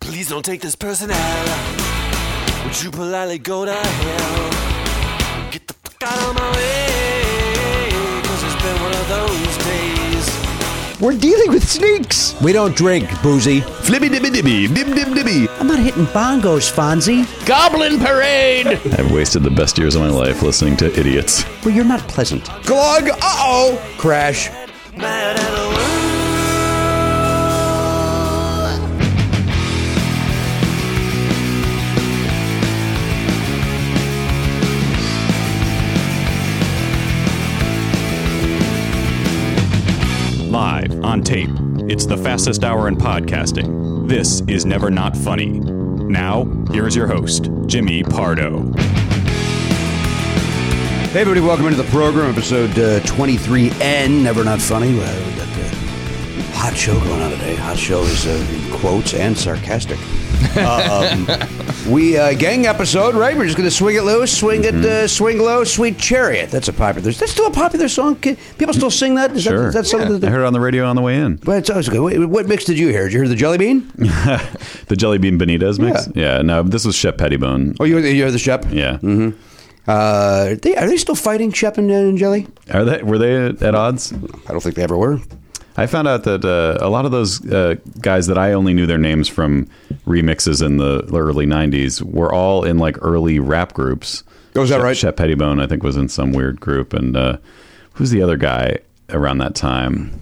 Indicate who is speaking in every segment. Speaker 1: Please don't take this person out. Would you politely go to hell? Get the fuck out of my way. Cause it's been one of those days.
Speaker 2: We're dealing with snakes.
Speaker 3: We don't drink, boozy.
Speaker 4: Flibby dibby dibby, dim dim dibby.
Speaker 2: I'm not hitting bongos, Fonzie.
Speaker 5: Goblin Parade!
Speaker 4: I've wasted the best years of my life listening to idiots.
Speaker 2: Well, you're not pleasant.
Speaker 3: Glug. Uh oh. Crash.
Speaker 1: Mad at the world.
Speaker 4: Live, on tape. It's the fastest hour in podcasting. This is Never Not Funny. Now, here's your host, Jimmy Pardo.
Speaker 3: Hey, everybody, welcome into the program, episode uh, 23N, Never Not Funny. Well, we got the hot show going on today. Hot show is uh, in quotes and sarcastic. Uh, um, we, uh, gang episode, right? We're just going to swing it loose, swing it, uh, swing low, sweet chariot. That's a popular, that's still a popular song. Can- People still sing that? Is that, is that something that
Speaker 4: I heard it on the radio on the way in.
Speaker 3: But it's always good. Wait, what mix did you hear? Did you hear the Jelly Bean?
Speaker 4: the Jelly Bean Benitez mix? Yeah. no, this was Shep Pettibone.
Speaker 3: Oh, you heard the, you heard the Shep?
Speaker 4: Yeah. Mm-hmm.
Speaker 3: Uh, are, they, are they still fighting Shep and, uh, and Jelly?
Speaker 4: Are they, were they at at odds?
Speaker 3: I don't think they ever were.
Speaker 4: I found out that uh, a lot of those uh, guys that I only knew their names from remixes in the early '90s were all in like early rap groups.
Speaker 3: Oh, is that right?
Speaker 4: Chet Pettibone, I think, was in some weird group, and uh, who's the other guy around that time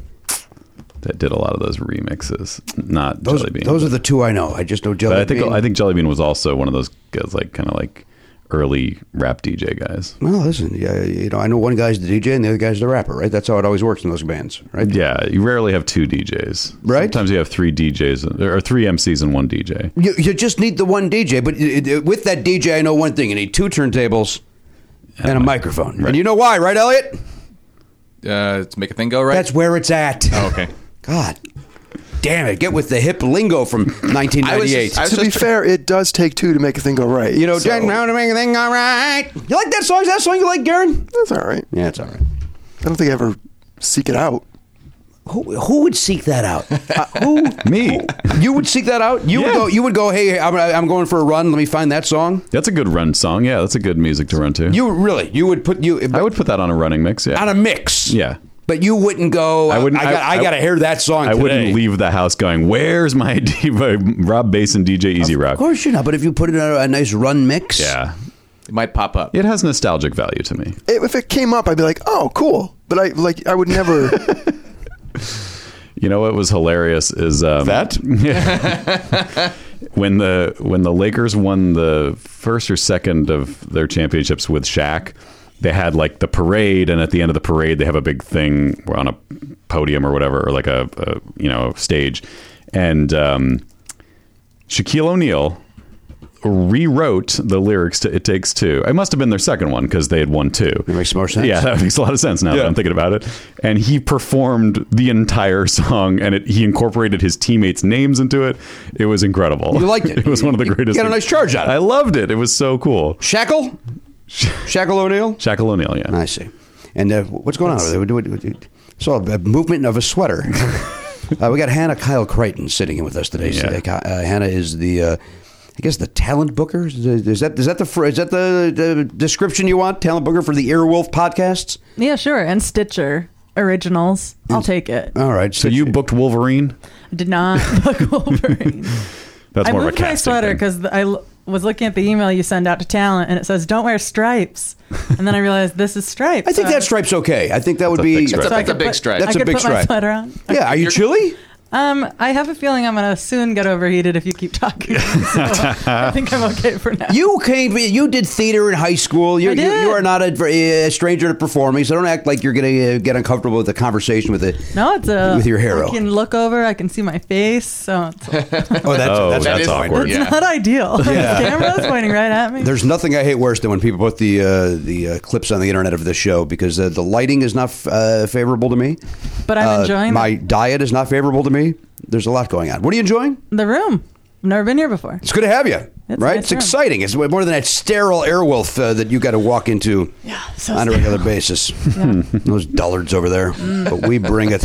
Speaker 4: that did a lot of those remixes? Not
Speaker 3: Those,
Speaker 4: Jellybean.
Speaker 3: those are the two I know. I just know Jelly
Speaker 4: but I think
Speaker 3: Bean.
Speaker 4: I think Jellybean was also one of those guys, like kind of like early rap DJ guys.
Speaker 3: Well, listen, yeah, you know, I know one guy's the DJ and the other guy's the rapper, right? That's how it always works in those bands, right?
Speaker 4: Yeah, you rarely have two DJs.
Speaker 3: Right.
Speaker 4: Sometimes you have three DJs or three MCs and one DJ.
Speaker 3: You, you just need the one DJ, but it- it- with that DJ, I know one thing: you need two turntables and, a microphone. And you know why, right, Elliot?
Speaker 5: Uh, to make a thing go right?
Speaker 3: That's where it's at.
Speaker 5: Oh, okay.
Speaker 3: God, damn it! Get with the hip lingo from 1998.
Speaker 5: I was
Speaker 6: to be
Speaker 5: just try-
Speaker 6: fair, it does take two to make a thing go right. You know,
Speaker 3: So-
Speaker 6: Dan Brown to make a thing go right.
Speaker 3: you like that song? Is that song you like, Garen?
Speaker 6: That's all right.
Speaker 3: Yeah, it's all right.
Speaker 6: I don't think I ever seek it out.
Speaker 2: Who, who would seek that out?
Speaker 3: Uh, who
Speaker 4: Me.
Speaker 3: you would seek that out? You would
Speaker 4: Yeah.
Speaker 3: go. You would go. Hey, I'm, I'm going for a run. Let me find that song.
Speaker 4: That's a good run song. Yeah, that's a good music to run to.
Speaker 3: You really? You would put you
Speaker 4: I would put that on a running mix. Yeah.
Speaker 3: on a mix?
Speaker 4: yeah.
Speaker 3: But you wouldn't go. I wouldn't. I, got, I, got to hear that song.
Speaker 4: I
Speaker 3: today."
Speaker 4: wouldn't leave the house going, "Where's my D- my Rob Bass and DJ Easy
Speaker 3: Of
Speaker 4: Rock?"
Speaker 3: course you're not. But if you put it on a, a nice run mix,
Speaker 4: Yeah.
Speaker 5: It might pop up.
Speaker 4: It has nostalgic value to me.
Speaker 6: If if it came up, I'd be like, "Oh, cool." But I like I would never.
Speaker 4: You know what was hilarious is um, that when the when the Lakers won the first or second of their championships with Shaq, they had like the parade, and at the end of the parade, they have a big thing on a podium or whatever, or like a, a you know stage, and um, Shaquille O'Neal rewrote the lyrics to "It Takes Two. It must have been their second one because they had won two.
Speaker 3: It makes more sense.
Speaker 4: Yeah, that makes a lot of sense now that
Speaker 3: Yeah.
Speaker 4: I'm thinking about it. And he performed the entire song, and it, he incorporated his teammates' names into it. It was incredible.
Speaker 3: You liked it.
Speaker 4: it was one of the
Speaker 3: You
Speaker 4: greatest.
Speaker 3: got a
Speaker 4: things.
Speaker 3: nice charge out of it.
Speaker 4: I loved it. It was so cool.
Speaker 3: Shackle, Shackle O'Neal.
Speaker 4: Shaquille O'Neal. Yeah.
Speaker 3: I see. And uh, what's going on? Over there? What- what- what- Saw a movement of a sweater. uh, we got Hannah Kyle Crichton sitting in with us today. So,
Speaker 4: Yeah.
Speaker 3: uh, Hannah is the, uh, I guess, the talent booker. Is is that is that the fr- is that the, the description you want? Talent booker for the Earwolf podcasts.
Speaker 7: Yeah, sure. And Stitcher originals.
Speaker 3: Mm.
Speaker 7: I'll take it.
Speaker 3: All right.
Speaker 4: So you booked Wolverine?
Speaker 7: I did not book Wolverine.
Speaker 4: That's
Speaker 7: I
Speaker 4: more of a
Speaker 7: moved my
Speaker 4: casting
Speaker 7: sweater
Speaker 4: thing.
Speaker 7: because I l- was looking at the email you send out to talent, and it says don't wear stripes. And then I realized this is stripes.
Speaker 3: I think
Speaker 7: so-
Speaker 3: that stripe's okay. I think that would
Speaker 4: a
Speaker 3: be.
Speaker 4: big stripe.
Speaker 5: So I That's a
Speaker 7: could
Speaker 5: big
Speaker 7: put-
Speaker 5: stripe.
Speaker 3: That's
Speaker 7: I
Speaker 3: a
Speaker 7: could
Speaker 3: big
Speaker 7: put my
Speaker 3: stripe.
Speaker 7: sweater on.
Speaker 3: Yeah. Are you chilly?
Speaker 7: Um, I have a feeling I'm gonna soon get overheated if you keep talking. So I think I'm okay for now.
Speaker 3: You came. You did theater in high school. You,
Speaker 7: I
Speaker 3: you,
Speaker 7: did.
Speaker 3: you are not a, a stranger to performing. So don't act like you're going to get uncomfortable with the conversation with it.
Speaker 7: no, it's a
Speaker 3: with your hero.
Speaker 7: I can look over. I can see my face, so it's,
Speaker 3: Oh, that's,
Speaker 4: Oh,
Speaker 3: that's,
Speaker 4: that
Speaker 3: that's
Speaker 4: is
Speaker 3: fine.
Speaker 4: awkward.
Speaker 7: it's
Speaker 5: Yeah.
Speaker 7: not ideal. the camera's pointing right at me.
Speaker 3: There's nothing I hate worse than when people put the uh, the uh, clips on the internet of this show because uh, the lighting is not uh, favorable to me.
Speaker 7: But I'm
Speaker 3: Uh,
Speaker 7: enjoying
Speaker 3: my
Speaker 7: the,
Speaker 3: diet is not favorable to me. There's a lot going on. What are you enjoying?
Speaker 7: the room. I've never been here before.
Speaker 3: It's good to have you.
Speaker 7: It's
Speaker 3: right?
Speaker 7: nice
Speaker 3: it's
Speaker 7: room.
Speaker 3: exciting. It's way more than that sterile Airwolf uh, that you got to walk into
Speaker 7: Yeah, so
Speaker 3: on a regular basis. Those dullards over there,
Speaker 7: Mm.
Speaker 3: but we Oh, bring it.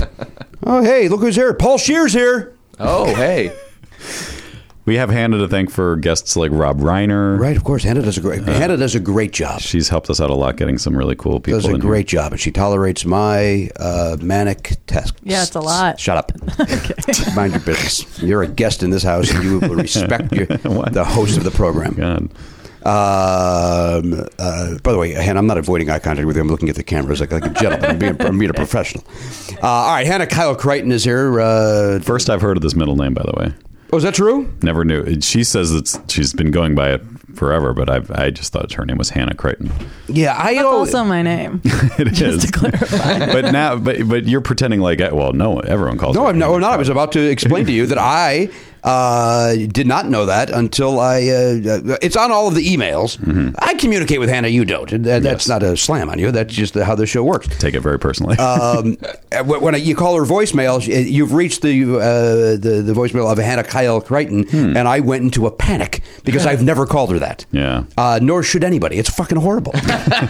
Speaker 3: Oh, hey, look who's here! Paul Shear's here.
Speaker 5: Oh, hey.
Speaker 4: We have Hannah to thank for guests like Rob Reiner.
Speaker 3: Right, of course. Hannah does a great. Hannah does a great job.
Speaker 4: She's helped us out a lot getting some really cool people.
Speaker 3: does a
Speaker 4: in here.
Speaker 3: great job, and she tolerates my uh, manic test.
Speaker 7: Yeah, it's a lot.
Speaker 3: Shut up. Mind your business. You're a guest in this house, and you will respect your,
Speaker 4: What?
Speaker 3: the host of the program.
Speaker 4: God.
Speaker 3: Um, uh, by the way, Hannah, I'm not avoiding eye contact with you. I'm looking at the cameras like, like a gentleman. I'm being, I'm being a professional. Uh, all right, Hannah Kyle Crichton is here. Uh,
Speaker 4: First, I've heard of this middle name, by the way.
Speaker 3: oh, is that true?
Speaker 4: Never knew. She says that she's been going by it forever, but I, I just thought her name was Hannah Crichton.
Speaker 3: Yeah, I
Speaker 7: That's
Speaker 3: al-
Speaker 7: also my name.
Speaker 4: It is.
Speaker 7: Just to clarify.
Speaker 4: but now, but but you're pretending like I- well, no, everyone calls.
Speaker 3: No,
Speaker 4: her
Speaker 3: I'm not.
Speaker 4: Hannah
Speaker 3: Well, not. I was
Speaker 4: Crichton.
Speaker 3: about to explain to you that I uh, did not know that until I. Uh, it's on all of the emails. I communicate with Hannah. You don't. And that- That's
Speaker 4: Mm-hmm. Yes.
Speaker 3: not a slam on you. That's just how the show works.
Speaker 4: Take it very personally.
Speaker 3: Um, when when you call her voicemail, she- uh, you've reached the, uh, the the voicemail of Hannah Kyle Crichton,
Speaker 4: Hmm.
Speaker 3: and I went into a panic because I've never called her that.
Speaker 4: Yeah.
Speaker 3: Uh, nor should anybody. It's fucking horrible.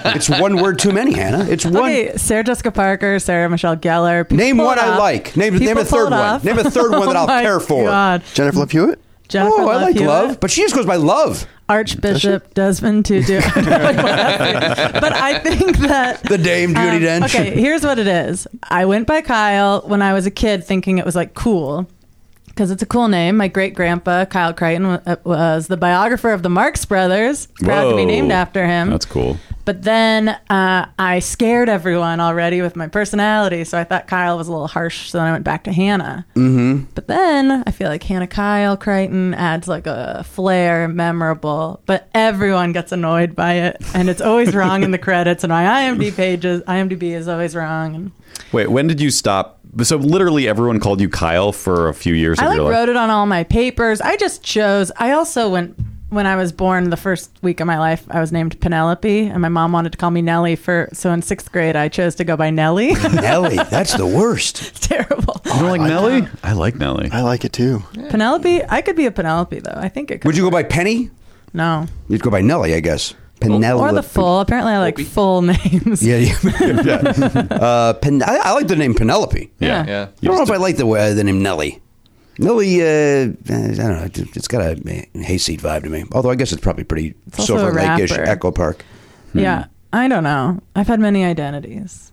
Speaker 3: it's one word too many, Hannah. It's one.
Speaker 7: Okay, Sarah Jessica Parker, Sarah Michelle Gellar. people
Speaker 3: Name
Speaker 7: pull
Speaker 3: one
Speaker 7: it
Speaker 3: I
Speaker 7: off.
Speaker 3: like. Name-
Speaker 7: People
Speaker 3: name a
Speaker 7: pull
Speaker 3: third
Speaker 7: it
Speaker 3: one.
Speaker 7: off.
Speaker 3: Name a third one that
Speaker 7: Oh
Speaker 3: I'll
Speaker 7: my
Speaker 3: care for.
Speaker 7: God.
Speaker 6: Jennifer Love Hewitt.
Speaker 7: Jennifer
Speaker 3: oh, I
Speaker 7: Love
Speaker 3: like
Speaker 7: Hewitt,
Speaker 3: love, but she just goes by love.
Speaker 7: Archbishop Desmond Tutu. I don't know what else to do. but I think that um,
Speaker 3: The Dame Beauty Dench.
Speaker 7: Okay, here's what it is. I went by Kyle when I was a kid, thinking it was like cool. Because it's a cool name. My great grandpa, Kyle Crichton, wa- uh, was the biographer of the Marx Brothers. Proud to be
Speaker 4: Whoa.
Speaker 7: named after him.
Speaker 4: That's cool.
Speaker 7: But then uh, I scared everyone already with my personality, so I thought Kyle was a little harsh. So then I went back to Hannah. Mm-hmm. But then I feel like Hannah Kyle Crichton adds like a flair, memorable. But everyone gets annoyed by it, and it's always wrong in the credits. And my IMDb pages, IMDb is always wrong. And
Speaker 4: Wait, when did you stop? So literally, everyone called you Kyle for a few years.
Speaker 7: I
Speaker 4: of
Speaker 7: like
Speaker 4: your life.
Speaker 7: wrote it on all my papers. I just chose. I also went when I was born. The first week of my life, I was named Penelope, and my mom wanted to call me Nellie for. So in sixth grade, I chose to go by Nellie.
Speaker 3: Nelly, that's the worst.
Speaker 7: terrible.
Speaker 4: You don't like Nelly? I like Nelly.
Speaker 6: I like it too.
Speaker 7: Penelope. I could be a Penelope though. I think it could.
Speaker 3: Would you go by Penny?
Speaker 7: No.
Speaker 3: You'd go by Nelly, I guess. Penelope.
Speaker 7: Or the full. Apparently, I like full names.
Speaker 3: Yeah, yeah. Uh, Pen- I, I like the name Penelope.
Speaker 7: Yeah.
Speaker 5: Yeah.
Speaker 3: I don't know if I like the way the name Nelly. Nelly, uh, I don't know. It's got a hayseed vibe to me. Although I guess it's probably pretty
Speaker 7: also
Speaker 3: Silver
Speaker 7: a
Speaker 3: Lake-ish,
Speaker 7: rapper.
Speaker 3: Echo Park.
Speaker 7: Yeah. I don't know. I've had many identities.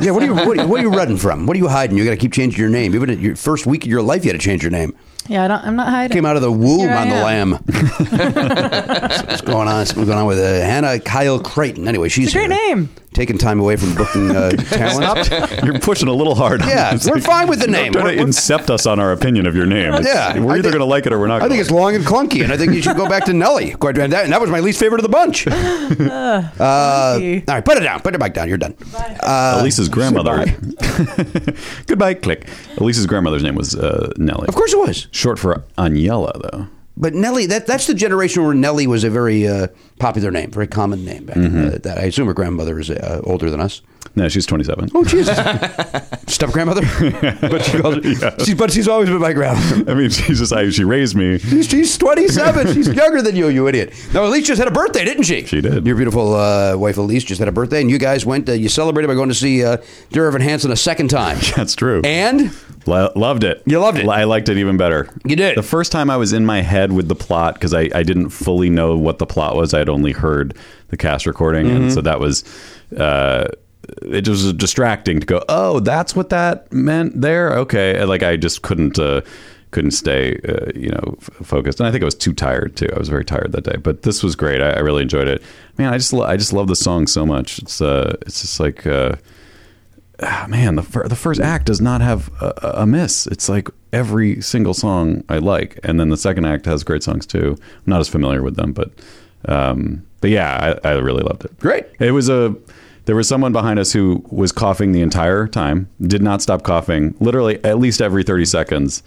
Speaker 3: Yeah, what are you what are, you- what are you running from? What are you hiding? You got to keep changing your name. Even at your first week of your life, you had to change your name.
Speaker 7: Yeah. I don't. I'm not hiding.
Speaker 3: Came out of the womb
Speaker 7: Here I
Speaker 3: on the
Speaker 7: am.
Speaker 3: lamb. What's going on? Something's going on with uh, Hannah Kyle Creighton. Anyway, she's
Speaker 7: It's a great
Speaker 3: here,
Speaker 7: name.
Speaker 3: Taking time away from booking uh, talent.
Speaker 4: You're pushing a little hard. on
Speaker 3: Yeah,
Speaker 4: this.
Speaker 3: we're fine with the name.
Speaker 4: Don't
Speaker 3: We're-
Speaker 4: try to
Speaker 3: we're-
Speaker 4: incept us on our opinion of your name. It's-
Speaker 3: Yeah,
Speaker 4: we're
Speaker 3: I
Speaker 4: either
Speaker 3: think-
Speaker 4: going to like it or we're not.
Speaker 3: I
Speaker 4: gonna
Speaker 3: think it's
Speaker 4: like
Speaker 3: long and clunky, and I think you should go back to Nelly. Quite that, and that was my least favorite of the bunch. Uh,
Speaker 7: clunky.
Speaker 3: all right, put it down. Put it back down. You're done.
Speaker 4: it. Elise's grandmother. Goodbye, click. Elise's grandmother's name was uh, Nelly.
Speaker 3: Of course it was.
Speaker 4: Short for Aniela, though.
Speaker 3: But Nelly, that, that's the generation where Nelly was a very uh, popular name, very common name. Back in the, that I assume her grandmother is uh, older than us.
Speaker 4: No, she's 27.
Speaker 3: Oh, Jesus. Step grandmother? but, she calls her, she's, but she's always been my grandmother.
Speaker 4: I mean, she's just, I, she raised me.
Speaker 3: She's 27. She's younger than you, you idiot. Now, Elise just had a birthday, didn't she?
Speaker 4: She did.
Speaker 3: Your beautiful uh, wife, Elise, just had a birthday, and you guys went, uh, you celebrated by going to see uh, Duravin Hansen a second time.
Speaker 4: That's true.
Speaker 3: And?
Speaker 4: Lo- loved it.
Speaker 3: You loved it.
Speaker 4: L- I liked it even better.
Speaker 3: You did.
Speaker 4: The first time I was in my head with the plot because I, I didn't fully know what the plot was. I'd only heard the cast recording,
Speaker 3: Mm-hmm.
Speaker 4: and so that was. Uh, it was distracting to go. Oh, that's what that meant there. Okay, And, like I just couldn't uh, couldn't stay, uh, you know, f- focused. And I think I was too tired too. I was very tired that day. But this was great. I, I really enjoyed it. Man, I just lo- I just love the song so much. It's uh, it's just like. Uh, Ah, man, the fir- the first act does not have a, a miss. It's like every single song I like, and then the second act has great songs too. I'm not as familiar with them, but um, but yeah, I, I really loved it.
Speaker 3: Great.
Speaker 4: It was a there was someone behind us who was coughing the entire time, did not stop coughing, literally at least every 30 seconds,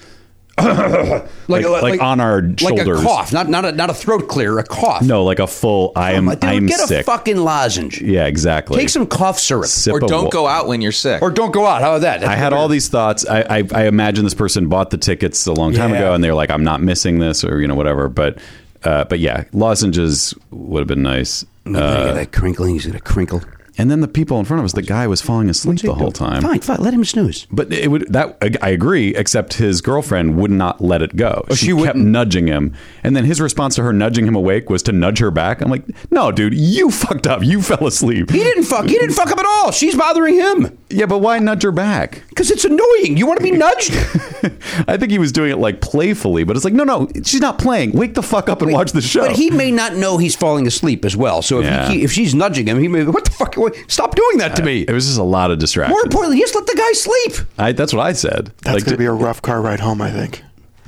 Speaker 4: like, like, on our
Speaker 3: uh, like
Speaker 4: shoulders.
Speaker 3: a cough, not not a, not a throat clear, a cough.
Speaker 4: No, like a full. I am.
Speaker 3: Um, dude,
Speaker 4: I'm
Speaker 3: get
Speaker 4: sick.
Speaker 3: a fucking lozenge.
Speaker 4: yeah, exactly.
Speaker 3: Take some cough syrup,
Speaker 4: Sip
Speaker 5: Or
Speaker 4: of
Speaker 5: don't
Speaker 4: wa-
Speaker 5: go out when you're sick.
Speaker 3: or don't go out. How about that?
Speaker 4: I had all these thoughts. I, I, I imagine this person bought the tickets a long time
Speaker 3: Yeah.
Speaker 4: ago, and they're like, "I'm not missing this," or you know, whatever. But, uh, but yeah, lozenges would have been nice. uh,
Speaker 3: Look at that crinkling. He's gonna crinkle.
Speaker 4: And then the people in front of us, the guy was falling asleep the whole time.
Speaker 2: Fine, fine. Let him snooze.
Speaker 4: But it would that I agree, except his girlfriend would not let it go. she
Speaker 5: she
Speaker 4: kept
Speaker 5: wouldn't-
Speaker 4: nudging him, and then his response to her nudging him awake was to nudge her back. I'm like, no, dude, you fucked up. You fell asleep.
Speaker 3: He didn't fuck. He didn't fuck up at all. She's bothering him
Speaker 4: Yeah, but why nudge her back?
Speaker 3: because it's annoying. You want to be nudged?
Speaker 4: I think he was doing it like playfully, but it's like, no, no, she's not playing. Wake the fuck up and watch the show.
Speaker 3: But he may not know he's falling asleep as well. So if,
Speaker 4: Yeah.
Speaker 3: he, if she's nudging him, he may what the fuck? What, stop doing that to me.
Speaker 4: It was just a lot of distraction.
Speaker 3: More importantly, just let the guy sleep.
Speaker 4: I, that's what I said.
Speaker 6: That's
Speaker 4: Like,
Speaker 6: gonna be a rough car ride home, I think.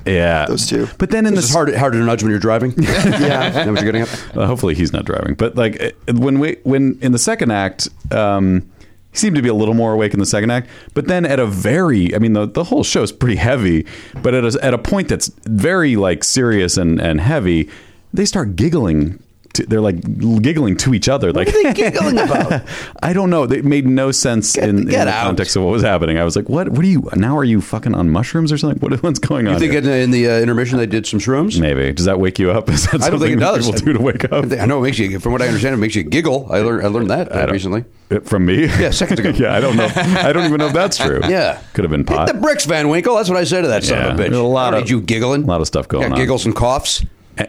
Speaker 4: yeah,
Speaker 6: those two.
Speaker 4: But then in
Speaker 3: This is
Speaker 4: this
Speaker 3: hard, harder to nudge when you're driving. yeah, Is that what you're getting at?
Speaker 4: Uh, hopefully he's not driving. But like it- when we when in the second act, um, he seemed to be a little more awake in the second act. But then at a very, I mean, the the whole show is pretty heavy. But at a, at a point that's very like serious and and heavy, they start giggling. To, they're like giggling to each other. Like
Speaker 3: What are they giggling about?
Speaker 4: I don't know. It made no sense in, in
Speaker 3: get
Speaker 4: the
Speaker 3: out.
Speaker 4: context of what was happening. I was like, "What? What are you? Now are you fucking on mushrooms or something? What, what's going on?"
Speaker 3: You think
Speaker 4: here?
Speaker 3: in the, in the uh, intermission they did some shrooms?
Speaker 4: Maybe does that wake you up? Is that
Speaker 3: I don't think it
Speaker 4: something that
Speaker 3: does.
Speaker 4: People do to wake up.
Speaker 3: I know it makes you. From what I understand, it makes you giggle. I learned. I learned that uh,
Speaker 4: I don't-
Speaker 3: recently.
Speaker 4: Uh, From me?
Speaker 3: Yeah, seconds ago.
Speaker 4: yeah, I don't know. I don't even know if that's true.
Speaker 3: Yeah,
Speaker 4: Could have been pot.
Speaker 3: Hit the bricks, Van Winkle. That's what I said to that
Speaker 4: Yeah.
Speaker 3: son of a bitch.
Speaker 4: There's a lot
Speaker 3: I
Speaker 4: of-
Speaker 3: heard you giggling.
Speaker 4: a lot of stuff going
Speaker 3: Got
Speaker 4: on.
Speaker 3: Giggles and coughs.
Speaker 4: Uh,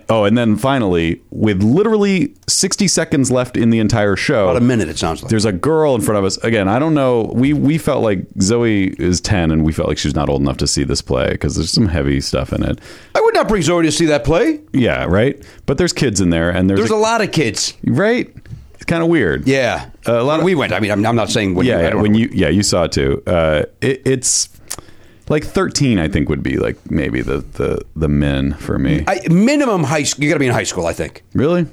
Speaker 4: Oh, and then finally, with literally 60 seconds left in the entire show.
Speaker 3: About a minute, it sounds like.
Speaker 4: There's a girl in front of us. Again, I don't know. We we felt like Zoe is 10 and we felt like she's not old enough to see this play because there's some heavy stuff in it.
Speaker 3: I would not bring Zoe to see that play.
Speaker 4: Yeah, right? But there's kids in there and there's,
Speaker 3: There's a lot of kids.
Speaker 4: right? It's kind of weird.
Speaker 3: Yeah,
Speaker 4: A lot of
Speaker 3: we went. I mean, I'm, I'm not saying when.
Speaker 4: yeah,
Speaker 3: you, I
Speaker 4: yeah
Speaker 3: don't
Speaker 4: when
Speaker 3: know.
Speaker 4: you yeah you saw it too uh it, it's like 13 i think would be like maybe the the the men for me
Speaker 3: I, minimum high school. You got to be in high school, I think.
Speaker 4: really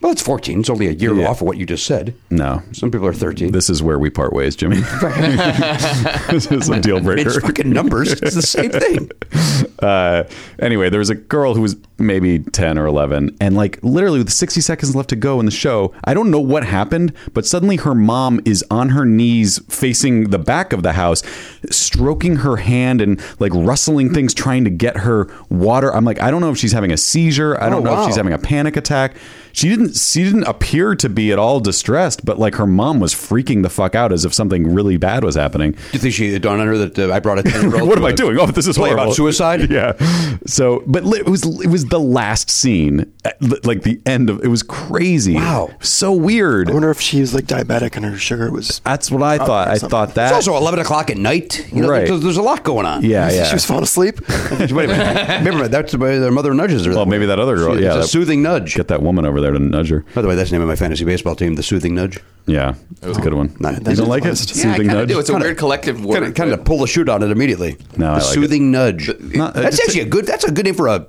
Speaker 3: Well, it's 14. It's only a year
Speaker 4: Yeah.
Speaker 3: off of what you just said.
Speaker 4: no
Speaker 3: Some people are 13.
Speaker 4: this is where we part ways jimmy this is a deal breaker
Speaker 3: it's fucking numbers. It's the same thing.
Speaker 4: uh, anyway, there was a girl who was maybe 10 or 11, and like literally with 60 seconds left to go in the show, I don't know what happened, but suddenly her mom is on her knees facing the back of the house, stroking her hand and like rustling things, trying to get her water. I'm like, I don't know if she's having a seizure. I don't know if
Speaker 3: wow.
Speaker 4: she's having a panic attack. She didn't she didn't appear to be at all distressed, but like her mom was freaking the fuck out as if something really bad was happening.
Speaker 3: Do you think she it dawned on her that uh, I brought a 10 year old?
Speaker 4: What am I doing? Oh, this is
Speaker 3: play
Speaker 4: horrible.
Speaker 3: about suicide?
Speaker 4: Yeah. So, but li- it was it was the last scene, uh, li- like the end of it was crazy.
Speaker 3: Wow.
Speaker 4: so weird. Oh,
Speaker 6: I wonder if she was like diabetic and her sugar was.
Speaker 4: That's what I thought. I
Speaker 6: something.
Speaker 4: thought
Speaker 3: It's
Speaker 4: that.
Speaker 3: also 11 o'clock at night. You know,
Speaker 4: Right.
Speaker 3: There's, there's a lot going on.
Speaker 4: yeah, yeah.
Speaker 6: She was falling asleep.
Speaker 3: Wait a minute. Remember, that's the way their mother nudges her.
Speaker 4: well, maybe that other girl.
Speaker 3: It's
Speaker 4: yeah,
Speaker 3: a
Speaker 4: that-
Speaker 3: soothing nudge.
Speaker 4: Get that woman over there to nudge her.
Speaker 3: By the way, that's the name of my fantasy baseball team, the Soothing Nudge.
Speaker 4: Yeah, that's a good one.
Speaker 3: Not-
Speaker 4: you don't like it?
Speaker 5: Yeah, I
Speaker 4: Soothing
Speaker 5: kinda
Speaker 4: nudge.
Speaker 5: do. It's a weird collective word.
Speaker 3: Kind of, kind of pull the shoot on it immediately.
Speaker 4: No, I
Speaker 3: the
Speaker 4: like it.
Speaker 3: soothing nudge.
Speaker 4: No, I
Speaker 3: that's
Speaker 4: just-
Speaker 3: actually a good. That's a good name for a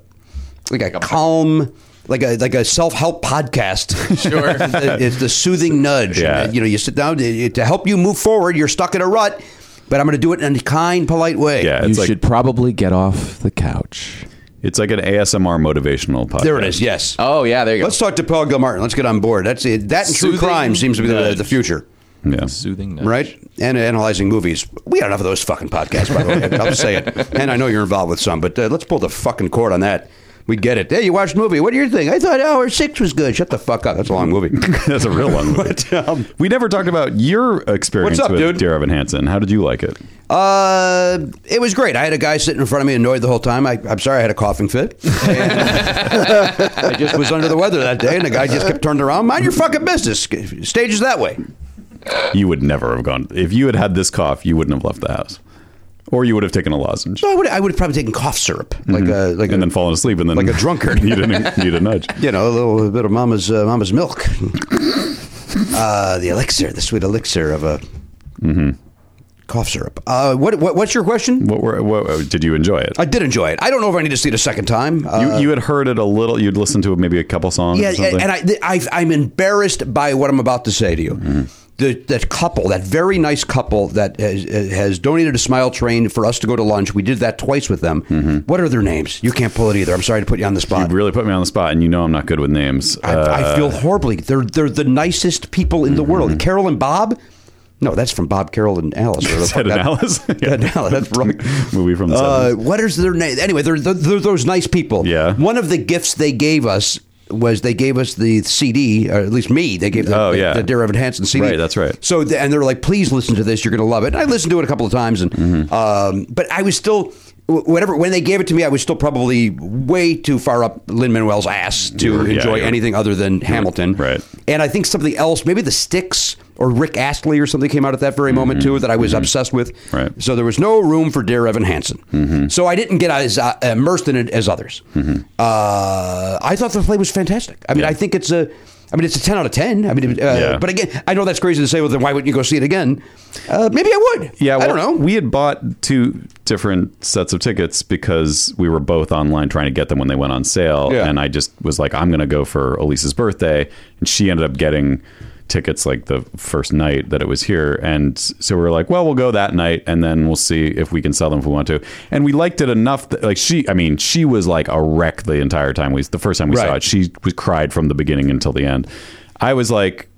Speaker 3: like a calm, like a like a self help podcast.
Speaker 5: Sure.
Speaker 3: it's the soothing nudge.
Speaker 4: Yeah.
Speaker 3: you know, you sit down to, to help you move forward. You're stuck in a rut, but I'm going to do it in a kind, polite way.
Speaker 4: yeah,
Speaker 5: you
Speaker 4: it's like
Speaker 5: should probably get off the couch.
Speaker 4: it's like an ASMR motivational podcast.
Speaker 3: there it is. Yes.
Speaker 5: Oh yeah, there you go.
Speaker 3: Let's talk to Paul Gilmartin. Let's get on board. That's it. That and true
Speaker 5: Soothing
Speaker 3: crime seems to be the,
Speaker 5: nudge.
Speaker 3: the future.
Speaker 4: Yeah.
Speaker 5: soothing, nudge.
Speaker 3: right? And uh, analyzing movies. We got enough of those fucking podcasts, by the way. I'll just say it. And I know you're involved with some, but uh, let's pull the fucking cord on that. We get it. Hey, you watched the movie. What do you think? I thought Hour Six was good. Shut the fuck up. That's a long movie.
Speaker 4: That's a real one.
Speaker 3: But, um,
Speaker 4: we never talked about your experience
Speaker 3: up,
Speaker 4: with
Speaker 3: dude?
Speaker 4: Dear Evan Hansen. How did you like it?
Speaker 3: Uh, it was great. I had a guy sitting in front of me, annoyed the whole time. I, I'm sorry, I had a coughing fit. And I just was under the weather that day, and the guy just kept turning around. Mind your fucking business. Stage is that way.
Speaker 4: You would never have gone. If you had had this cough, you wouldn't have left the house, or you would have taken a lozenge
Speaker 3: So I would, I would have probably taken cough syrup, like a like
Speaker 4: Mm-hmm. and
Speaker 3: a,
Speaker 4: then fallen asleep, and then
Speaker 3: like a drunkard.
Speaker 4: need, a, need a nudge.
Speaker 3: you know, a little bit of mama's uh, mama's milk. uh, the elixir, the sweet elixir of a
Speaker 4: Mm-hmm.
Speaker 3: cough syrup. Uh, what, what what's your question?
Speaker 4: What were? What, did you enjoy it?
Speaker 3: I did enjoy it. I don't know if I need to see it a second time. Uh,
Speaker 4: you, you had heard it a little. You'd listened to maybe a couple songs.
Speaker 3: yeah,
Speaker 4: or something.
Speaker 3: and I, th- I I'm embarrassed by what I'm about to say to you.
Speaker 4: Mm-hmm.
Speaker 3: The, that couple, that very nice couple that has, has donated a smile train for us to go to lunch. We did that twice with them.
Speaker 4: Mm-hmm.
Speaker 3: What are their names? You can't pull it either. I'm sorry to put you on the
Speaker 4: you
Speaker 3: spot.
Speaker 4: really put me on the spot, and you know I'm not good with names. Uh,
Speaker 3: I, I feel horribly. They're they're the nicest people in the
Speaker 4: Mm-hmm.
Speaker 3: world. Carol and Bob. No, that's from Bob Carol and Alice. Or the
Speaker 4: Is that
Speaker 3: fuck-
Speaker 4: an Alice?
Speaker 3: Ted and Alice. That's right.
Speaker 4: Movie from the
Speaker 3: Uh,
Speaker 4: 70s.
Speaker 3: what is their name? Anyway, they're, they're they're those nice people.
Speaker 4: Yeah.
Speaker 3: One of the gifts they gave us was they gave us the CD, or at least me, they gave the,
Speaker 4: Oh,
Speaker 3: the,
Speaker 4: yeah.
Speaker 3: the Dear Evan Hansen CD.
Speaker 4: Right, that's right.
Speaker 3: So, th- and they were like, please listen to this. You're going to love it. And I listened to it a couple of times. and
Speaker 4: Mm-hmm.
Speaker 3: um, But I was still, wh- whenever, when they gave it to me, I was still probably way too far up Lin Manuel's ass to
Speaker 4: were- yeah,
Speaker 3: enjoy
Speaker 4: you were-
Speaker 3: anything other than Hamilton.
Speaker 4: right.
Speaker 3: And I think something else, maybe The Sticks or Rick Astley or something came out at that very moment, too, that I was obsessed with.
Speaker 4: Mm-hmm. Right. Mm-hmm.
Speaker 3: So there was no room for Dear Evan Hansen. So I didn't get as uh, immersed in it as others. Uh, I thought the play was fantastic. I mean, I think it's a. I mean, it's a ten out of ten. I mean, uh,
Speaker 4: Yeah.
Speaker 3: but again, I know that's crazy to say. Well, then why wouldn't you go see it again? Uh, maybe I would.
Speaker 4: Yeah,
Speaker 3: I don't
Speaker 4: well,
Speaker 3: know.
Speaker 4: We had bought two different sets of tickets because we were both online trying to get them when they went on sale,
Speaker 3: Yeah.
Speaker 4: and I just was like, I'm going to go for Elise's birthday, and she ended up getting tickets like the first night that it was here, and so we were like, well, we'll go that night, and then we'll see if we can sell them if we want to, and we liked it enough that like she, I mean, she was like a wreck the entire time we the first time we saw
Speaker 3: Right.
Speaker 4: it, she was cried from the beginning until the end. I was like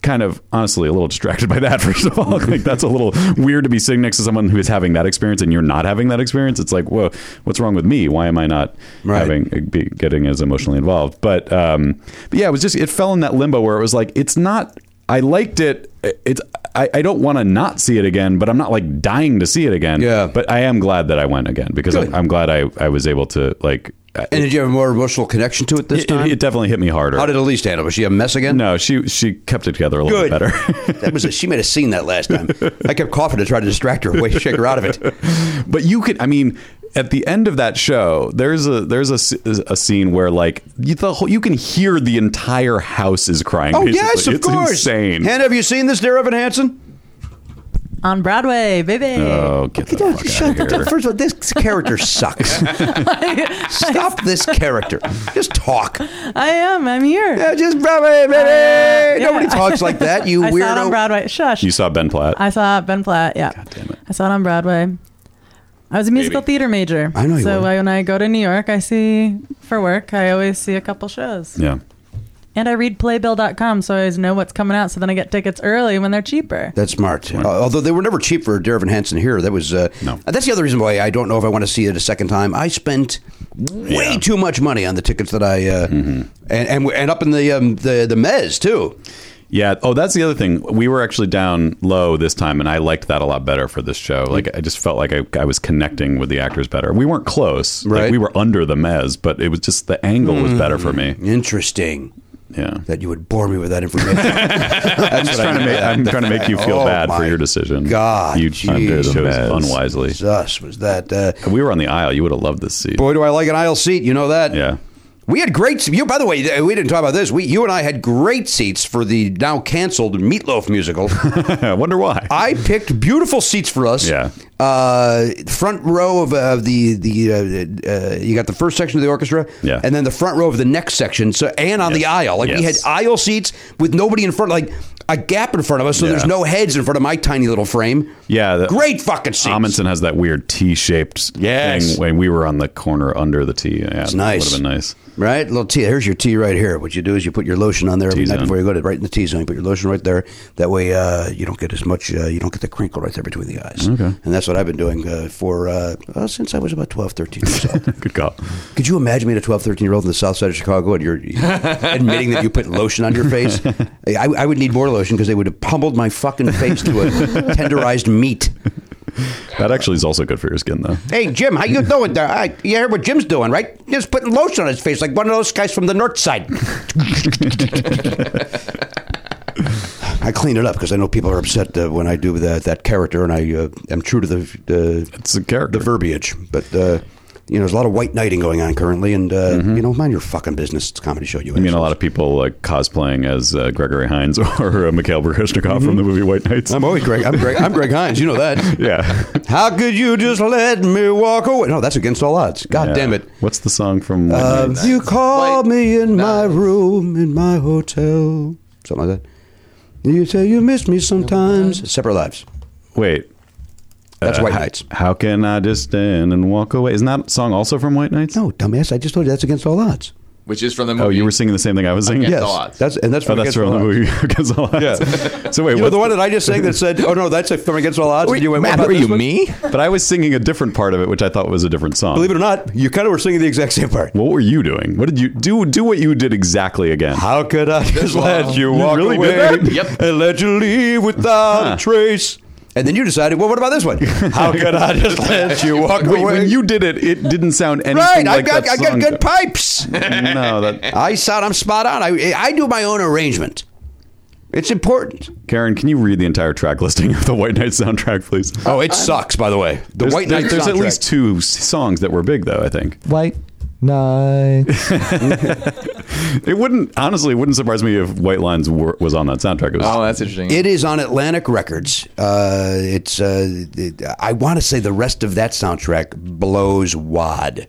Speaker 4: kind of honestly a little distracted by that first of all like that's a little weird to be sitting next to someone who is having that experience and you're not having that experience it's like whoa what's wrong with me why am i not
Speaker 3: Right.
Speaker 4: having uh, be getting as emotionally involved but um but yeah it was just it fell in that limbo where it was like it's not i liked it uh, it's i, I don't want to not see it again but i'm not like dying to see it again
Speaker 3: Yeah.
Speaker 4: but i am glad that i went again because
Speaker 3: Good.
Speaker 4: I'm, I'm glad i i was able to like
Speaker 3: And did you have a more emotional connection to it this
Speaker 4: it,
Speaker 3: time?
Speaker 4: it definitely hit me harder
Speaker 3: How did Elise handle it? Was she a mess again?
Speaker 4: no she she kept it together a little
Speaker 3: Good.
Speaker 4: bit better
Speaker 3: that was a, she made a scene that last time. I kept coughing to try to distract her, away, shake her out of it.
Speaker 4: but you could i mean at the end of that show there's a there's a, s- a scene where like you, the whole, you can hear the entire house is crying
Speaker 3: Oh
Speaker 4: basically.
Speaker 3: yes, of
Speaker 4: it's
Speaker 3: course.
Speaker 4: insane
Speaker 3: Hannah, have you seen this, dear Evan Hansen?
Speaker 7: on Broadway, baby.
Speaker 4: oh get the fuck
Speaker 3: Shut
Speaker 4: out
Speaker 3: up.
Speaker 4: of here
Speaker 3: First of all, this character sucks. Stop this character. Just talk.
Speaker 7: I am. I'm here.
Speaker 3: Yeah, just Broadway, baby.
Speaker 7: Yeah.
Speaker 3: Nobody talks like that. You
Speaker 7: I
Speaker 3: weirdo.
Speaker 7: saw it on Broadway. Shush.
Speaker 4: you saw ben platt
Speaker 7: I saw Ben Platt. Yeah. God
Speaker 4: damn it.
Speaker 7: I saw it on Broadway. I was a musical theater major.
Speaker 3: I know you
Speaker 7: So
Speaker 3: were.
Speaker 7: when I go to New York, I see for work, I always see a couple shows.
Speaker 4: yeah
Speaker 7: And I read playbill.com so I always know what's coming out so then I get tickets early when they're cheaper.
Speaker 3: That's smart. Uh, although they were never cheap for Dear Evan Hansen here. That was uh,
Speaker 4: No.
Speaker 3: That's the other reason why I don't know if I want to see it a second time. I spent way
Speaker 4: Yeah. Mm-hmm.
Speaker 3: too much money on the tickets that I uh, and, and and up in the um, the the mezz too.
Speaker 4: yeah oh that's the other thing we were actually down low this time and i liked that a lot better for this show like i just felt like i, I was connecting with the actors better we weren't
Speaker 3: Right.
Speaker 4: close
Speaker 3: Hmm.
Speaker 4: like, we were under the mez but it was just the angle was better for me
Speaker 3: Interesting
Speaker 4: yeah
Speaker 3: that you would bore me with that information. I'm just
Speaker 4: trying to make, I'm trying to make you feel
Speaker 3: Oh,
Speaker 4: bad for
Speaker 3: my
Speaker 4: your decision.
Speaker 3: God,
Speaker 4: you
Speaker 3: jeez.
Speaker 4: chose unwisely.
Speaker 3: Us was that. Uh,
Speaker 4: If we were on the aisle. You would have loved this seat.
Speaker 3: Boy, do I like an aisle seat. You know that.
Speaker 4: Yeah.
Speaker 3: We had great. You, by the way, th- we didn't talk about this. We, you and I had great seats for the now canceled Meatloaf musical.
Speaker 4: I wonder why.
Speaker 3: I picked beautiful seats for us.
Speaker 4: Yeah.
Speaker 3: Uh, front row of uh, the the uh, uh, you got the first section of the orchestra.
Speaker 4: Yeah.
Speaker 3: And then the front row of the next section. So and on
Speaker 4: Yes.
Speaker 3: the aisle, like we had
Speaker 4: Yes.
Speaker 3: aisle seats with nobody in front, like a gap in front of us, so
Speaker 4: Yeah.
Speaker 3: there's no heads in front of my tiny little frame.
Speaker 4: Yeah, the-
Speaker 3: Great fucking seats.
Speaker 4: Amundsen has that weird T-shaped
Speaker 3: Yes.
Speaker 4: thing when we were on the corner under the T. Yeah, it's
Speaker 3: nice.
Speaker 4: Would have been nice.
Speaker 3: Right, little tea. Here's your tea right here. What you do is you put your lotion on there every night
Speaker 4: T-zone.
Speaker 3: before you go to right in the tea zone. You put your lotion right there. That way, uh, you don't get as much. Uh, you don't get the crinkle right there between the eyes. Okay. And that's what I've been doing uh, for uh, uh, since I was about 12, 13 years old.
Speaker 4: Good call.
Speaker 3: Could you imagine being a 12, 13 year old in the South Side of Chicago and you're admitting that you put lotion on your face? I, I would need more lotion because they would have pummeled my fucking face to a tenderized meat.
Speaker 4: That actually is also good for your skin, though.
Speaker 3: Hey Jim, how you doing there? I, you heard what Jim's doing, right? Just putting lotion on his face like one of those guys from the North Side. I clean it up because I know people are upset uh, when I do that that character, and I uh, am true to the uh,
Speaker 4: It's a character.
Speaker 3: the verbiage. But uh, you know, there's a lot of white knighting going on currently, and uh, you know, mind your fucking business. It's a comedy show. You
Speaker 4: I Mm-hmm. mean, a lot of people like cosplaying as uh, Gregory Hines or uh, Mikhail Baryshnikov from the movie White Nights.
Speaker 3: Mm-hmm. I'm always Greg. I'm Greg. I'm Greg Hines. You know that.
Speaker 4: yeah.
Speaker 3: How could you just let me walk away? No, that's against all odds. God
Speaker 4: Yeah.
Speaker 3: damn it.
Speaker 4: What's the song from White
Speaker 3: Uh,
Speaker 4: Nights?
Speaker 3: you call
Speaker 5: Wait,
Speaker 3: me in my room, in my hotel, something like that. You say you miss me sometimes. Separate lives.
Speaker 4: Wait.
Speaker 3: That's White
Speaker 4: how-
Speaker 3: Nights.
Speaker 4: How can I just stand and walk away? Isn't that song also from White Nights?
Speaker 3: No, dumbass. I just told you that's against all odds.
Speaker 8: which is from the movie.
Speaker 4: Oh, you were singing the same thing I was singing.
Speaker 8: Against
Speaker 4: Yes.
Speaker 8: All Odds.
Speaker 3: That's and that's
Speaker 4: Oh,
Speaker 3: from
Speaker 4: that's
Speaker 3: Against All
Speaker 4: from the
Speaker 3: Odds.
Speaker 4: movie Against All Odds. So wait,
Speaker 3: You know,
Speaker 4: what?
Speaker 3: the one that I just sang that said, "Oh no, that's a, from Against All Odds." and you went, what
Speaker 5: Matt,
Speaker 3: about
Speaker 5: are
Speaker 3: this
Speaker 5: you
Speaker 3: one?
Speaker 5: me?
Speaker 4: but I was singing a different part of it, which I thought was a different song.
Speaker 3: Believe it or not, you kind of were singing the exact same part.
Speaker 4: what were you doing? What did you do? Do what you did exactly again.
Speaker 3: How could I just let you
Speaker 4: You
Speaker 3: walk
Speaker 4: really did
Speaker 3: away
Speaker 4: that?
Speaker 8: Yep.
Speaker 3: and let you leave without
Speaker 4: Huh.
Speaker 3: a trace? And then you decided, well, what about this one? How could I just let you walk
Speaker 4: Wait,
Speaker 3: away?
Speaker 4: when you did it, it didn't sound anything
Speaker 3: right,
Speaker 4: like
Speaker 3: I got I
Speaker 4: that
Speaker 3: got
Speaker 4: song.
Speaker 3: good pipes.
Speaker 4: no, that
Speaker 3: I sound I'm spot on. I I do my own arrangement. It's important.
Speaker 4: Karen, can you read the entire track listing of the White Knight soundtrack, please?
Speaker 3: Oh, it sucks. By the way, the
Speaker 4: There's-
Speaker 3: White
Speaker 4: there's-
Speaker 3: Knight.
Speaker 4: There's at
Speaker 3: soundtrack.
Speaker 4: least two s- songs that were big, though. I think
Speaker 5: White night.
Speaker 4: it wouldn't honestly it wouldn't surprise me if White Lines were, was on that soundtrack. It was,
Speaker 8: Oh, that's interesting.
Speaker 3: It is on Atlantic Records. Uh, it's uh, it, I want to say the rest of that soundtrack blows wad.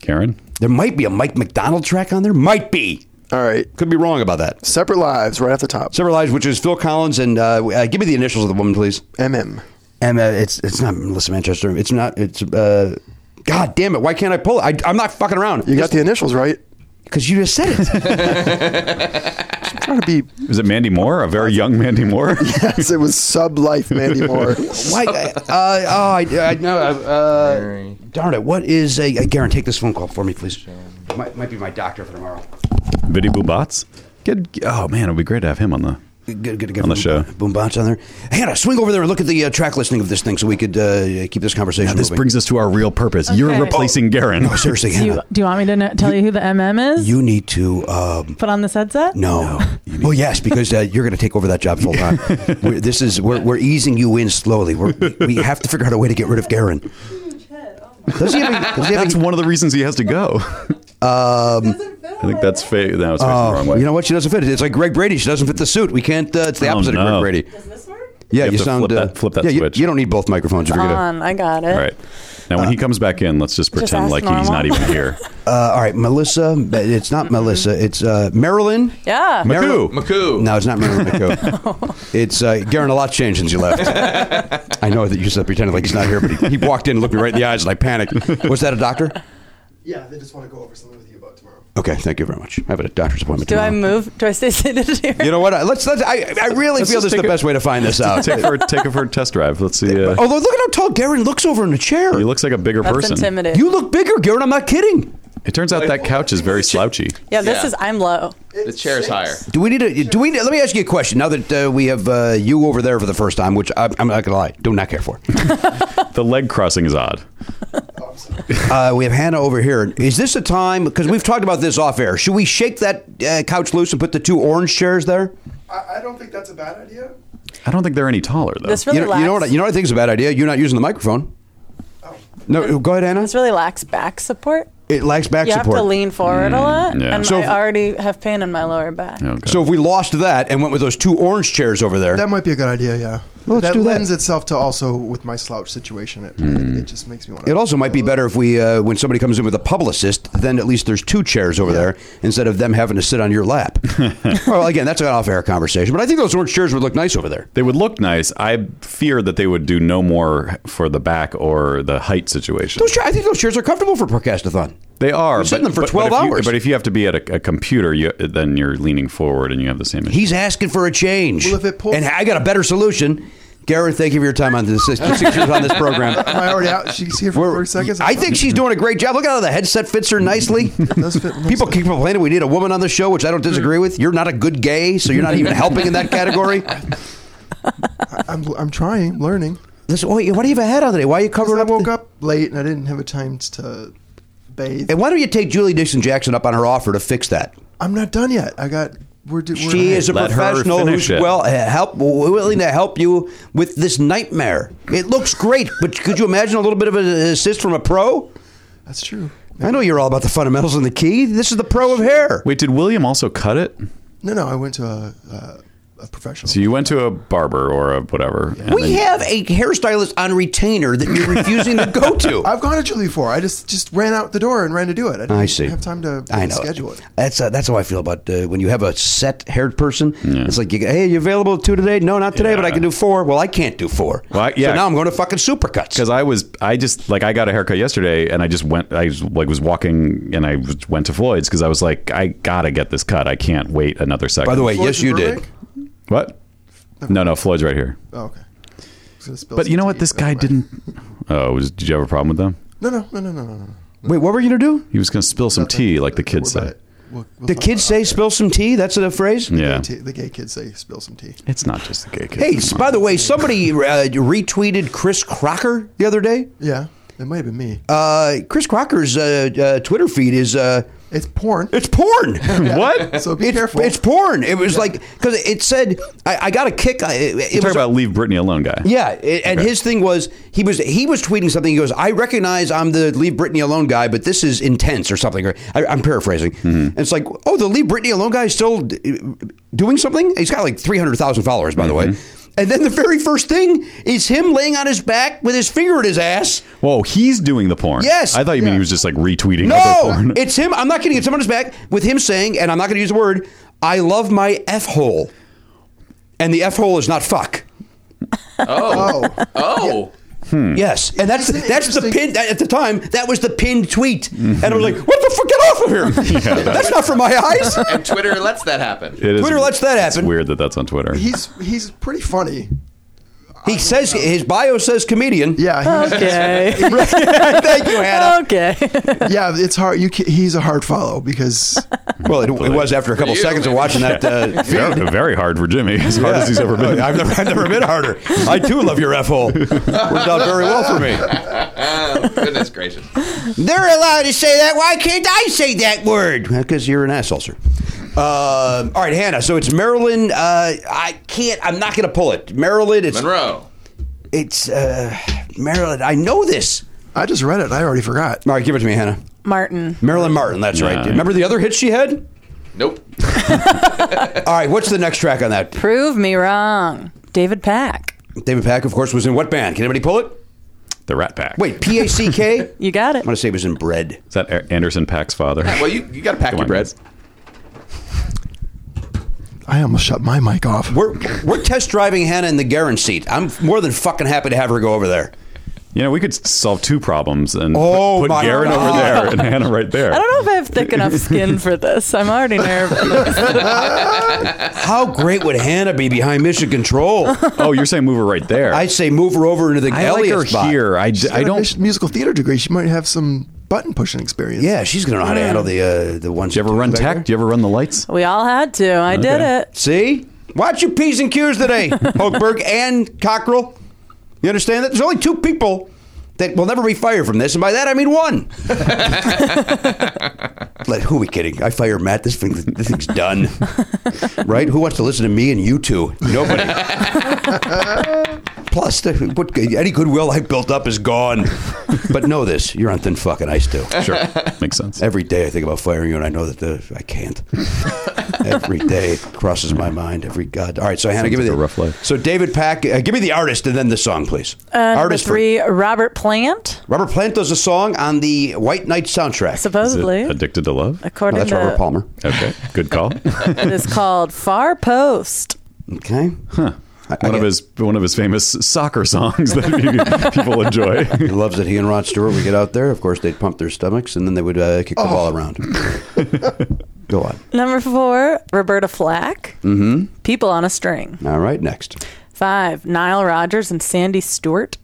Speaker 4: Karen,
Speaker 3: There might be a Mike McDonald track on there. Might be.
Speaker 6: All right.
Speaker 3: Could be wrong about that.
Speaker 6: Separate lives right off the top.
Speaker 3: Several Lives, which is Phil Collins, and uh, uh, give me the initials of the woman, please.
Speaker 6: MM.
Speaker 3: And uh, it's it's not Melissa Manchester. It's not. It's uh, God damn it! Why can't I pull it? I, I'm not fucking around.
Speaker 6: You got the initials right.
Speaker 3: because you just said it.
Speaker 6: I'm trying to be.
Speaker 4: was it Mandy Moore? A very young Mandy Moore.
Speaker 6: Yes, it was sub life, Mandy Moore.
Speaker 3: Why? Uh, oh, I, I know. Uh, darn it! What is a uh, Garen? Take this phone call for me, please. Might, might be my doctor for tomorrow.
Speaker 4: Vidi Bubats. Good. Oh man, it'd be great to have him on the.
Speaker 3: Good, good, good.
Speaker 4: On the
Speaker 3: boom,
Speaker 4: show.
Speaker 3: boom bounce on there. Hannah, swing over there and look at the uh, track listing of this thing, so we could uh, keep this conversation.
Speaker 4: This
Speaker 3: moving.
Speaker 4: brings us to our real purpose. You're
Speaker 7: Okay.
Speaker 4: replacing Garen.
Speaker 3: no, seriously,
Speaker 7: Do you,
Speaker 3: Hannah.
Speaker 7: do you want me to kn- tell you who the MM is?
Speaker 3: You need to um,
Speaker 7: Put on this headset?
Speaker 3: no. Well, yes, because uh, you're going to take over that job full time. we're, this is we're, we're easing you in slowly. We're, we have to figure out a way to get rid of Garen. Does he have a, does he have
Speaker 4: That's
Speaker 3: a,
Speaker 4: one of the reasons he has to go. Um, I think that's fake. No, it's facing the wrong way.
Speaker 3: you know what? She doesn't fit. It's like Greg Brady. She doesn't fit the suit. We can't. Uh, it's the
Speaker 4: Oh,
Speaker 3: opposite
Speaker 4: no.
Speaker 3: of Greg Brady. Does this work? Yeah,
Speaker 4: You have
Speaker 3: you,
Speaker 4: to
Speaker 3: sound
Speaker 4: flip
Speaker 3: uh,
Speaker 4: that- flip that
Speaker 3: yeah, you-
Speaker 4: switch.
Speaker 3: You, don't need both microphones. If you're gonna,
Speaker 7: On, I got it.
Speaker 4: All right. Now, when he comes back in, let's just pretend
Speaker 7: ask
Speaker 4: like he's
Speaker 7: normal.
Speaker 4: not even here.
Speaker 3: uh, all right, Melissa. but It's not Melissa. It's uh, Marilyn.
Speaker 7: Yeah.
Speaker 3: Marilyn-
Speaker 8: Maku.
Speaker 3: No, it's not Marilyn McCoe. it's uh, Garen. A lot changed since you left. I know that you just pretended like he's not here, but he, he walked in, looked me right in the eyes, and I panicked. Was that a doctor?
Speaker 6: Yeah, they just want to go over something with you about tomorrow.
Speaker 3: Okay, thank you very much. I have a doctor's appointment.
Speaker 9: Do I
Speaker 3: tomorrow.
Speaker 9: move? Do I stay seated here?
Speaker 3: You know what? I- Let's. let's I, I really
Speaker 4: Let's
Speaker 3: feel this
Speaker 4: just
Speaker 3: is the
Speaker 4: take a-
Speaker 3: best way to find this out.
Speaker 4: take her, take her for a test drive. Let's see. Uh,
Speaker 3: Although, look at how tall Garen looks over in the chair.
Speaker 4: he looks like a bigger
Speaker 9: That's
Speaker 4: person.
Speaker 9: intimidating.
Speaker 3: You look bigger, Garen. I'm not kidding.
Speaker 4: It turns out that couch is very slouchy.
Speaker 9: yeah, this
Speaker 8: Yeah.
Speaker 9: is. I'm low.
Speaker 8: the chair's higher.
Speaker 3: Do we need to? Do we? Let me ask you a question. Now that uh, we have uh, you over there for the first time, which I, I'm not gonna lie, do not care for.
Speaker 4: The leg crossing is odd.
Speaker 3: uh, we have Hannah over here. Is this a time? Because we've talked about this off air. Should we shake that uh, couch loose and put the two orange chairs there?
Speaker 6: I, I don't think that's a bad idea.
Speaker 4: I don't think they're any taller though.
Speaker 9: This really
Speaker 3: you, know,
Speaker 9: lacks.
Speaker 3: you know what? I- You know what I think is a bad idea. You're not using the microphone. No, go ahead, Hannah.
Speaker 9: this really lacks back support.
Speaker 3: It lacks back
Speaker 9: You have
Speaker 3: support.
Speaker 9: to lean forward a lot,
Speaker 4: yeah.
Speaker 9: and
Speaker 4: So
Speaker 3: if-
Speaker 9: I already have pain in my lower back.
Speaker 4: Oh, God.
Speaker 3: So if we lost that and went with those two orange chairs over there,
Speaker 10: That might be a good idea, yeah.
Speaker 3: Well, let's
Speaker 10: that
Speaker 3: do that.
Speaker 10: lends itself to also with my slouch situation. It, it,
Speaker 3: Hmm.
Speaker 10: just makes me want to.
Speaker 3: It also might be better if we, uh, when somebody comes in with a publicist, then at least there's two chairs over there instead of them having to sit on your lap. well, again, that's an off-air conversation, but I think those orange chairs would look nice over there.
Speaker 4: they would look nice. I fear that they would do no more for the back or the height situation.
Speaker 3: Those chair, I think those chairs are comfortable for Procastathon.
Speaker 4: They are.
Speaker 3: You sit in them for 12
Speaker 4: if you-
Speaker 3: hours.
Speaker 4: but if you have to be at a, a computer, you, then you're leaning forward and you have the same issue.
Speaker 3: He's asking for a change.
Speaker 10: Well, if it pulls-
Speaker 3: and I got a better solution. Garrett, thank you for your time on this six years on this program.
Speaker 10: Am I already out? She's here for
Speaker 3: We're-
Speaker 10: 40 seconds.
Speaker 3: I think she's doing a great job. Look at how the headset fits her nicely.
Speaker 10: does fit nicely.
Speaker 3: People keep complaining we need a woman on the show, which I don't disagree with. You're not a good gay, so you're not even helping in that category.
Speaker 10: I'm, I'm trying, learning.
Speaker 3: Listen, wait, why do you have a hat on today? Why are you
Speaker 10: 'Cause
Speaker 3: covering
Speaker 10: I
Speaker 3: up? the-
Speaker 10: woke up late and I didn't have a time to bathe.
Speaker 3: And why don't you take Julie Dixon Jackson up on her offer to fix that?
Speaker 10: I'm not done yet. I got. We're, do, we're
Speaker 3: She is a
Speaker 4: Let her
Speaker 3: professional
Speaker 4: finish
Speaker 3: who's
Speaker 4: it.
Speaker 3: well uh, help willing to help you with this nightmare. It looks great, but could you imagine a little bit of an assist from a pro?
Speaker 10: That's true.
Speaker 3: I know you're all about the fundamentals and the key. This is the pro of hair.
Speaker 4: Wait, did William also cut it?
Speaker 10: No, no. I went to a, uh, a professional.
Speaker 4: So you went to a barber or a whatever. and
Speaker 2: We
Speaker 4: then-
Speaker 2: have a hairstylist on retainer that you're refusing to go to.
Speaker 10: I've gone to Julie before. I just just ran out the door and ran to do it. I didn't
Speaker 3: I see.
Speaker 10: have time to
Speaker 3: I know.
Speaker 10: schedule it.
Speaker 3: That's uh, that's how I feel about uh, when you have a set haired person. It's like, you, go, hey, you available at two today? No, not today, but I
Speaker 4: Yeah.
Speaker 3: can do four. Well, I can't do four.
Speaker 4: Well, I- yeah.
Speaker 3: So now I'm going to fucking supercuts.
Speaker 4: because I was I just like I got a haircut yesterday and I just went I was, like was walking and I was- went to Floyd's because I was like I gotta get this cut I can't wait another second.
Speaker 3: By the way,
Speaker 10: Floyd's
Speaker 3: yes, you
Speaker 10: in
Speaker 3: did.
Speaker 10: Burbank?
Speaker 4: what? No, no, Floyd's right here.
Speaker 10: Oh, okay. I was gonna spill
Speaker 4: But you
Speaker 10: some
Speaker 4: know what?
Speaker 10: tea.
Speaker 4: This guy
Speaker 10: Never mind.
Speaker 4: didn't. Oh, was, did you have a problem with them?
Speaker 10: No, no, no, no, no, no, no.
Speaker 3: Wait, what were you going to do?
Speaker 4: He was gonna spill some
Speaker 10: Nothing.
Speaker 4: tea, like the kids
Speaker 10: We're about
Speaker 4: say.
Speaker 10: it. We'll- we'll
Speaker 3: The
Speaker 10: talk
Speaker 3: kids
Speaker 10: about
Speaker 3: say spill some tea. That's the phrase.
Speaker 10: it.
Speaker 4: Yeah,
Speaker 10: The gay, t- the gay kids say spill some tea.
Speaker 4: it's not just the gay kids.
Speaker 3: Hey,
Speaker 4: Come
Speaker 3: s-
Speaker 4: on.
Speaker 3: by the way, somebody uh, retweeted Chris Crocker the other day.
Speaker 10: Yeah, it might have been me.
Speaker 3: Uh, Chris Crocker's uh, uh, Twitter feed is uh,
Speaker 10: it's porn.
Speaker 3: it's porn.
Speaker 4: what?
Speaker 10: So be
Speaker 3: it's,
Speaker 10: careful.
Speaker 3: It's porn. It was like because it said I, I got a kick. I- It, it
Speaker 4: You talk
Speaker 3: was-
Speaker 4: about leave Britney alone, guy.
Speaker 3: Yeah, it, and
Speaker 4: Okay.
Speaker 3: his thing was he was he was tweeting something. He goes, "I recognize I'm the leave Britney alone guy, but this is intense or something." Or I, I'm paraphrasing. And it's like, oh, the leave Britney alone guy is still d- doing something. He's got like three hundred thousand followers, by the way. And then the very first thing is him laying on his back with his finger in his ass.
Speaker 4: Whoa, he's doing the porn.
Speaker 3: Yes.
Speaker 4: I thought you mean he was just like retweeting other
Speaker 3: No,
Speaker 4: porn.
Speaker 3: it's him. I'm not kidding. It's him on his back with him saying, and I'm not going to use the word. I love my f hole, and the f hole is not fuck.
Speaker 10: oh,
Speaker 8: Oh,
Speaker 3: Yes, and that's
Speaker 10: Isn't it
Speaker 3: that's the
Speaker 10: interesting-
Speaker 3: pin that- at the time. That was the pinned tweet, and I was like, "What the fuck? Get off of here! that's not for my eyes."
Speaker 8: and Twitter lets that happen.
Speaker 4: It is-
Speaker 3: Twitter lets that
Speaker 4: it's
Speaker 3: happen.
Speaker 4: weird that that's on Twitter.
Speaker 10: he's he's pretty funny.
Speaker 3: He says his bio says comedian.
Speaker 10: Yeah, he-
Speaker 7: Okay.
Speaker 3: Thank you, Hannah.
Speaker 7: okay.
Speaker 10: yeah. It's hard. You ca he's a hard follow because
Speaker 3: Well, it, it was after a couple
Speaker 8: you,
Speaker 3: seconds of
Speaker 8: maybe.
Speaker 3: watching that. Uh,
Speaker 4: very, very hard for Jimmy, as hard as he's ever been.
Speaker 3: I've never, I've never been harder. I too love your f hole. Worked out very well for me.
Speaker 11: Um,
Speaker 8: Oh, goodness gracious.
Speaker 3: They're allowed to say that. Why can't I say that word? Because you're an asshole, sir. Um, all right, Hannah. So it's Maryland. Uh, I can't. I'm not going to pull it. Maryland. It's
Speaker 8: Monroe.
Speaker 3: It's uh, Maryland. I know this.
Speaker 10: I just read it. and I already forgot.
Speaker 3: All right, give it to me, Hannah.
Speaker 9: Martin.
Speaker 3: Marilyn Martin. That's right.
Speaker 4: Nice.
Speaker 3: Remember the other hit she had?
Speaker 8: Nope.
Speaker 3: All right. What's the next track on that?
Speaker 9: Prove me wrong. David Pack.
Speaker 3: David Pack, of course, was in what band? Can anybody pull it?
Speaker 4: The Rat Pack.
Speaker 3: Wait, P A C K. I'm
Speaker 9: You got it.
Speaker 3: gonna say it was in Bread.
Speaker 4: is that A- Anderson Pack's father?
Speaker 8: Well, you, you got to pack
Speaker 4: Come
Speaker 8: your
Speaker 4: on,
Speaker 8: breads.
Speaker 10: I almost shut my mic off.
Speaker 3: We're we're test driving Hannah in the Garen seat. I'm more than fucking happy to have her go over there.
Speaker 4: You know, we could solve two problems and
Speaker 3: Oh,
Speaker 4: put, put
Speaker 3: my
Speaker 4: Garen
Speaker 3: God.
Speaker 4: over there and Hannah right there.
Speaker 9: I don't know if I have thick enough skin for this. I'm already nervous.
Speaker 3: How great would Hannah be behind Mission Control?
Speaker 4: Oh, you're saying move her right there.
Speaker 3: I say move her over into the
Speaker 4: I like
Speaker 3: Elliott
Speaker 4: her
Speaker 3: spot.
Speaker 4: here. I,
Speaker 10: She's
Speaker 4: d-
Speaker 10: got
Speaker 4: I
Speaker 10: a
Speaker 4: don't.
Speaker 10: mis- musical theater degree. She might have some button pushing experience.
Speaker 3: Yeah, she's gonna know how to handle the uh, the ones.
Speaker 4: Do you ever run tech? Do you ever run the lights?
Speaker 9: we all had to. I did
Speaker 4: Okay.
Speaker 9: it.
Speaker 3: See? Watch your P's and Q's today, Hochberg and Cockrell. You understand that? There's only two people that will never be fired from this, and by that I mean one. like, who are we kidding? I fire Matt. This, thing, this thing's done. right? Who wants to listen to me and you two? Nobody. Plus, the, what, any goodwill I built up is gone. But know this you're on thin fucking ice, too.
Speaker 4: Sure, makes sense.
Speaker 3: Every day I think about firing you, and I know that the, I can't. Every day it crosses my mind. Every god. All right, so Hannah, give me
Speaker 4: like
Speaker 3: the
Speaker 4: a rough life.
Speaker 3: So David Pack, uh, give me the artist and then the song, please.
Speaker 9: Uh, number
Speaker 3: artist for-
Speaker 9: three, Robert Plant,
Speaker 3: Robert Plant does a song on the White Knight soundtrack.
Speaker 4: Is it
Speaker 9: supposedly.
Speaker 4: addicted to love.
Speaker 3: No,
Speaker 9: according
Speaker 3: that's
Speaker 9: to
Speaker 3: Robert Palmer.
Speaker 4: Okay, good call. One
Speaker 9: it is called Far Post.
Speaker 3: Okay. Huh.
Speaker 4: of his one of his famous soccer songs that people enjoy.
Speaker 3: He loves that he and Rod Stewart would get out there. Of course, they'd pump their stomachs and then they would uh, kick the
Speaker 4: Oh.
Speaker 3: ball around. Go on.
Speaker 9: Number four, Roberta Flack. Mm-hmm. People on a String.
Speaker 3: All right, next.
Speaker 9: Five, Nile Rodgers and Sandy Stewart.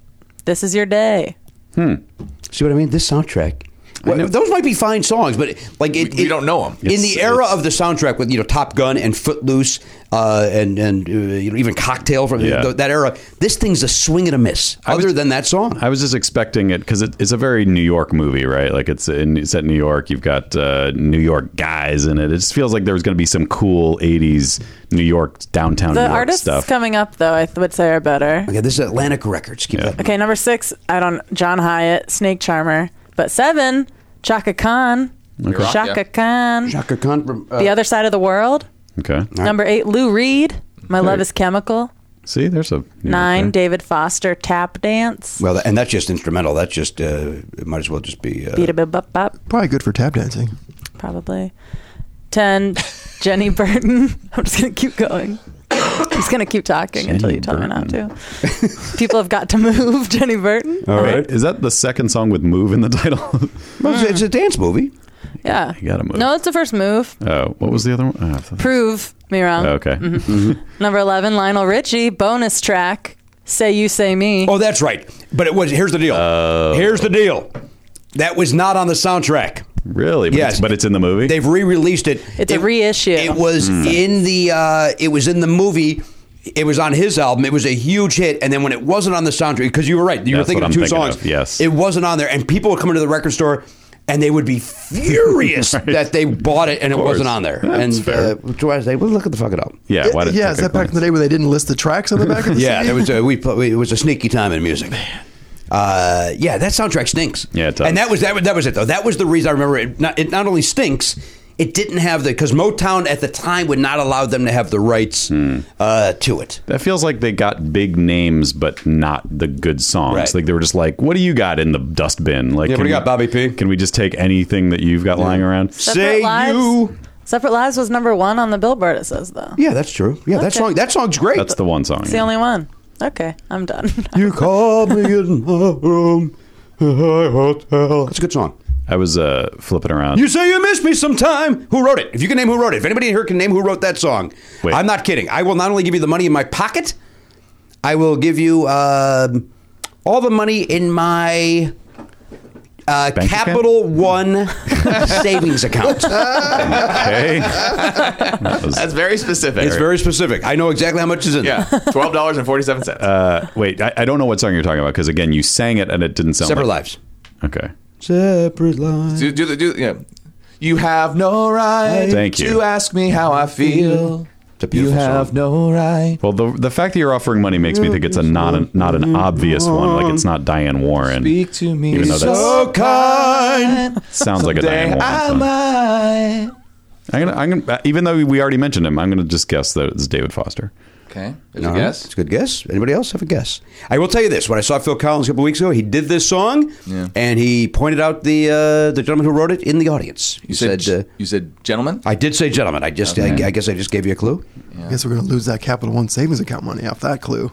Speaker 9: This is your day.
Speaker 3: See what I mean? This soundtrack. Well, those might be fine songs, but like it,
Speaker 8: We- we
Speaker 3: it-
Speaker 8: don't know 'em.
Speaker 3: In
Speaker 4: It's-
Speaker 3: the era of the soundtrack with you know Top Gun and Footloose uh, and and uh, you know, even Cocktail from
Speaker 4: Yeah.
Speaker 3: th- that era, this thing's a swing and a miss. Other
Speaker 4: was-
Speaker 3: than that song,
Speaker 4: I was just expecting it because it, it's a very New York movie, right? Like it's in it's set in New York. You've got uh, New York guys in it. It just feels like there was going to be some cool '80s New York downtown
Speaker 9: The
Speaker 4: New York
Speaker 9: artists
Speaker 4: stuff.
Speaker 9: coming up, though, I th- would say are better.
Speaker 3: okay, this is Atlantic Records. Keep that. in
Speaker 9: Okay, number six, I don't John Hyatt, Snake Charmer. But seven, Chaka Khan. Chaka
Speaker 8: Yeah.
Speaker 9: Khan.
Speaker 3: mind. Chaka Khan from, uh,
Speaker 9: the Other Side of the World.
Speaker 4: okay,
Speaker 9: Number eight, Lou Reed.
Speaker 7: My
Speaker 4: There
Speaker 7: Love
Speaker 4: you-
Speaker 7: is Chemical.
Speaker 4: See, there's a
Speaker 7: Nine,
Speaker 4: Okay.
Speaker 7: David Foster, Tap Dance.
Speaker 3: Well, and that's just instrumental. That's just uh, it might as well just be uh,
Speaker 7: Beat a bit, bop, bop,
Speaker 10: Probably good for tap dancing.
Speaker 7: probably. 10, Jenny Burton. I'm just going to keep going. I'm just going to keep talking until
Speaker 4: Jenny
Speaker 7: you tell me not to. People have got to move, Jenny Burton.
Speaker 4: All right. Is that the second song with "Move" in the title?
Speaker 3: Well, it's, it's a dance movie.
Speaker 7: Yeah.
Speaker 4: you gotta move.
Speaker 7: No, that's the first move.
Speaker 4: Oh, what was the other one? Oh, I thought-
Speaker 7: Prove me wrong. Mm-hmm.
Speaker 4: Oh, okay.
Speaker 9: Mm-hmm.
Speaker 7: Number 11, Lionel Richie, bonus track. Say You Say Me.
Speaker 3: Oh, that's right. But it was. Here's the deal.
Speaker 4: Oh.
Speaker 3: here's the deal. That was not on the soundtrack.
Speaker 4: Really? But
Speaker 3: Yes.
Speaker 4: it's, but it's in the movie. Hmm.
Speaker 3: They've re-released it.
Speaker 7: It's a
Speaker 3: It-
Speaker 7: reissue.
Speaker 3: It was in the. Uh, it was in the movie. It was on his album. It was a huge hit, and then when it wasn't on the soundtrack, because you were right, you
Speaker 4: That's
Speaker 3: were thinking
Speaker 4: what
Speaker 3: of
Speaker 4: I'm
Speaker 3: two
Speaker 4: thinking
Speaker 3: songs.
Speaker 4: of, yes.
Speaker 3: it wasn't on there, and people would come into the record store. And they would be furious that they bought it and it
Speaker 4: course.
Speaker 3: wasn't on there.
Speaker 4: That's
Speaker 3: and
Speaker 4: fair.
Speaker 3: uh, which was they well, look at the fucking album.
Speaker 4: yeah. Why did
Speaker 10: yeah, is that back in the day where they didn't list the tracks on the back of the
Speaker 3: Yeah,
Speaker 10: CD?
Speaker 3: it was a, we, pl- we it was a sneaky time in music. Uh, yeah, that soundtrack stinks.
Speaker 4: Yeah, it does.
Speaker 3: And that was that. was- That was it though. That was the reason I remember it. Not, it not only stinks, it didn't have the because Motown at the time would not allow them to have the rights
Speaker 4: Hmm.
Speaker 3: uh, to it.
Speaker 4: That feels like they got big names, but not the good songs.
Speaker 3: Right.
Speaker 4: Like they were just like, "What do you got in the dustbin?" Like,
Speaker 3: Yeah, what
Speaker 4: can
Speaker 3: do you got, Bobby P?
Speaker 4: Can we just take anything that you've got lying around?
Speaker 7: Separate Lives. Separate Lives was number one on the Billboard, it says, though.
Speaker 3: Yeah, that's true. Yeah, that song. That song's great.
Speaker 4: That's the one song.
Speaker 7: It's the only one. Okay, I'm done.
Speaker 3: you called me in my room. That's a good song.
Speaker 4: I was uh, flipping around.
Speaker 3: You say you miss me sometime. Who wrote it? If you can name who wrote it, if anybody here can name who wrote that song,
Speaker 4: Wait.
Speaker 3: I'm not kidding. I will not only give you the money in my pocket, I will give you um all the money in my uh,
Speaker 4: Bank
Speaker 3: Capital One savings account.
Speaker 4: okay. That was-
Speaker 11: That's very specific.
Speaker 3: It's very specific. I know exactly how much is in.
Speaker 11: yeah,
Speaker 3: there.
Speaker 11: twelve dollars and forty seven cents.
Speaker 4: Uh, wait, I, I don't know what song you're talking about because again, you sang it and it didn't sound
Speaker 3: Separate
Speaker 4: like,
Speaker 3: lives.
Speaker 4: Okay.
Speaker 3: Separate lives.
Speaker 11: do, do the do yeah. You have no right
Speaker 4: Thank you.
Speaker 11: to ask me how I feel.
Speaker 3: It's a beautiful
Speaker 11: you have
Speaker 3: song.
Speaker 11: no right.
Speaker 4: Well, the the fact that you're offering money makes me think it's a not an, not an obvious one. Like it's not Diane Warren.
Speaker 11: Speak to me.
Speaker 4: Even though Oh, that's-
Speaker 11: so kind.
Speaker 4: Sounds like a Diane
Speaker 11: Someday
Speaker 4: Warren
Speaker 11: I
Speaker 4: song.
Speaker 11: might.
Speaker 4: I'm gonna, I'm gonna, even though we already mentioned him, I'm gonna just guess that it's David Foster.
Speaker 11: Okay. There's
Speaker 3: No,
Speaker 11: a guess.
Speaker 3: It's a good guess. Anybody else have a guess? I will tell you this. When I saw Phil Collins a couple weeks ago, he did this song, and he pointed out the uh, the gentleman who wrote it in the audience. He
Speaker 11: You said,
Speaker 3: said uh,
Speaker 11: you said gentleman.
Speaker 3: I did say gentlemen. I just, I, I guess I just gave you a clue.
Speaker 10: I guess we're going to lose that Capital One savings account money off that clue.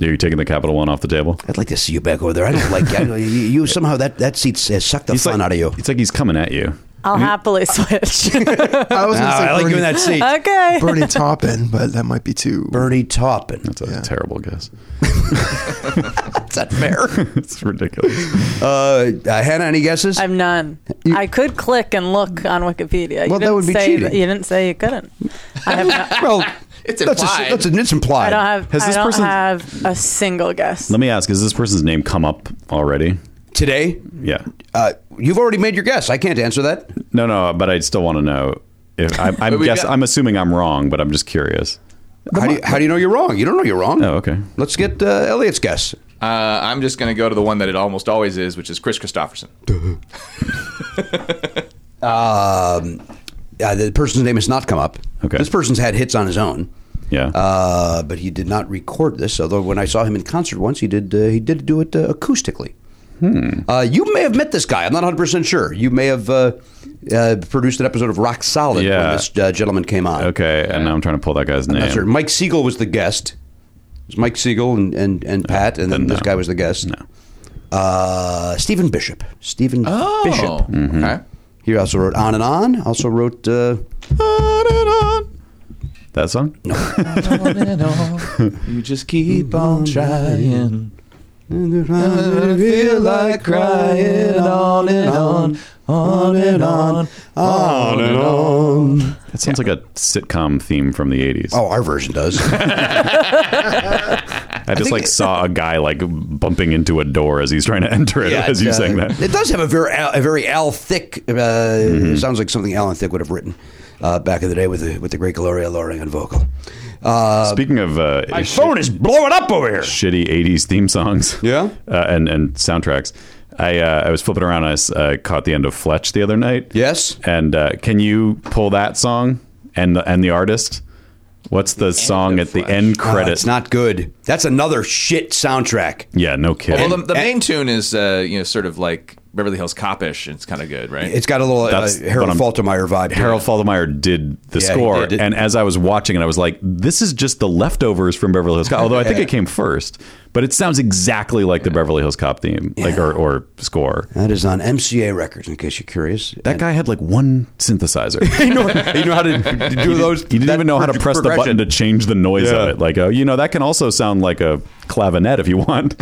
Speaker 4: Are you taking the Capital One off the table?
Speaker 3: I'd like to see you back over there. I don't like I, you. You somehow that that seat has sucked the fun
Speaker 4: like,
Speaker 3: out of you.
Speaker 4: It's like he's coming at you.
Speaker 7: I'll happily switch.
Speaker 3: Ah,
Speaker 10: I was going to say
Speaker 3: I like
Speaker 10: Bernie,
Speaker 3: giving that seat.
Speaker 7: okay.
Speaker 10: Bernie Taupin, but that might be too.
Speaker 3: Bernie Taupin.
Speaker 4: That's a terrible guess.
Speaker 3: That's not fair.
Speaker 4: it's ridiculous.
Speaker 3: uh, uh, Hannah, any guesses?
Speaker 7: I'm none. I could click and look on Wikipedia. You
Speaker 3: Well, that
Speaker 7: didn't
Speaker 3: would be
Speaker 7: say
Speaker 3: cheating.
Speaker 7: you didn't say you couldn't. I have. No,
Speaker 3: well,
Speaker 11: It's
Speaker 3: that's, a,
Speaker 11: implied.
Speaker 3: that's a, it's implied.
Speaker 7: I don't have.
Speaker 4: Has
Speaker 7: I
Speaker 4: this
Speaker 7: don't
Speaker 4: person-
Speaker 7: have a single guess.
Speaker 4: Let me ask: Is this person's name come up already?
Speaker 3: Today,
Speaker 4: Yeah.
Speaker 3: uh, you've already made your guess. I can't answer that.
Speaker 4: No, no. But I still want to know. If I, I'm
Speaker 11: we've
Speaker 4: guess,
Speaker 11: got-
Speaker 4: I'm assuming I'm wrong, but I'm just curious.
Speaker 3: How do, you, how do you know you're wrong? You don't know you're wrong.
Speaker 4: Oh, okay.
Speaker 3: Let's get uh, Elliot's guess.
Speaker 11: Uh, I'm just gonna go to the one that it almost always is, which is Chris Christopherson.
Speaker 3: Um, uh, the person's name has not come up.
Speaker 4: Okay.
Speaker 3: This person's had hits on his own.
Speaker 4: Yeah.
Speaker 3: Uh, but he did not record this. Although when I saw him in concert once, he did. Uh, he did do it uh, acoustically.
Speaker 4: Hmm.
Speaker 3: Uh, you may have met this guy. I'm not 100 percent sure. You may have uh, uh, produced an episode of Rock Solid
Speaker 4: Yeah.
Speaker 3: when this uh, gentleman came on.
Speaker 4: okay. And now I'm trying to pull that guy's name.
Speaker 3: Not sure. Mike Siegel was the guest. It was Mike Siegel and and, and Pat, and then
Speaker 4: then
Speaker 3: this
Speaker 4: no.
Speaker 3: guy was the guest.
Speaker 4: No.
Speaker 3: Uh, Stephen Bishop. Stephen
Speaker 4: Oh.
Speaker 3: Bishop.
Speaker 11: Oh. Okay.
Speaker 3: He also wrote On and On. Also wrote. Uh,
Speaker 4: That song? No.
Speaker 11: you just keep on trying. Feel like crying on and on, on and on.
Speaker 4: That sounds like a sitcom theme from the 80s.
Speaker 3: Oh, our version does.
Speaker 4: I just like saw a guy like bumping into a door as he's trying to enter it as you
Speaker 3: it, uh,
Speaker 4: sang that. Mm-hmm.
Speaker 3: It does have a very Al, a very Al Thick. Uh, Sounds like something Alan Thick would have written uh, back in the day with the with the great Gloria Loring on vocal. Uh,
Speaker 4: Speaking of uh, sh-
Speaker 3: is blowing up over here.
Speaker 4: shitty 80s theme songs
Speaker 3: Yeah?
Speaker 4: uh, and, and soundtracks, I, uh, I was flipping around and I s- uh, caught the end of Fletch the other night.
Speaker 3: Yes.
Speaker 4: And uh, can you pull that song and the, and the artist? What's the, song at the end credit?
Speaker 3: Uh, it's not good. That's another shit soundtrack.
Speaker 4: Yeah, no kidding.
Speaker 11: Well, the, the main tune is uh, you know sort of like Beverly Hills Copish. It's kind of good, right?
Speaker 3: It's got a little uh,
Speaker 4: That's
Speaker 3: Harold
Speaker 4: what I'm-
Speaker 3: Faltermeyer vibe. to it.
Speaker 4: Harold Faltermeyer did the
Speaker 3: Yeah, he
Speaker 4: score,
Speaker 3: did.
Speaker 4: and as I was watching it, I was like, "This is just the leftovers from Beverly Hills Cop." Although I think it came first, but it sounds exactly like the Beverly Hills Cop theme, like or, or score.
Speaker 3: That is on MCA Records, in case you're curious.
Speaker 4: That guy had like one synthesizer. you, know, you know how to do those. He didn't even know how to press the button to change the noise of
Speaker 11: Yeah.
Speaker 4: it. Like, uh, you know, that can also sound like a clavinet if you want.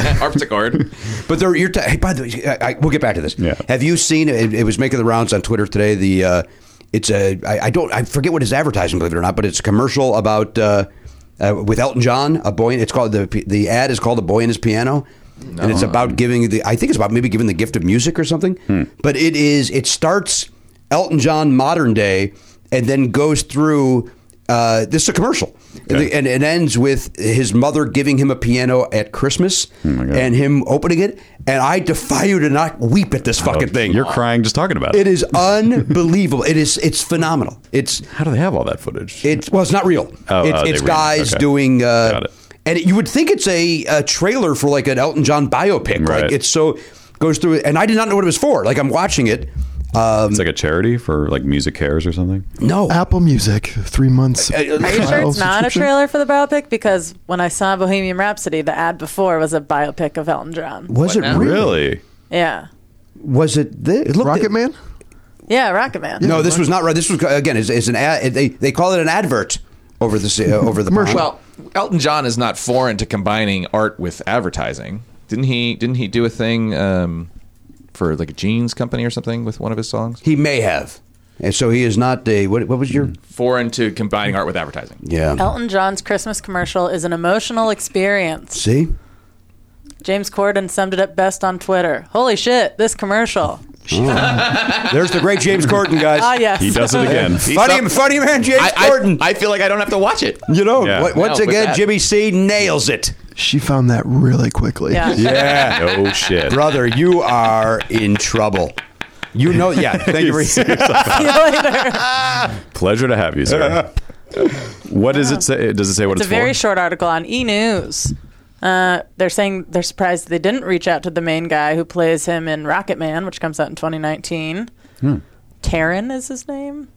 Speaker 11: harpsichord.
Speaker 3: But there, you're. T- hey, by the way, I, I, we'll get back to this. Have you seen? It, it was making the rounds on Twitter today. The uh, it's a I, I don't I forget what his advertising, believe it or not, but it's a commercial about uh, uh, with Elton John. A boy. It's called the the ad is called the boy and his piano. And it's about giving the. I think it's about maybe giving the gift of music or something. But it is. It starts Elton John modern day, and then goes through. Uh, this is a commercial, and it ends with his mother giving him a piano at Christmas, and him opening it. And I defy you to not weep at this fucking thing.
Speaker 4: Oh, You're crying just talking about it.
Speaker 3: It is unbelievable. It is it's phenomenal. It's
Speaker 4: How do they have all that footage?
Speaker 3: it's well, it's not real.
Speaker 4: Oh,
Speaker 3: it's
Speaker 4: oh, they
Speaker 3: it's
Speaker 4: re-
Speaker 3: guys
Speaker 4: okay.
Speaker 3: doing. Uh,
Speaker 4: Got it.
Speaker 3: And it, you would think it's a, a trailer for like an Elton John biopic. Like
Speaker 4: Right.
Speaker 3: it's so goes through. And I did not know what it was for. Like I'm watching it. Um,
Speaker 4: It's like a charity for like Music Cares or something.
Speaker 3: no,
Speaker 10: Apple Music, three months. Are
Speaker 9: Are you sure it's not a trailer for the biopic? Because when I saw Bohemian Rhapsody, the ad before was a biopic of Elton John.
Speaker 3: was it really?
Speaker 4: Really?
Speaker 9: Yeah.
Speaker 3: Was it this? It looked-
Speaker 10: Rocket Man?
Speaker 9: Yeah, Rocket Man.
Speaker 3: No, this was not right. This was again. It's, it's an ad. They they call it an advert over the uh, over the pond.
Speaker 11: Well, Elton John is not foreign to combining art with advertising. Didn't he? Didn't he do a thing um, for like a jeans company or something with one of his songs?
Speaker 3: He may have, and so he is not a what? What was your?
Speaker 11: Foreign to combining art with advertising.
Speaker 3: Yeah.
Speaker 9: Elton John's Christmas commercial is an emotional experience.
Speaker 3: See,
Speaker 9: James Corden summed it up best on Twitter. Holy shit, this commercial.
Speaker 3: there's the great James Corden, guys.
Speaker 9: Ah, yes.
Speaker 4: He does it again.
Speaker 3: Funny, funny man, James Corden.
Speaker 11: I feel like I don't have to watch it.
Speaker 3: you know,
Speaker 4: Yeah.
Speaker 3: what- once
Speaker 11: No, with
Speaker 3: again,
Speaker 11: that-
Speaker 3: Jimmy C nails it.
Speaker 10: She found that really quickly.
Speaker 9: Yeah.
Speaker 3: Yeah,
Speaker 4: Oh shit!
Speaker 3: brother, you are in trouble. You know, yeah. Thank you for
Speaker 9: See you later.
Speaker 4: Pleasure to have you, sir. what does it say? Does it say what
Speaker 9: It's
Speaker 4: it's,
Speaker 9: a very
Speaker 4: for?
Speaker 9: short article on E News. Uh, they're saying they're surprised they didn't reach out to the main guy who plays him in Rocket Man, which comes out in 2019.
Speaker 4: Hmm.
Speaker 9: Taryn is his name.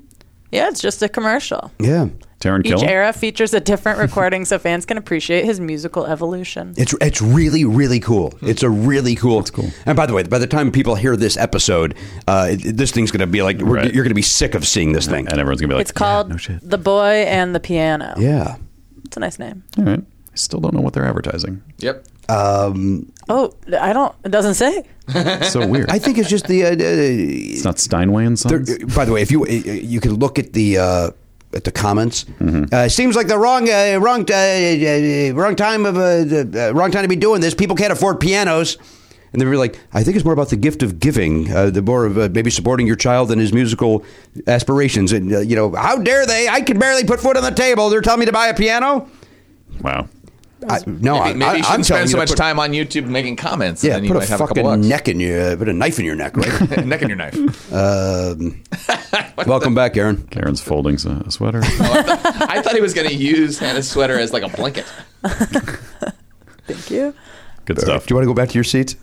Speaker 9: Yeah, it's just a commercial.
Speaker 3: yeah.
Speaker 4: Taron
Speaker 9: Each
Speaker 4: Killam.
Speaker 9: era features a different recording so fans can appreciate his musical evolution.
Speaker 3: It's it's really really cool. It's a really cool. It's cool. And by the way, by the time people hear this episode, uh, it- this thing's gonna be like we're,
Speaker 4: Right.
Speaker 3: you're gonna be sick of seeing this thing.
Speaker 4: And everyone's gonna be like,
Speaker 9: It's called
Speaker 4: "Yeah, no shit.
Speaker 9: The Boy and the Piano.
Speaker 3: Yeah.
Speaker 9: It's a nice name.
Speaker 4: All right. I still don't know what they're advertising.
Speaker 11: Yep.
Speaker 3: Um,
Speaker 9: Oh, I don't, it doesn't say.
Speaker 4: It's so weird.
Speaker 3: I think it's just the. Uh, uh,
Speaker 4: it's not Steinway and
Speaker 3: There,
Speaker 4: Sons.
Speaker 3: by the way, if you you can look at the uh, at the comments,
Speaker 11: Mm-hmm.
Speaker 3: uh, seems like the wrong uh, wrong uh, uh, wrong time of uh, the uh, wrong time to be doing this. People can't afford pianos, and they were like, I think it's more about the gift of giving, uh, the more of uh, maybe supporting your child and his musical aspirations. And uh, you know, how dare they? I can barely put foot on the table. They're telling me to buy a piano.
Speaker 4: Wow.
Speaker 3: I, no, Oh, I,
Speaker 11: Maybe, maybe
Speaker 3: I,
Speaker 11: you
Speaker 3: am
Speaker 11: shouldn't
Speaker 3: telling
Speaker 11: spend so
Speaker 3: you to
Speaker 11: much
Speaker 3: put-
Speaker 11: time on YouTube making comments.
Speaker 3: Yeah,
Speaker 11: and then you
Speaker 3: put a
Speaker 11: might have a couple
Speaker 3: fucking
Speaker 11: bucks.
Speaker 3: neck in your, put a knife in your neck, right?
Speaker 11: neck in your knife.
Speaker 3: um, welcome back, Aaron.
Speaker 4: Karen's folding s- a sweater.
Speaker 11: I thought he was going to use Hannah's sweater as like a blanket.
Speaker 9: Thank you.
Speaker 4: Good stuff.
Speaker 3: Do you want to go back to your seat?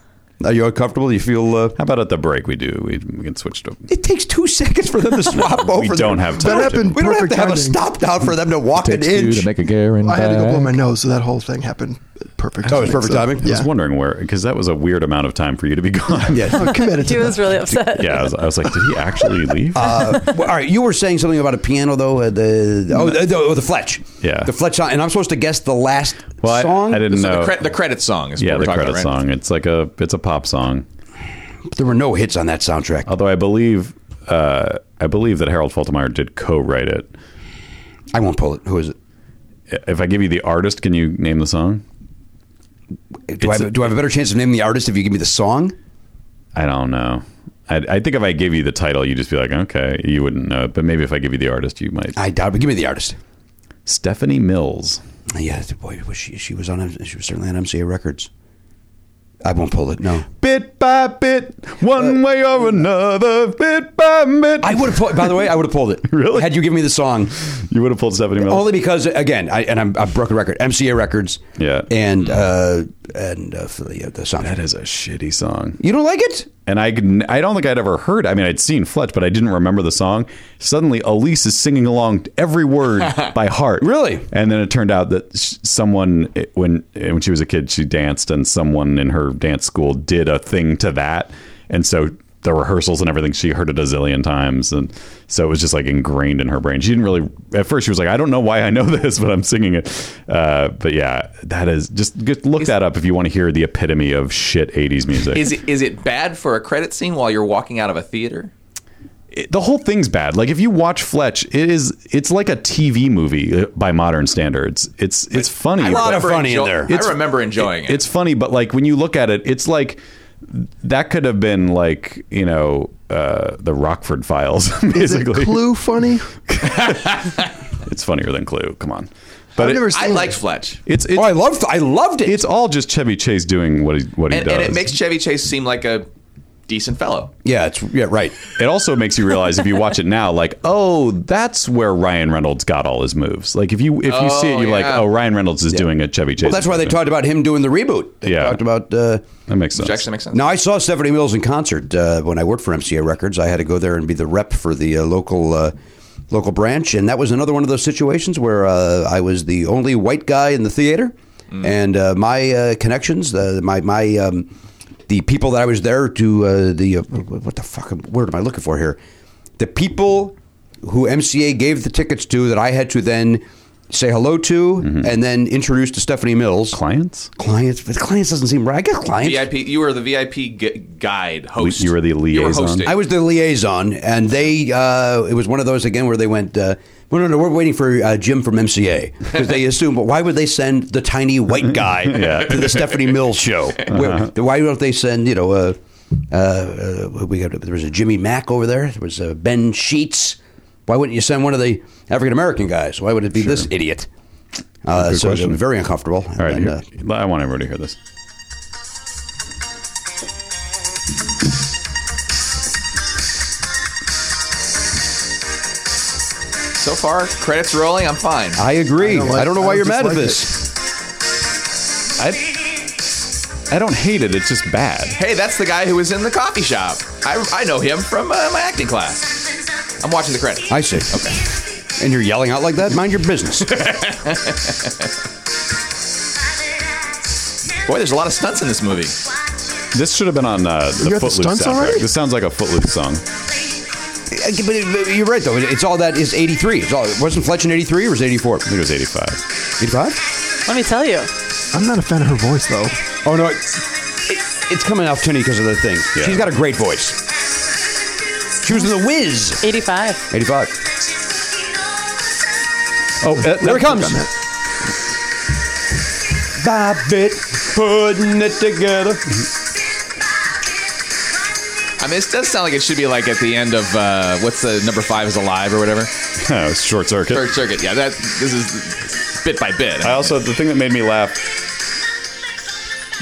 Speaker 3: Are you uncomfortable? You feel? Uh,
Speaker 4: How about at the break we do? We, we can switch to.
Speaker 3: it takes two seconds for them to swap over.
Speaker 4: We don't have
Speaker 10: That
Speaker 4: time.
Speaker 10: happened.
Speaker 4: To,
Speaker 3: We don't have
Speaker 10: Perfect
Speaker 3: to have a
Speaker 10: timing.
Speaker 3: stop down for them to walk an inch.
Speaker 11: a guarantee.
Speaker 10: I had to go blow my nose, so that whole thing happened at perfect.
Speaker 3: Oh, it's perfect
Speaker 10: so-
Speaker 3: timing?
Speaker 4: I
Speaker 10: Yeah.
Speaker 4: was wondering where, because that was a weird amount of time for you to be gone.
Speaker 3: Yeah.
Speaker 10: I'm committed to
Speaker 9: He
Speaker 10: that.
Speaker 9: was really upset.
Speaker 4: yeah. I was, I was like, did he actually leave?
Speaker 3: Uh, well, all right, you were saying something about a piano though. Uh, the oh, the, the, oh, the Fletch.
Speaker 4: Yeah.
Speaker 3: the Fletch song, and I'm supposed to guess the last
Speaker 4: well, I-
Speaker 3: song.
Speaker 4: I, didn't know.
Speaker 11: The, cre- the credit song is
Speaker 4: yeah,
Speaker 11: what we're
Speaker 4: the
Speaker 11: talking
Speaker 4: credit
Speaker 11: about, right?
Speaker 4: song. It's like a it's a pop song.
Speaker 3: There were no hits on that soundtrack.
Speaker 4: Although I believe uh, I believe that Harold Faltermeyer did co-write it.
Speaker 3: I won't pull it. Who is it?
Speaker 4: If I give you the artist, can you name the song?
Speaker 3: Do I, have, a- do I have a better chance of naming the artist if you give me the song?
Speaker 4: I don't know. I, I think if I gave you the title, you'd just be like, okay, you wouldn't know it. But maybe if I give you the artist, you might.
Speaker 3: I doubt. But give me the artist.
Speaker 4: Stephanie Mills.
Speaker 3: Yeah, boy, was she she was on she was certainly on MCA Records. I won't pull it. No.
Speaker 4: Bit by bit, one way or another, bit by bit.
Speaker 3: I would have pulled. By the way, I would have pulled it.
Speaker 4: really?
Speaker 3: Had you given me the song,
Speaker 4: you would have pulled Stephanie Miller.
Speaker 3: Only because, again, I, and I'm, I've broken record. MCA Records.
Speaker 4: Yeah.
Speaker 3: And uh, and uh, for the, the song.
Speaker 4: That is a shitty song.
Speaker 3: You don't like it?
Speaker 4: And I, could- I don't think I'd ever heard. I mean, I'd seen Fletch, but I didn't remember the song. Suddenly, Elise is singing along to every word by heart.
Speaker 3: Really?
Speaker 4: And then it turned out that sh- someone, it- when when she was a kid, she danced, and someone in her dance school did a thing to that, and so the rehearsals and everything, she heard it a zillion times, and so it was just like ingrained in her brain. She didn't really. At first, she was like, "I don't know why I know this, but I'm singing it." Uh, but yeah, that is just, just look that up if you want to hear the epitome of shit '80s music.
Speaker 11: Is it is it bad for a credit scene while you're walking out of a theater?
Speaker 4: it- the whole thing's bad. Like if you watch Fletch, it is it's like a TV movie uh, by modern standards. It's it's funny.
Speaker 11: I
Speaker 4: but-
Speaker 11: remember enjo- I remember enjoying it.
Speaker 4: It's funny, but like when you look at it, it's like that could have been like you know uh, the Rockford Files.
Speaker 10: Is it
Speaker 4: Basically,
Speaker 10: Clue funny?
Speaker 4: it's funnier than Clue. Come on,
Speaker 10: I've never
Speaker 11: I
Speaker 10: seen
Speaker 11: liked
Speaker 10: it.
Speaker 11: Fletch.
Speaker 4: it's, it's
Speaker 3: Oh, I loved, I loved it.
Speaker 4: it's all just Chevy Chase doing what he what he
Speaker 11: And,
Speaker 4: does.
Speaker 11: and it makes Chevy Chase seem like a decent fellow.
Speaker 3: Yeah, it's yeah, right.
Speaker 4: it also makes you realize if you watch it now, like, oh, that's where Ryan Reynolds got all his moves. Like if you if you see it,
Speaker 11: Oh,
Speaker 4: you're like,
Speaker 11: yeah.
Speaker 4: oh, Ryan Reynolds is doing a Chevy Chase.
Speaker 3: Well, that's why they
Speaker 4: impression.
Speaker 3: talked about him doing the reboot. They
Speaker 4: Yeah.
Speaker 3: talked about. Uh,
Speaker 4: That makes sense.
Speaker 11: Which actually makes sense.
Speaker 3: now I saw Stephanie Mills in concert uh, when I worked for MCA Records. I had to go there and be the rep for the uh, local uh, local branch, and that was another one of those situations where uh, I was the only white guy in the theater, and uh, my uh, connections, uh, my my um, the people that I was there to uh, the uh, what the fuck word am I looking for here? The people who MCA gave the tickets to that I had to then say hello to and then introduce to Stephanie Mills.
Speaker 4: clients.
Speaker 3: Clients, but clients doesn't seem right. I got clients.
Speaker 11: VIP, you were the VIP gu- guide host.
Speaker 4: You were the liaison.
Speaker 11: hosting.
Speaker 3: I was the liaison, and they uh, it was one of those again where they went. Uh, well, no, no, we're waiting for uh, Jim from MCA because they assume. Well, why would they send the tiny white guy
Speaker 4: Yeah. Uh-huh.
Speaker 3: to the Stephanie Mills show? Where, why don't they send you know? Uh, uh, uh, we got, there was a Jimmy Mack over there. There was uh, Ben Sheets. Why wouldn't you send one of the African American guys? Why would it be this idiot? Uh,
Speaker 4: Good
Speaker 3: so it
Speaker 4: question.
Speaker 3: was very uncomfortable.
Speaker 4: All right,
Speaker 3: And,
Speaker 4: here,
Speaker 3: uh,
Speaker 4: I want everyone to hear this.
Speaker 11: so far, credits rolling. I'm fine.
Speaker 3: I agree. I don't,
Speaker 10: like-
Speaker 3: know why
Speaker 10: I
Speaker 3: you're
Speaker 10: don't
Speaker 3: mad at
Speaker 10: dislike
Speaker 3: this.
Speaker 4: I I don't hate it. It's just bad.
Speaker 11: hey, that's the guy who was in the coffee shop. I, I know him from uh, my acting class. I'm watching the credits.
Speaker 3: I see. Okay. And you're yelling out like that? Mind your business.
Speaker 11: Boy, there's a lot of stunts in this movie.
Speaker 4: This should have been on uh, the
Speaker 10: You got the
Speaker 4: Footloose
Speaker 10: stunts
Speaker 4: soundtrack.
Speaker 10: already?
Speaker 4: This sounds like a Footloose song.
Speaker 3: Uh, But but you're right, though. It's all that is 83. It's all, wasn't Fletch in 83 or was it 84?
Speaker 4: I think it was '85.
Speaker 3: 85?
Speaker 9: Let me tell you.
Speaker 10: I'm not a fan of her voice though.
Speaker 3: Oh, no. It, it, it's coming off tinny because of the thing. She's got a great voice. She was in The Wiz.
Speaker 9: 85.
Speaker 3: 85.
Speaker 4: Oh, that,
Speaker 3: uh, There it comes. Bob bit, putting it together.
Speaker 11: I mean, it does sound like it should be like at the end of uh, what's the number five is alive or whatever.
Speaker 4: Oh, it's short circuit.
Speaker 11: Third Circuit. Yeah, that this is bit by bit.
Speaker 4: I also the thing that made me laugh.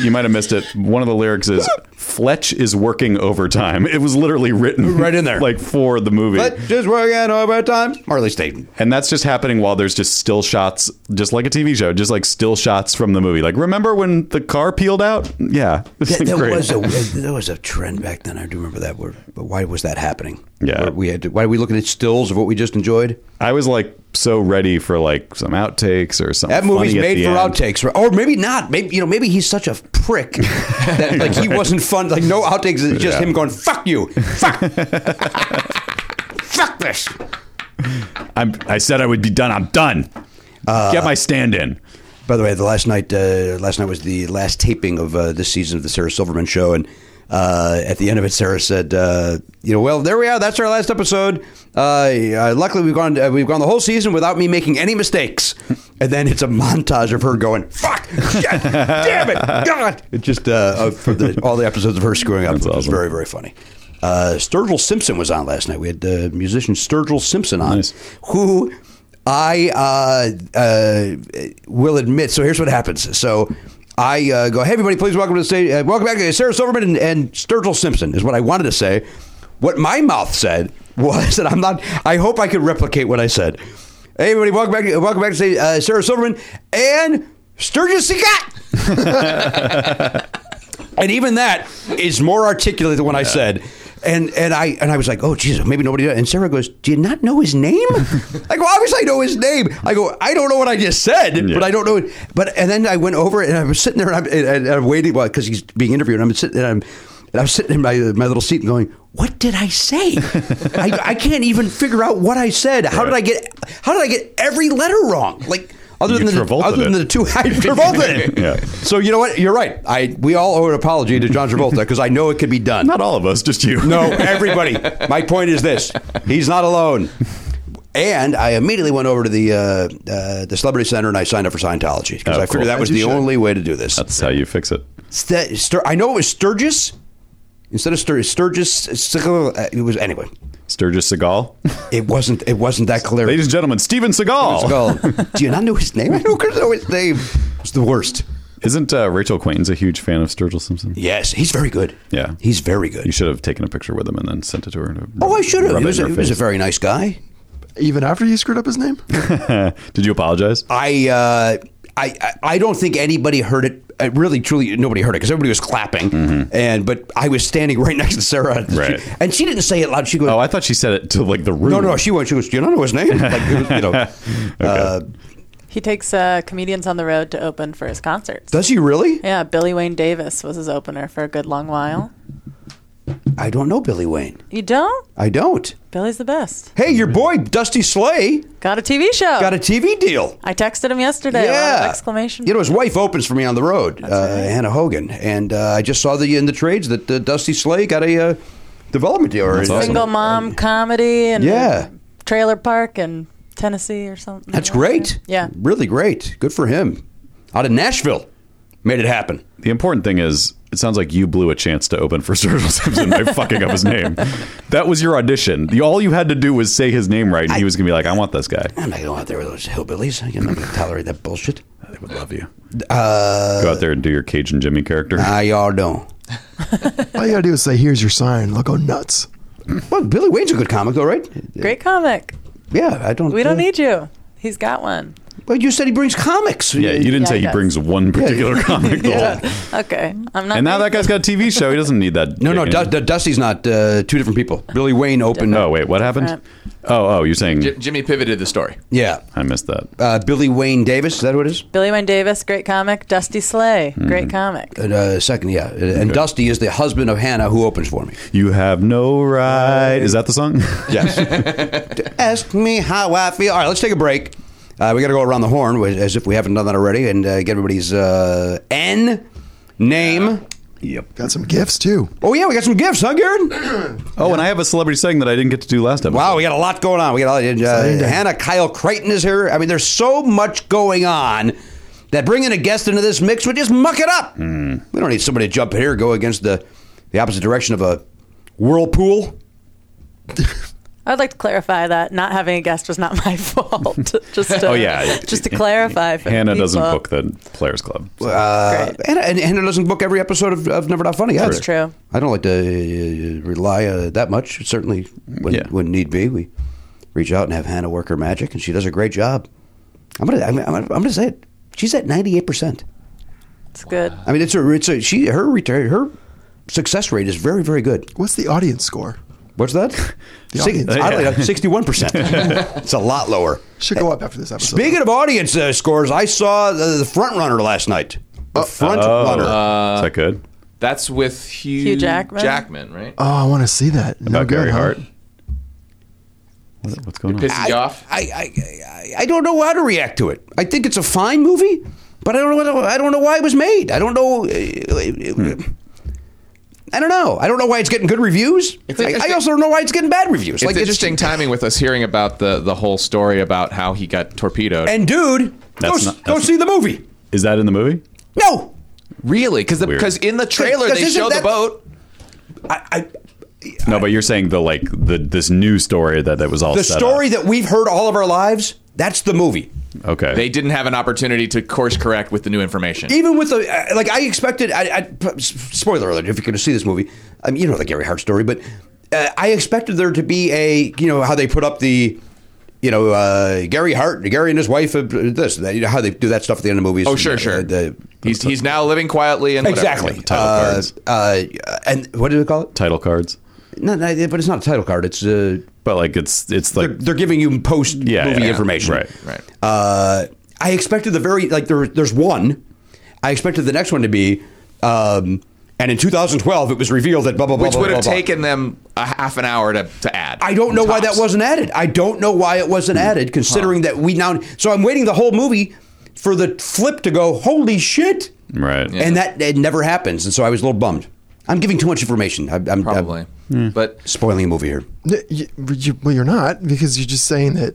Speaker 4: You might have missed it. One of the lyrics is "Fletch is working overtime." It was literally written
Speaker 3: Right in there.
Speaker 4: like for the movie,
Speaker 3: But just working overtime. Marley Staten.
Speaker 4: and that's just happening while there's just still shots, just like a TV show, just like still shots from the movie. Like, remember when the car peeled out? Yeah,
Speaker 3: That, that
Speaker 4: Great.
Speaker 3: was a that was a trend back then. I do remember that. Word. But why was that happening?
Speaker 4: Yeah.
Speaker 3: Where we had. To, why are we looking at stills of what we just enjoyed?
Speaker 4: I was like so ready for like some outtakes or something.
Speaker 3: That movie's
Speaker 4: funny at
Speaker 3: made
Speaker 4: the
Speaker 3: for
Speaker 4: end.
Speaker 3: outtakes, right? or maybe not. Maybe you know, maybe he's such a prick that like he wasn't fun. Like no outtakes, it's just
Speaker 4: Yeah.
Speaker 3: him going "fuck you, fuck, fuck this."
Speaker 4: I'm, I said I would be done. I'm done.
Speaker 3: Uh,
Speaker 4: Get my stand in.
Speaker 3: By the way, the last night, uh, last night was the last taping of uh, this season of the Sarah Silverman Show, and uh, at the end of it, Sarah said, uh, "You know, well, there we are. That's our last episode. Uh, uh, luckily, we've gone, uh, we've gone the whole season without me making any mistakes." And then it's a montage of her going, "Fuck, shit, damn it, God!" It just uh, uh, for the, all the episodes of her screwing up,
Speaker 4: That's
Speaker 3: which was
Speaker 4: awesome.
Speaker 3: very, very funny. Uh, Sturgill Simpson was on last night. We had uh, musician Sturgill Simpson on,
Speaker 4: Nice.
Speaker 3: who I uh, uh, will admit. So here's what happens. So I uh, go, hey, everybody, please welcome to the stage. Uh, welcome back to Sarah Silverman and, and Sturgill Simpson, is what I wanted to say. What my mouth said was that I'm not, I hope I could replicate what I said. Hey, everybody, welcome back, welcome back to stage, uh, Sarah Silverman and Sturgis Scott. and even that is more articulate than what I said. And and I and I was like, oh Jesus, maybe nobody. Did. And Sarah goes, do you not know his name? I go, obviously I know his name. I go, I don't know what I just said, but I don't know. It. But and then I went over it and I was sitting there and I'm, and, and I'm waiting well because he's being interviewed. And I'm sitting and I'm and I was sitting in my my little seat and going. What did I say? I, I can't even figure out what I said. How did I get? How did I get every letter wrong? Like other
Speaker 4: You
Speaker 3: than the,
Speaker 4: Travolta'd
Speaker 3: other than
Speaker 4: it.
Speaker 3: the two, I Travolta. it.
Speaker 4: Yeah.
Speaker 3: So you know what? You're right. I we all owe an apology to John Travolta because I know it could be done. Not
Speaker 4: all of us, just you.
Speaker 3: No, everybody. My point is this: he's not alone. And I immediately went over to the uh, uh, the Celebrity Center and I signed up for Scientology because
Speaker 4: Oh,
Speaker 3: I figured
Speaker 4: cool.
Speaker 3: that was
Speaker 4: As you
Speaker 3: the
Speaker 4: should.
Speaker 3: only way to do this.
Speaker 4: That's how you fix it.
Speaker 3: St- Stur- I know it was Sturgis instead of Stur- Sturgis. Stur- uh, it was anyway.
Speaker 4: Sturgis Seagal.
Speaker 3: It wasn't. It wasn't that clear.
Speaker 4: Ladies and gentlemen, Steven Seagal.
Speaker 3: Seagal. Do you not know his name? I don't know his name. It's the worst.
Speaker 4: Isn't uh, Rachel Quain's a huge fan of Sturgill Simpson?
Speaker 3: Yes, he's very good.
Speaker 4: Yeah,
Speaker 3: he's very good.
Speaker 4: You should have taken a picture with him and then sent it to her. To
Speaker 3: Oh, I should have.
Speaker 4: rub
Speaker 3: He
Speaker 4: it
Speaker 3: was,
Speaker 4: in
Speaker 3: a,
Speaker 4: her
Speaker 3: he was a
Speaker 4: face.
Speaker 3: very nice guy.
Speaker 10: Even after you screwed up his name?
Speaker 4: Did you apologize?
Speaker 3: I, uh, I I- I don't think anybody heard it. Uh, really, truly, nobody heard it because everybody was clapping. And but I was standing right next to Sarah,
Speaker 4: Mm-hmm. Right.
Speaker 3: She- and she didn't say it loud. She goes,
Speaker 4: Oh, I thought she said it to like the room.
Speaker 3: "No, no, she went. She goes, you don't know his name." Like it was, you know, uh,
Speaker 9: He takes uh, comedians on the road to open for his concerts.
Speaker 3: does he really?
Speaker 9: Yeah, Billy Wayne Davis was his opener for a good long while.
Speaker 3: I don't know Billy Wayne.
Speaker 9: You don't?
Speaker 3: I don't.
Speaker 9: Billy's the best.
Speaker 3: Hey, your boy Dusty Slay
Speaker 9: Got a TV
Speaker 7: Oh.
Speaker 9: show.
Speaker 3: got a TV deal.
Speaker 9: I texted him yesterday.
Speaker 3: Yeah.
Speaker 9: Wow, exclamation.
Speaker 3: You know, his wife opens for me on the road, uh, Anna Hogan, and uh, I just saw the in the trades that uh, Dusty Slay got a uh, development deal. or-
Speaker 9: Single mom comedy and
Speaker 3: Yeah.
Speaker 9: trailer park in Tennessee or something.
Speaker 3: That's great.
Speaker 9: Yeah.
Speaker 3: Really great. Good for him. Out of Nashville. Made it happen.
Speaker 4: The important thing is, it sounds like you blew a chance to open for Sturgill Simpson by fucking up his name. That was your audition. The, all you had to do was say his name right, and he was gonna be like, "I want this guy.
Speaker 3: I'm not going to go out there with those hillbillies. I'm not going to tolerate that bullshit.
Speaker 4: I would love you."
Speaker 3: Uh,
Speaker 4: Go out there and do your Cajun Jimmy character.
Speaker 3: I y'all don't.
Speaker 10: All you gotta do is say, "Here's your sign." They'll go nuts.
Speaker 3: Well, Billy Wayne's a good comic, though, right?
Speaker 9: Great comic.
Speaker 3: Yeah, I don't.
Speaker 9: We don't
Speaker 3: uh,
Speaker 9: need you. He's got one.
Speaker 3: Well, you said he brings comics.
Speaker 4: yeah, you didn't
Speaker 9: Yeah,
Speaker 4: say
Speaker 9: he
Speaker 4: he
Speaker 9: does.
Speaker 4: brings one particular comic. The whole-
Speaker 9: Okay. I'm not.
Speaker 4: And now that guy's got a TV show. He doesn't need that.
Speaker 3: No, no,
Speaker 4: gig
Speaker 3: Du-
Speaker 4: anymore.
Speaker 3: Du- Dusty's not uh, two different people. Billy Wayne opened.
Speaker 4: Oh wait, what happened?
Speaker 9: Right.
Speaker 4: Oh, oh, you're saying
Speaker 11: J- Jimmy pivoted the story.
Speaker 3: Yeah.
Speaker 4: I missed that.
Speaker 3: Uh, Billy Wayne Davis, is that what it is?
Speaker 9: Billy Wayne Davis, great comic. Dusty Slay, great comic.
Speaker 3: And, Uh, second, yeah. And Dusty is the husband of Hannah who opens for me.
Speaker 4: You have no right. Is that the song?
Speaker 3: Uh, Yes. Ask me how I feel. All right, let's take a break. Uh, we got to go around the horn with- as if we haven't done that already and uh, get everybody's uh, N name.
Speaker 4: yep.
Speaker 10: Got some gifts too.
Speaker 3: Oh, yeah, we got some gifts, huh, Garrett?
Speaker 4: Oh, and I have a celebrity segment that I didn't get to do last episode.
Speaker 3: Wow, we got a lot going on. We got uh, uh, Hannah Kyle Creighton is here. I mean, there's so much going on that bringing a guest into this mix would just muck it up. We don't need somebody to jump in here and go against the, the opposite direction of a whirlpool.
Speaker 9: I would like to clarify that not having a guest was not my fault. just to,
Speaker 4: Oh yeah.
Speaker 9: just to clarify. for
Speaker 4: Hannah doesn't
Speaker 9: people.
Speaker 4: book the Players Club. So
Speaker 3: Uh,
Speaker 9: Great.
Speaker 3: and, and Hannah doesn't book every episode of, of Never Not Funny either.
Speaker 9: That's true.
Speaker 3: I don't like to uh, rely uh, that much. Certainly, when,
Speaker 4: Yeah.
Speaker 3: when need be, we reach out and have Hannah work her magic, and she does a great job. I'm gonna, I'm, I'm, I'm gonna say it. She's at 98. percent
Speaker 9: It's good.
Speaker 3: I mean, it's a, it's a, she, her return, her success rate is very, very good.
Speaker 10: What's the audience score?
Speaker 3: What's that? Six,
Speaker 10: audience.
Speaker 3: oddly, sixty-one percent. It's a lot lower.
Speaker 10: Should go up after this episode.
Speaker 3: Speaking of audience uh, scores, I saw the, the front runner last night. The front
Speaker 4: oh.
Speaker 3: runner.
Speaker 11: Uh,
Speaker 4: is that good?
Speaker 11: That's with Hugh,
Speaker 9: Hugh Jackman?
Speaker 11: right?
Speaker 10: oh, I want to see that. No
Speaker 4: About
Speaker 10: good,
Speaker 4: Gary
Speaker 10: huh?
Speaker 4: Hart. What's going on?
Speaker 11: Pisses you off.
Speaker 3: I, I, I, I don't know how to react to it. I think it's a fine movie, but I don't know. I don't know why it was made. I don't know. uh, I don't know. I don't know why it's getting good reviews.
Speaker 11: It's
Speaker 3: I, I
Speaker 11: interesting-
Speaker 3: also don't know why it's getting bad reviews.
Speaker 11: It's interesting timing with us hearing about the, the whole story about how he got torpedoed.
Speaker 3: And dude, go,
Speaker 4: That's
Speaker 3: s
Speaker 4: not-
Speaker 3: go
Speaker 4: that's-
Speaker 3: see the movie.
Speaker 4: Is that in the movie?
Speaker 3: No,
Speaker 11: really, because because in the trailer
Speaker 3: 'Cause
Speaker 11: they
Speaker 3: isn't
Speaker 11: show
Speaker 3: that-
Speaker 11: the boat.
Speaker 3: I, I
Speaker 4: No, but you're saying the like the this new story that that was all
Speaker 3: the
Speaker 4: set up.
Speaker 3: story that we've heard all of our lives. That's the movie.
Speaker 4: Okay.
Speaker 11: They didn't have an opportunity to course correct with the new information.
Speaker 3: Even with the uh, like, I expected. I, I p- spoiler alert: if you're going to see this movie, I mean, you know the Gary Hart story, but uh, I expected there to be a you know how they put up the. You know, uh, Gary Hart, Gary and his wife, uh, this, that, you know, how they do that stuff at the end of movies.
Speaker 11: Oh, sure,
Speaker 3: Uh,
Speaker 11: sure.
Speaker 3: the-
Speaker 11: he's he's now living quietly and whatever.
Speaker 3: exactly.
Speaker 11: Title
Speaker 3: Uh,
Speaker 11: cards.
Speaker 3: uh, and what do they call it?
Speaker 4: Title cards.
Speaker 3: No, no, but it's not a title card. It's uh,
Speaker 4: but like it's it's like
Speaker 3: they're, they're giving you post
Speaker 4: Yeah,
Speaker 3: movie
Speaker 4: yeah,
Speaker 3: information.
Speaker 4: right, right.
Speaker 3: Uh, I expected the very like there there's one. I expected the next one to be. Um, and in 2012, it was revealed that blah blah blah.
Speaker 11: which
Speaker 3: blah,
Speaker 11: would have
Speaker 3: blah, blah.
Speaker 11: taken them a half an hour to, to add.
Speaker 3: I don't know why that
Speaker 11: Tops.
Speaker 3: wasn't added. I don't know why it wasn't added, considering that we now. So I'm waiting the whole movie for the flip to go. Holy shit!
Speaker 4: Right.
Speaker 3: And that it never happens, and so I was a little bummed. I'm giving too much information. I, I'm
Speaker 11: Probably.
Speaker 3: I'm
Speaker 11: but
Speaker 3: spoiling a movie here.
Speaker 10: N- you- you- well, you're not because you're just saying that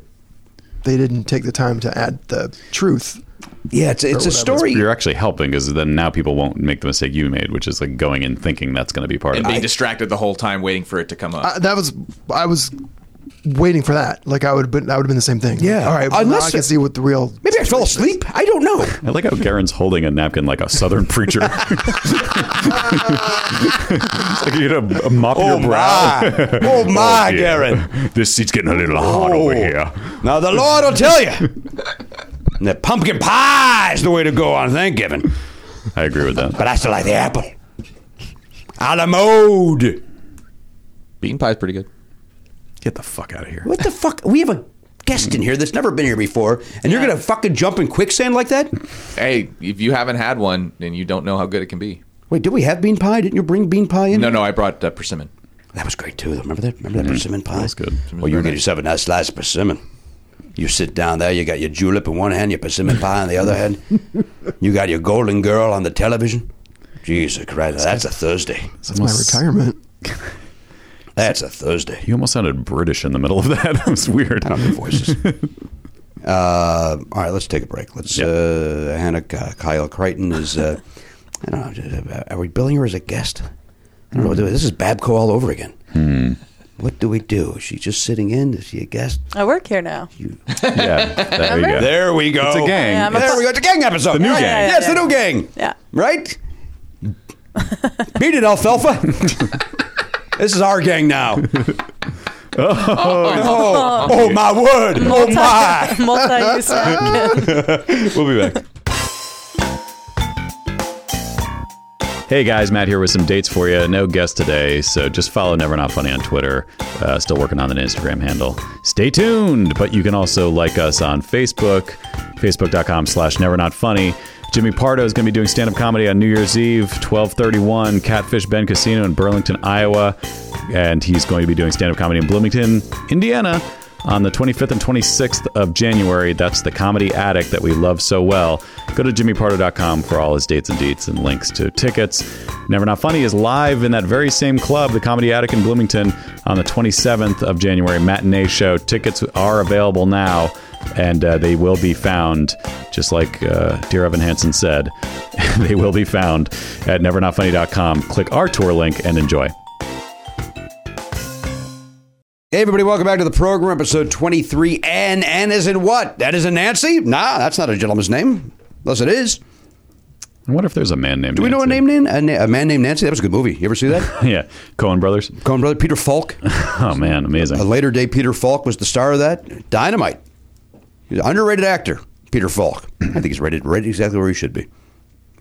Speaker 10: they didn't take the time to add the truth.
Speaker 3: Yeah, it's,
Speaker 10: it's a story.
Speaker 4: You're actually helping because then now people won't make the mistake you made, which is like going in thinking that's going to be part
Speaker 11: and
Speaker 4: of
Speaker 11: being
Speaker 4: it.
Speaker 11: distracted the whole time waiting for it to come up.
Speaker 10: I, Uh, that was I was waiting for that. Like I would have been that would have been the same thing. Yeah. All right. Well, now
Speaker 3: Unless
Speaker 10: I can
Speaker 3: it-
Speaker 10: see what the real.
Speaker 3: Maybe I fell asleep. I don't know.
Speaker 4: I like how Garen's holding a napkin like a southern preacher. it's like you know, a mop your
Speaker 3: Oh,
Speaker 4: brow.
Speaker 3: my. Oh, my, Garen.
Speaker 4: This seat's getting a little hot
Speaker 3: Oh.
Speaker 4: over here.
Speaker 3: Now the Lord will tell you that pumpkin pie is the way to go on Thanksgiving.
Speaker 4: I agree with that.
Speaker 3: But I still like the apple. A la mode.
Speaker 11: Bean pie's pretty good.
Speaker 4: Get the fuck out of here.
Speaker 3: What the fuck? We have a guest in here that's never been here before, and you're gonna fucking jump in quicksand like that?
Speaker 11: Hey, if you haven't had one, then you don't know how good it can be.
Speaker 3: Wait, did we have bean pie? Didn't you bring bean pie in?
Speaker 11: No, no, I brought uh, persimmon.
Speaker 3: That was great too. though. Remember that? Remember Mm-hmm. that persimmon pie? That's
Speaker 4: good.
Speaker 3: Well, you get yourself a nice slice of persimmon. You sit down there. You got your julep in one hand, your persimmon pie in the other hand. You got your golden girl on the television. Jesus Christ, that's a Thursday.
Speaker 10: That's my retirement.
Speaker 3: That's a Thursday.
Speaker 4: You almost sounded British in the middle of that. That was weird.
Speaker 3: I don't do voices. uh, all right, let's take a break. Let's. Uh, Hannah K- Kyle Crichton is. Uh, I don't know. uh, Are we billing her as a guest? I don't know. what to do. This is Babco all over again. Hmm. What do we do? Is she just sitting in? Is she a guest?
Speaker 9: I work here now.
Speaker 4: Yeah. There we go.
Speaker 3: There we go.
Speaker 4: It's a gang.
Speaker 9: Yeah, I'm a
Speaker 3: there we go. It's a gang episode.
Speaker 4: The new
Speaker 3: Right.
Speaker 4: gang.
Speaker 3: Yes, the new gang.
Speaker 9: Yeah.
Speaker 3: Right? Beat it, Alfalfa. this is our gang now. oh, oh, my word. Oh, my.
Speaker 9: Multi-use napkin.
Speaker 4: We'll be back. Hey guys, Matt here with some dates for you. No guest today, so just follow Never Not Funny on Twitter. Uh, still working on an Instagram handle. Stay tuned, but you can also like us on Facebook, facebook.com slash Never Not Funny. Jimmy Pardo is going to be doing stand-up comedy on New Year's Eve, 1231, Catfish Ben Casino in Burlington, Iowa. And he's going to be doing stand-up comedy in Bloomington, Indiana on the 25th and 26th of January. That's the comedy attic that we love so well. Go to jimmypardo.com for all his dates and deets and links to tickets. Never Not Funny is live in that very same club, the Comedy Attic in Bloomington, on the 27th of January, matinee show. Tickets are available now, and uh, they will be found, just like uh, Dear Evan Hansen said, they will be found at nevernotfunny.com. Click our tour link and enjoy.
Speaker 3: Hey everybody, welcome back to the program, episode 23. And N is in what? That is a Nancy? Nah, that's not a gentleman's name. Unless it is.
Speaker 4: I wonder if there's a man named
Speaker 3: Do we know a
Speaker 4: Nancy.
Speaker 3: name named a, na- a man named Nancy? That was a good movie. You ever see that?
Speaker 4: Yeah, Cohen Brothers.
Speaker 3: Coen brother Peter Falk.
Speaker 4: Oh man, amazing.
Speaker 3: A later day Peter Falk was the star of that. Dynamite. He's an underrated actor, Peter Falk. I think he's rated right exactly where he should be.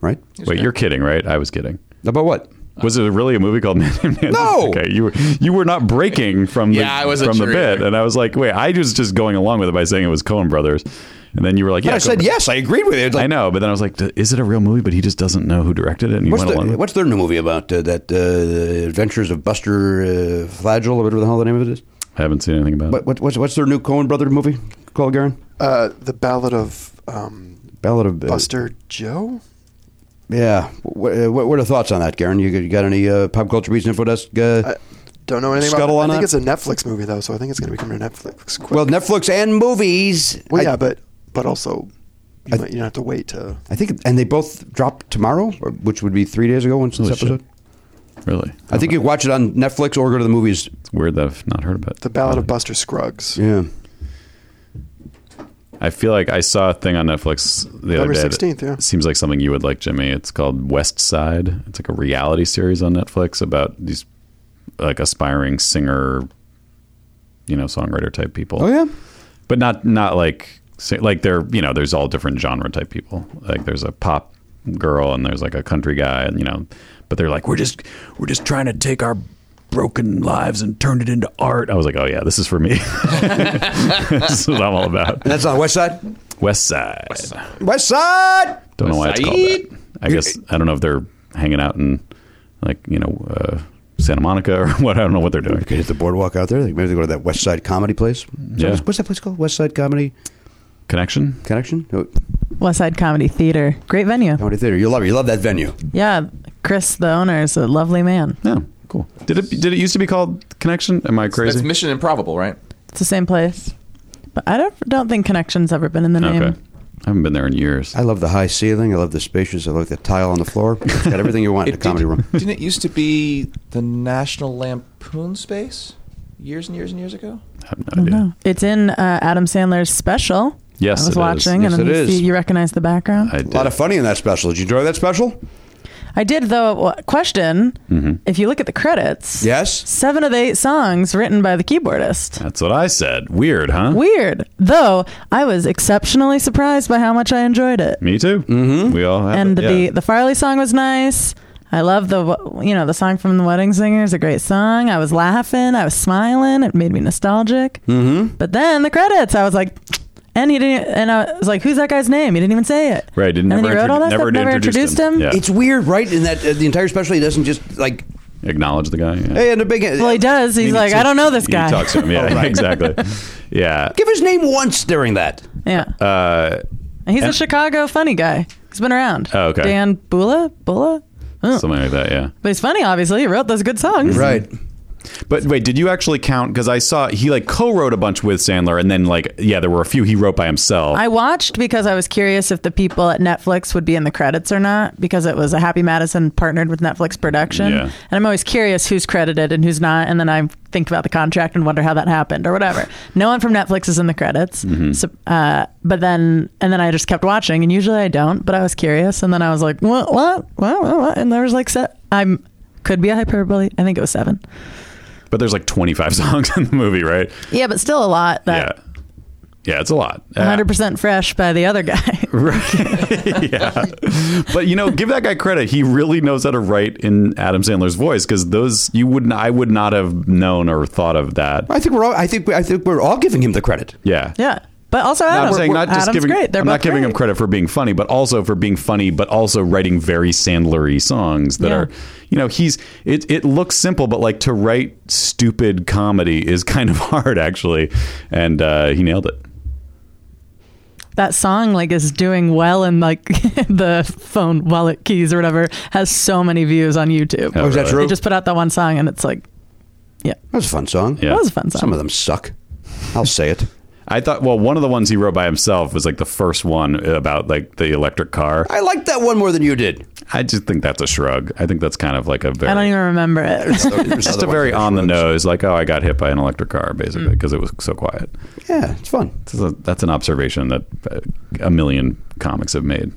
Speaker 3: Right?
Speaker 4: Wait, you're kidding, right? I was kidding.
Speaker 3: About what?
Speaker 4: Was it really a movie called Man Named Nancy?
Speaker 3: No!
Speaker 4: Okay, you were you were not breaking from the
Speaker 11: Yeah, I wasn't
Speaker 4: from the
Speaker 11: sure
Speaker 4: bit,
Speaker 11: either.
Speaker 4: and I was like, wait, I was just going along with it by saying it was Coen Brothers, and then you were like,
Speaker 3: But
Speaker 4: yeah,
Speaker 3: I said
Speaker 4: Coen Brothers.
Speaker 3: yes, I agreed with you. It's like,
Speaker 4: I know, but then I was like, "D- is it a real movie? But he just doesn't know who directed it, and you
Speaker 3: What's,
Speaker 4: went along.
Speaker 3: the,
Speaker 4: with it.
Speaker 3: what's their new movie about? Uh, that uh, Adventures of Buster uh, Flagell, or whatever the hell the name of it is?
Speaker 4: I haven't seen anything about
Speaker 3: What, what, what's, what's their new Coen brother movie called, Garen?
Speaker 10: Uh, the Ballad of um,
Speaker 3: Ballad of uh,
Speaker 10: Buster Joe.
Speaker 3: Yeah. What, uh, what what are thoughts on that, Garen? You, you got any uh, pop culture beats info desk? Uh,
Speaker 10: I don't know anything
Speaker 3: Scuttle on
Speaker 10: about. I think it's
Speaker 3: that?
Speaker 10: a Netflix movie though, so I think it's going to be coming to Netflix. Quick.
Speaker 3: well, Netflix and movies.
Speaker 10: Well,
Speaker 3: I-
Speaker 10: yeah, but but also you,
Speaker 3: I-
Speaker 10: might, you don't have to wait to.
Speaker 3: I think, and they both drop tomorrow, or- which would be three days ago. Once this
Speaker 4: Holy shit.
Speaker 3: episode,
Speaker 4: it. Really,
Speaker 3: I think you can watch it on Netflix or go to the movies.
Speaker 4: it's weird that I've not heard about.
Speaker 10: The Ballad of Buster Scruggs.
Speaker 3: Yeah.
Speaker 4: I feel like I saw a thing on Netflix the other
Speaker 10: November
Speaker 4: day. that
Speaker 10: 16th, yeah.
Speaker 4: Seems like something you would like, Jimmy. It's called West Side. It's like a reality series on Netflix about these like aspiring singer, you know, songwriter type people.
Speaker 3: Oh, yeah?
Speaker 4: But not not like si- like they're, you know, there's all different genre type people. Like there's a pop girl and there's like a country guy and you know, but they're like we're just we're just trying to take our broken lives and turn it into art. I was like, "Oh yeah, this is for me." this is what I'm all about.
Speaker 3: That's on West Side.
Speaker 4: West Side.
Speaker 3: West Side.
Speaker 4: Don't know why it's called that. I guess I don't know if they're hanging out in like you know uh, Santa Monica or what. I don't know what they're doing.
Speaker 3: Could hit the boardwalk out there. Like maybe they go to that West Side Comedy place.
Speaker 4: Yeah.
Speaker 3: What's that place called? West Side Comedy
Speaker 4: Connection.
Speaker 3: Connection. Oh,
Speaker 7: West Side Comedy Theater. Great venue.
Speaker 3: Comedy Theater. You love it. You love that venue.
Speaker 7: Yeah. Chris, the owner, is a lovely man.
Speaker 4: Yeah. Cool. Did it? Did it used to be called Connection? Am I
Speaker 11: That's
Speaker 4: crazy?
Speaker 11: Mission Improbable, right?
Speaker 7: It's the same place. But I don't don't think Connection's ever been in the name.
Speaker 4: Okay. I haven't been there in years.
Speaker 3: I love the high ceiling. I love the spacious. I love the tile on the floor. It's got everything you want in a
Speaker 11: It
Speaker 3: comedy
Speaker 11: did-
Speaker 3: room.
Speaker 11: Didn't it used to be the National Lampoon space years and years and years ago?
Speaker 7: I don't know. It's in uh, Adam Sandler's special.
Speaker 4: Yes,
Speaker 7: I was
Speaker 4: it is.
Speaker 7: watching,
Speaker 4: Yes,
Speaker 7: and
Speaker 4: it
Speaker 7: you,
Speaker 4: is.
Speaker 7: see- you recognize the background.
Speaker 4: I
Speaker 3: A lot of funny in that special. Did you enjoy that special?
Speaker 7: I did, though. w- Question:
Speaker 4: Mhm.
Speaker 7: If you look at the credits,
Speaker 3: Yes.
Speaker 7: seven of the eight songs written by the keyboardist.
Speaker 4: That's what I said. Weird, huh?
Speaker 7: Weird, though. I was exceptionally surprised by how much I enjoyed it.
Speaker 4: Me too. Mm-hmm. We all have
Speaker 7: and
Speaker 4: it.
Speaker 7: the,
Speaker 4: Yeah.
Speaker 7: the the Farley song was nice. I love the w- you know the song from the Wedding Singer is a great song. I was laughing, I was smiling. It made me nostalgic.
Speaker 3: Mm-hmm.
Speaker 7: But then the credits, I was like, and he didn't. And I was like, who's that guy's name? He didn't even say it.
Speaker 4: right. Didn't
Speaker 7: and then
Speaker 4: never,
Speaker 7: he wrote
Speaker 4: introdu-
Speaker 7: all that
Speaker 4: never,
Speaker 7: stuff, never
Speaker 4: introduced
Speaker 7: introduced him.
Speaker 4: Yeah.
Speaker 3: It's weird, right? In that uh, the entire special, he doesn't just like
Speaker 4: Acknowledge the guy. Yeah.
Speaker 3: hey, and a big. uh,
Speaker 7: Well, he does. He's like, I don't know this
Speaker 4: You
Speaker 7: guy.
Speaker 4: talk to him. Yeah.
Speaker 3: Oh, right.
Speaker 4: Exactly. Yeah.
Speaker 3: Give his name once during that.
Speaker 7: Yeah,
Speaker 4: Uh,
Speaker 7: and he's
Speaker 4: and-
Speaker 7: a Chicago funny guy. He's been around.
Speaker 4: Oh, okay.
Speaker 7: Dan Bula, Bula. Oh.
Speaker 4: something like that. Yeah.
Speaker 7: But he's funny, obviously. He wrote those good songs.
Speaker 3: Right.
Speaker 4: But wait, did you actually count? Because I saw he like co-wrote a bunch with Sandler, and then like yeah, there were a few he wrote by himself.
Speaker 7: I watched because I was curious if the people at Netflix would be in the credits or not because it was a Happy Madison partnered with Netflix production.
Speaker 4: Yeah.
Speaker 7: And I'm always curious who's credited and who's not. And then I think about the contract and wonder how that happened or whatever. No one from Netflix is in the credits.
Speaker 4: Mm-hmm.
Speaker 7: So, uh, but then, and then I just kept watching and usually I don't, but I was curious. And then I was like, what, what, what, what, what? And there was like, se- I'm, could be a hyperbole. I think it was seven.
Speaker 4: but there's like 25 songs in the movie, right?
Speaker 7: Yeah, but still a lot that
Speaker 4: yeah, yeah, it's a lot. Uh,
Speaker 7: 100% fresh by the other guy.
Speaker 4: yeah. But you know, give that guy credit. He really knows how to write in Adam Sandler's voice because those you wouldn't, I would not have known or thought of that.
Speaker 3: I think we're all. I think. we- I think we're all giving him the credit.
Speaker 4: Yeah.
Speaker 7: Yeah, but also
Speaker 4: No,
Speaker 7: Adam.
Speaker 4: I'm saying not just
Speaker 7: Adam's
Speaker 4: giving.
Speaker 7: great. They're
Speaker 4: I'm
Speaker 7: both
Speaker 4: not giving him
Speaker 7: great.
Speaker 4: credit for being funny, but also for being funny, but also writing very Sandlery songs that
Speaker 7: Yeah.
Speaker 4: are, you know, he's. It it looks simple, but like to write stupid comedy is kind of hard actually, and uh, he nailed it.
Speaker 7: That song like is doing well, and like the phone wallet keys or whatever has so many views on YouTube.
Speaker 4: Oh,
Speaker 3: is that
Speaker 7: They
Speaker 3: true?
Speaker 7: just put out that one song, and it's like
Speaker 3: That was a fun song.
Speaker 4: Yeah.
Speaker 7: that was a fun song.
Speaker 3: Some of them suck. I'll say it.
Speaker 4: I thought. Well, one of the ones he wrote by himself was like the first one about like the electric car.
Speaker 3: I liked that one more than you did.
Speaker 4: I just think that's a shrug. I think that's kind of like a very,
Speaker 7: I don't even remember it.
Speaker 4: it's just a very on the nose, like oh, I got hit by an electric car, basically,
Speaker 7: Hmm.
Speaker 4: because it was so quiet.
Speaker 3: Yeah, it's fun.
Speaker 4: That's, a, that's an observation that uh, a million comics have made.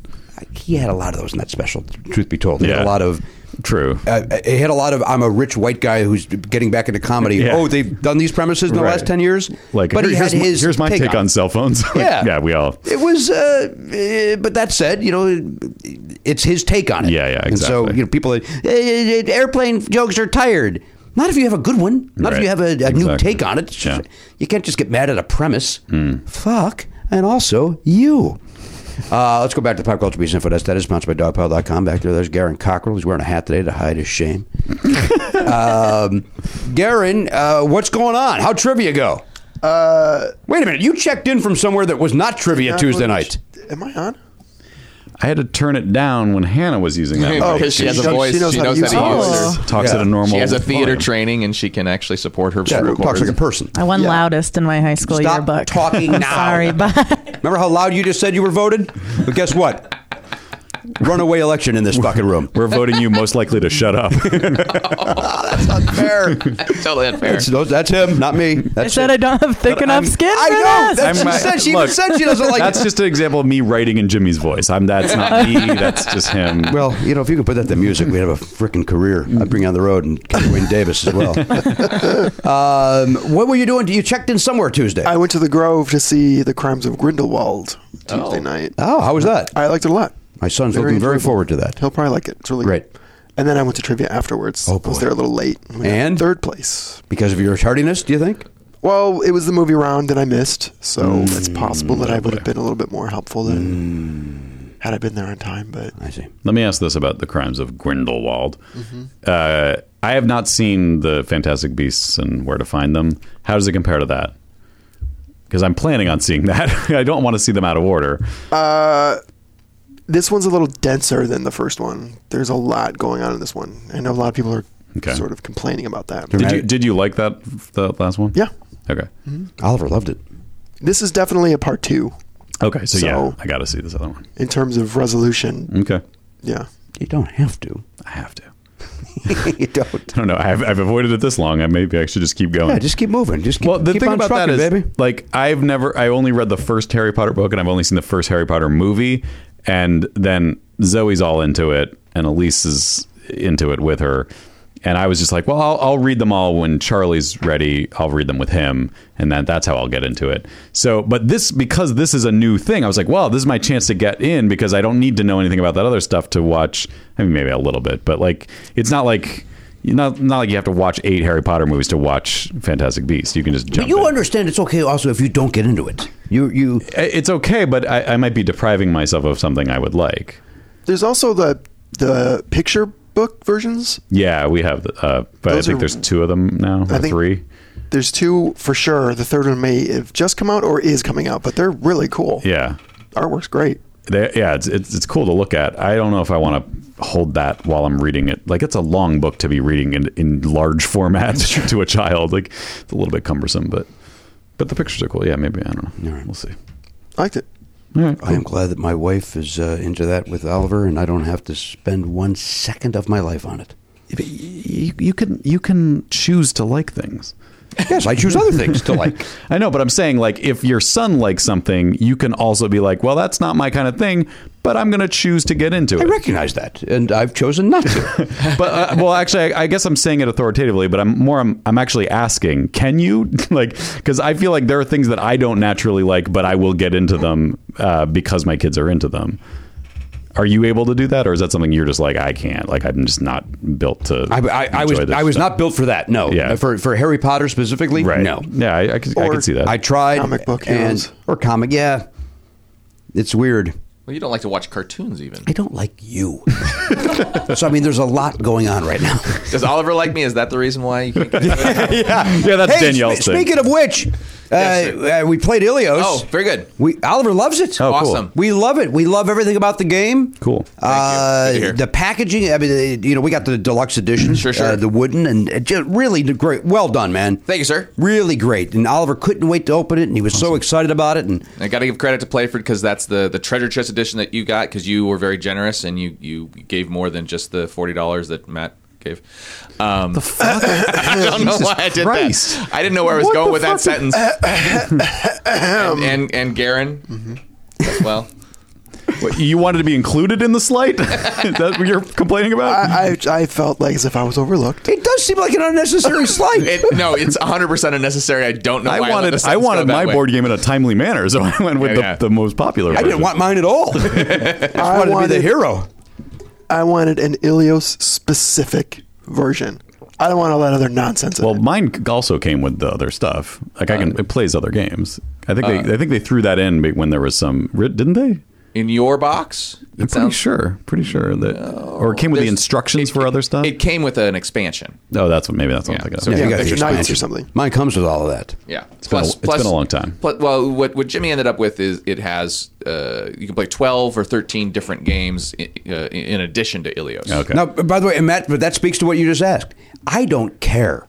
Speaker 3: He had a lot of those in that special. Truth be told, he had
Speaker 4: Yeah.
Speaker 3: a lot of.
Speaker 4: True.
Speaker 3: Uh, he had a lot of. I'm a rich white guy who's getting back into comedy.
Speaker 4: Yeah.
Speaker 3: Oh, they've done these premises in the
Speaker 4: Right.
Speaker 3: last ten years.
Speaker 4: Like,
Speaker 3: but
Speaker 4: here-
Speaker 3: he
Speaker 4: here's,
Speaker 3: had
Speaker 4: my-
Speaker 3: his.
Speaker 4: here's my take on cell phones. Like,
Speaker 3: Yeah.
Speaker 4: yeah, we all.
Speaker 3: It was, uh, eh, but that said, you know, it's his take on it.
Speaker 4: Yeah, yeah,
Speaker 3: And so
Speaker 4: exactly.
Speaker 3: you know, people, are, eh, eh, airplane jokes are tired. Not if you have a good one. Not if
Speaker 4: Right.
Speaker 3: you have a, a new
Speaker 4: Exactly.
Speaker 3: take on it. It's just-
Speaker 4: Yeah. Hmm.
Speaker 3: You can't just get mad at a premise. Fuck, and also you. Uh, let's go back to the pop culture beats info desk. That is sponsored by dogpile.com. Back there, there's Garen Cockrell. He's wearing a hat today to hide his shame. um, Garen, uh, what's going on? How trivia go?
Speaker 6: Uh,
Speaker 3: Wait a minute. You checked in from somewhere that was not trivia
Speaker 6: not
Speaker 3: Tuesday
Speaker 6: really-
Speaker 3: night.
Speaker 6: Am I on?
Speaker 4: I had to turn it down when Hannah was using that.
Speaker 11: Oh,
Speaker 4: mic.
Speaker 11: because she has
Speaker 6: she
Speaker 11: a
Speaker 6: knows-
Speaker 11: voice.
Speaker 6: she knows
Speaker 11: She
Speaker 6: how to
Speaker 11: knows how
Speaker 6: use it.
Speaker 11: to use
Speaker 6: Oh.
Speaker 11: it.
Speaker 4: talks at a normal.
Speaker 11: She has a theater
Speaker 4: volume.
Speaker 11: training, and she can actually support her
Speaker 3: Yeah,
Speaker 11: vocal
Speaker 3: talks like
Speaker 11: cords.
Speaker 3: a person.
Speaker 7: I won
Speaker 6: Yeah.
Speaker 7: loudest in my high school
Speaker 3: Stop
Speaker 7: yearbook.
Speaker 3: talking
Speaker 7: I'm
Speaker 3: now.
Speaker 7: Sorry, but
Speaker 3: Remember how loud you just said you were voted? But guess what? runaway election in this fucking room.
Speaker 4: We're voting you most likely to shut up.
Speaker 3: Fair.
Speaker 11: totally unfair.
Speaker 3: That's, those- that's him, not me. That's
Speaker 7: said I don't have thick enough skin for
Speaker 3: I know.
Speaker 7: this.
Speaker 3: That's what she said. She even said she doesn't like
Speaker 4: That's just an example of me writing in Jimmy's voice. I'm that's not me. That's just him.
Speaker 3: Well, you know, if you could put that to music, we'd have a freaking career. I'd bring you on the road and get Wayne Davis as well. um, what were you doing? You checked in somewhere Tuesday.
Speaker 10: I went to the Grove to see The Crimes of Grindelwald Tuesday night.
Speaker 3: Oh, how was that?
Speaker 10: I liked it a lot.
Speaker 3: My son's looking very forward to that.
Speaker 10: He'll probably like it. It's really
Speaker 3: Great.
Speaker 10: And then I went to trivia afterwards.
Speaker 3: Oh,
Speaker 10: I was
Speaker 3: boy.
Speaker 10: there a little late. We got
Speaker 3: And?
Speaker 10: third place.
Speaker 3: Because of your tardiness, do you think?
Speaker 10: Well, it was the movie round and I missed, so
Speaker 3: Mm,
Speaker 10: it's possible that I would have been a little bit more helpful than
Speaker 3: Mm.
Speaker 10: had I been there on time. But
Speaker 3: I see.
Speaker 4: Let me ask this about the crimes of Grindelwald.
Speaker 3: Mm-hmm.
Speaker 4: Uh, I have not seen the Fantastic Beasts and Where to Find Them. How does it compare to that? Because I'm planning on seeing that. I don't want to see them out of order.
Speaker 10: Uh, this one's a little denser than the first one. There's a lot going on in this one. I know a lot of people are
Speaker 4: Okay.
Speaker 10: sort of complaining about that.
Speaker 4: Did you did you like that the last one?
Speaker 10: Yeah.
Speaker 4: Okay.
Speaker 3: Mm-hmm. Oliver loved it.
Speaker 10: This is definitely a part two
Speaker 4: Okay. So, yeah,
Speaker 10: So-
Speaker 4: I got to see this other one.
Speaker 10: in terms of
Speaker 3: Mm.
Speaker 10: resolution.
Speaker 4: Okay.
Speaker 10: Yeah.
Speaker 3: You don't have to.
Speaker 4: I have to. I
Speaker 3: you don't.
Speaker 4: don't know. I've, I've avoided it this long. I maybe I should just keep going.
Speaker 3: Yeah, just keep moving. Just keep,
Speaker 4: well, the
Speaker 3: keep
Speaker 4: thing
Speaker 3: on
Speaker 4: about that
Speaker 3: trucking,
Speaker 4: is,
Speaker 3: baby.
Speaker 4: like, I've never, I only read the first Harry Potter book, and I've only seen the first Harry Potter movie, and then Zoe's all into it, and Elise is into it with her, and I was just like, well, I'll, I'll read them all when Charlie's ready. I'll read them with him, and then that's how I'll get into it. So, but this because this is a new thing, I was like, well, this is my chance to get in because I don't need to know anything about that other stuff to watch. I mean, maybe a little bit, but like, it's not like. you not, not like you have to watch eight Harry Potter movies to watch Fantastic Beasts. You can just jump.
Speaker 2: you
Speaker 4: in.
Speaker 3: understand it's okay also if you don't get into it. You you
Speaker 4: I- it's okay, but I, I might be depriving myself of something I would like.
Speaker 10: There's also the the picture book versions.
Speaker 4: Yeah, we have, uh, but I
Speaker 10: Those
Speaker 4: think
Speaker 10: are-
Speaker 4: there's two of them now, or
Speaker 10: I think-
Speaker 4: three.
Speaker 10: There's two for sure. The third one may have just come out or is coming out, but they're really cool.
Speaker 4: Yeah,
Speaker 10: Artwork's great.
Speaker 4: they, yeah, it's, it's it's cool to look at. I don't know if I want to hold that while I'm reading it. Like it's a long book to be reading in, in large format to a child. Like it's a little bit cumbersome, but but the pictures are cool. Yeah, maybe I don't know. We'll see.
Speaker 10: I liked it.
Speaker 3: I am glad that my wife is uh, into that with Oliver, and I don't have to spend one second of my life on it.
Speaker 4: You, you can you can choose to like things.
Speaker 3: Yes, I choose other things to like.
Speaker 4: I know, but I'm saying like if your son likes something, you can also be like, well, that's not my kind of thing, but I'm going to choose to get into
Speaker 3: I
Speaker 4: it.
Speaker 3: recognize that, and I've chosen not to.
Speaker 4: but uh, well, actually, I, I guess I'm saying it authoritatively, but I'm more I'm, I'm actually asking, can you like because I feel like there are things that I don't naturally like, but I will get into them uh, because my kids are into them. Are you able to do that, or is that something you're just like I can't? Like I'm just not built to.
Speaker 3: I, I, I was
Speaker 4: enjoy this
Speaker 3: I was
Speaker 4: stuff.
Speaker 3: not built for that. No,
Speaker 4: Yeah.
Speaker 3: for for Harry Potter specifically,
Speaker 4: right.
Speaker 3: no.
Speaker 4: yeah, I, I, could, I
Speaker 10: Or-
Speaker 4: could see that.
Speaker 3: I tried
Speaker 10: Comic book
Speaker 3: and-
Speaker 10: heroes.
Speaker 3: or comic. Yeah, it's weird.
Speaker 11: Well, you don't like to watch cartoons even.
Speaker 3: I don't like you. so I mean, there's a lot going on right now.
Speaker 11: Does Oliver like me? Is that the reason why you can't get into it?
Speaker 3: yeah,
Speaker 4: yeah, that's
Speaker 3: Hey,
Speaker 4: Danielle's
Speaker 3: spe-
Speaker 4: thing.
Speaker 3: Speaking of which, uh, uh, we played Ilios.
Speaker 11: Oh, very good.
Speaker 3: We Oliver loves it.
Speaker 4: Oh, cool.
Speaker 11: Awesome.
Speaker 3: We love it. We love everything about the game.
Speaker 4: Cool. Thank you.
Speaker 3: Uh,
Speaker 11: Good to hear.
Speaker 3: the packaging. I mean, uh, you know, we got the deluxe edition.
Speaker 11: Sure, sure.
Speaker 3: Uh, the wooden and uh, ju- really the great. Well done, man.
Speaker 11: Thank you, sir.
Speaker 3: Really great. And Oliver couldn't wait to open it, and he was so excited about it. And
Speaker 11: I got to give credit to Playford because that's the, the treasure chest edition that you got because you were very generous and you, you gave more than just the forty dollars that Matt gave. Um, the fuck? I don't know why I did
Speaker 4: Christ.
Speaker 11: that. I didn't know where I was going with that sentence. and and, and Garen
Speaker 4: Mm-hmm.
Speaker 11: as well.
Speaker 4: What, you wanted to be included in the slight? Is that what you're complaining about?
Speaker 10: I, I I felt like as if I was overlooked.
Speaker 3: it does seem like an unnecessary slight.
Speaker 11: It, no, it's hundred percent unnecessary. I don't know.
Speaker 4: I
Speaker 11: why let the
Speaker 4: wanted I
Speaker 11: sentence
Speaker 4: wanted
Speaker 11: go that
Speaker 4: my
Speaker 11: way.
Speaker 4: board game in a timely manner, so I went with
Speaker 11: Yeah,
Speaker 4: the,
Speaker 11: yeah.
Speaker 4: the most popular.
Speaker 3: I didn't
Speaker 4: version.
Speaker 3: want mine at all. I wanted, to be the
Speaker 10: wanted-
Speaker 3: hero.
Speaker 10: I wanted an Ilios specific version. I don't want all that other nonsense. in
Speaker 4: Well,
Speaker 10: it.
Speaker 4: mine also came with the other stuff. Like I
Speaker 11: Uh,
Speaker 4: can, it plays other games. I think they, I think they threw that in when there was some, ri- didn't they?
Speaker 11: in your box.
Speaker 4: I'm pretty sure, pretty sure that, or it came with the
Speaker 11: There's-
Speaker 4: instructions for other stuff.
Speaker 11: It came with an expansion.
Speaker 4: oh, that's what maybe that's what I'm thinking.
Speaker 11: Yeah,
Speaker 4: of.
Speaker 11: so-
Speaker 3: Yeah,
Speaker 11: Yeah,
Speaker 3: you got
Speaker 10: like
Speaker 3: the
Speaker 10: your knights or
Speaker 3: expansion.
Speaker 10: something.
Speaker 3: Mine comes with all of that.
Speaker 11: Yeah, it's
Speaker 4: been a- it's been a long time.
Speaker 11: Plus, well, what what Jimmy ended up with is it has uh, you can play twelve or thirteen different games in, uh, in addition to Ilios.
Speaker 4: Okay.
Speaker 3: Now, by the way, and Matt, but that speaks to what you just asked. I don't care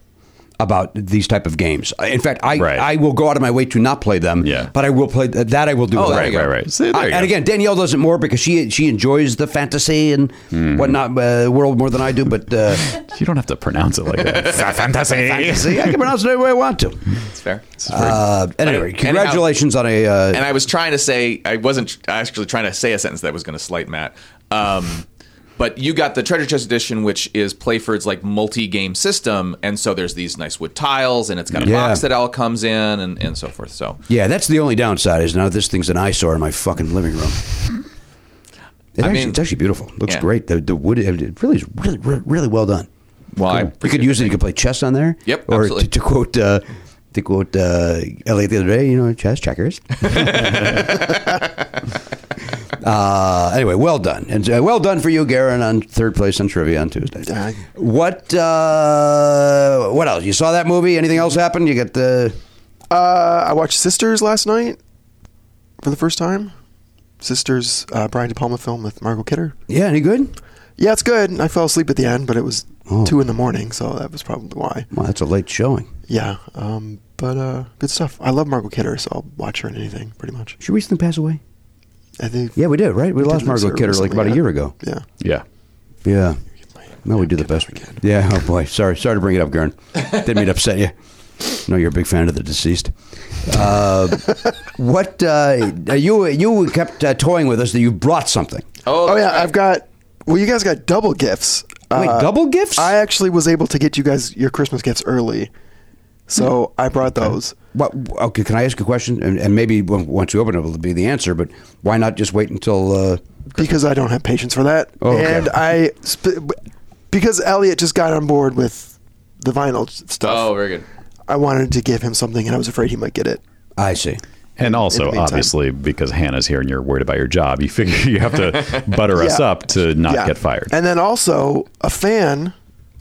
Speaker 3: about these type of games. In fact, I I will go out of my way to not play them. Yeah. But I will play that. I will do.
Speaker 4: Oh,
Speaker 3: without.
Speaker 4: there you go. Right, right, right. See, there
Speaker 3: I-
Speaker 4: you
Speaker 3: and
Speaker 4: go.
Speaker 3: again, Danielle does it more because she she enjoys the fantasy and
Speaker 4: Hmm.
Speaker 3: whatnot uh, world more than I do. But uh,
Speaker 4: you don't have to pronounce it like that. Fantasy.
Speaker 3: fantasy. I can pronounce it any way I want to.
Speaker 11: It's fair.
Speaker 3: Uh, anyway,
Speaker 11: Anyhow-
Speaker 3: congratulations on a. Uh,
Speaker 11: and I was trying to say I wasn't tr- actually trying to say a sentence that was going to slight Matt. Um, but you got the Treasure Chest edition, which is Playford's like multi-game system, and so there's these nice wood tiles, and it's got a
Speaker 3: Yeah.
Speaker 11: box that all comes in, and, and so forth. So
Speaker 3: yeah, that's the only downside is now this thing's an eyesore in my fucking living room. It
Speaker 11: I
Speaker 3: actually,
Speaker 11: mean-
Speaker 3: it's actually beautiful. looks
Speaker 11: Yeah.
Speaker 3: great. The, the wood it really is really really, really well done.
Speaker 11: Well, I
Speaker 3: you could use it. You could play chess on there.
Speaker 11: Yep,
Speaker 3: Or
Speaker 11: absolutely.
Speaker 3: to, to quote uh, to quote uh, Elliot the other day, you know, chess checkers. uh, anyway, well done, and uh, well done for you, Garen, on third place on trivia on Tuesday. What uh, what else? You saw that movie? Anything else happened? You got the
Speaker 10: Uh, I watched Sisters last night for the first time. Sisters, uh, Brian De Palma film with Margot Kidder.
Speaker 3: yeah? Any good?
Speaker 10: Yeah, it's good. I fell asleep at the end, but it was two in the morning, so that was probably why.
Speaker 3: Well, that's a late showing.
Speaker 10: Yeah, um, but uh, good stuff. I love Margot Kidder, so I'll watch her in anything pretty much.
Speaker 3: She recently passed away.
Speaker 10: I think.
Speaker 3: Yeah, we did, right? We,
Speaker 10: did
Speaker 3: lost
Speaker 10: lose
Speaker 3: Margot
Speaker 10: her
Speaker 3: Kidder like
Speaker 10: recently,
Speaker 3: about a
Speaker 10: yeah.
Speaker 3: year ago.
Speaker 10: Yeah.
Speaker 4: Yeah.
Speaker 3: Yeah. No, we do the best we can. Yeah. Oh boy. Sorry. Sorry to bring it up, Gern. Didn't mean to upset you. No, you're a big fan of the deceased. Uh, what uh, you you kept uh, toying with us that you brought something.
Speaker 10: Oh, yeah, I've got. Well, you guys got double gifts. Uh,
Speaker 3: Wait, double gifts?
Speaker 10: I actually was able to get you guys your Christmas gifts early, so I brought those.
Speaker 3: What? Okay. Can I ask a question? And, and maybe when- once you open it, it'll be the answer. But why not just wait until? Uh,
Speaker 10: because I don't have patience for that.
Speaker 3: Oh, okay.
Speaker 10: And I, sp- because Elliot just got on board with the vinyl s- stuff.
Speaker 11: Oh, very good.
Speaker 10: I wanted to give him something, and I was afraid he might get it.
Speaker 3: I see.
Speaker 4: And also,
Speaker 10: meantime-
Speaker 4: obviously, because Hannah's here and you're worried about your job, you figure you have to butter us
Speaker 10: Yeah.
Speaker 4: up to not
Speaker 10: Yeah.
Speaker 4: get fired.
Speaker 10: And then also a fan,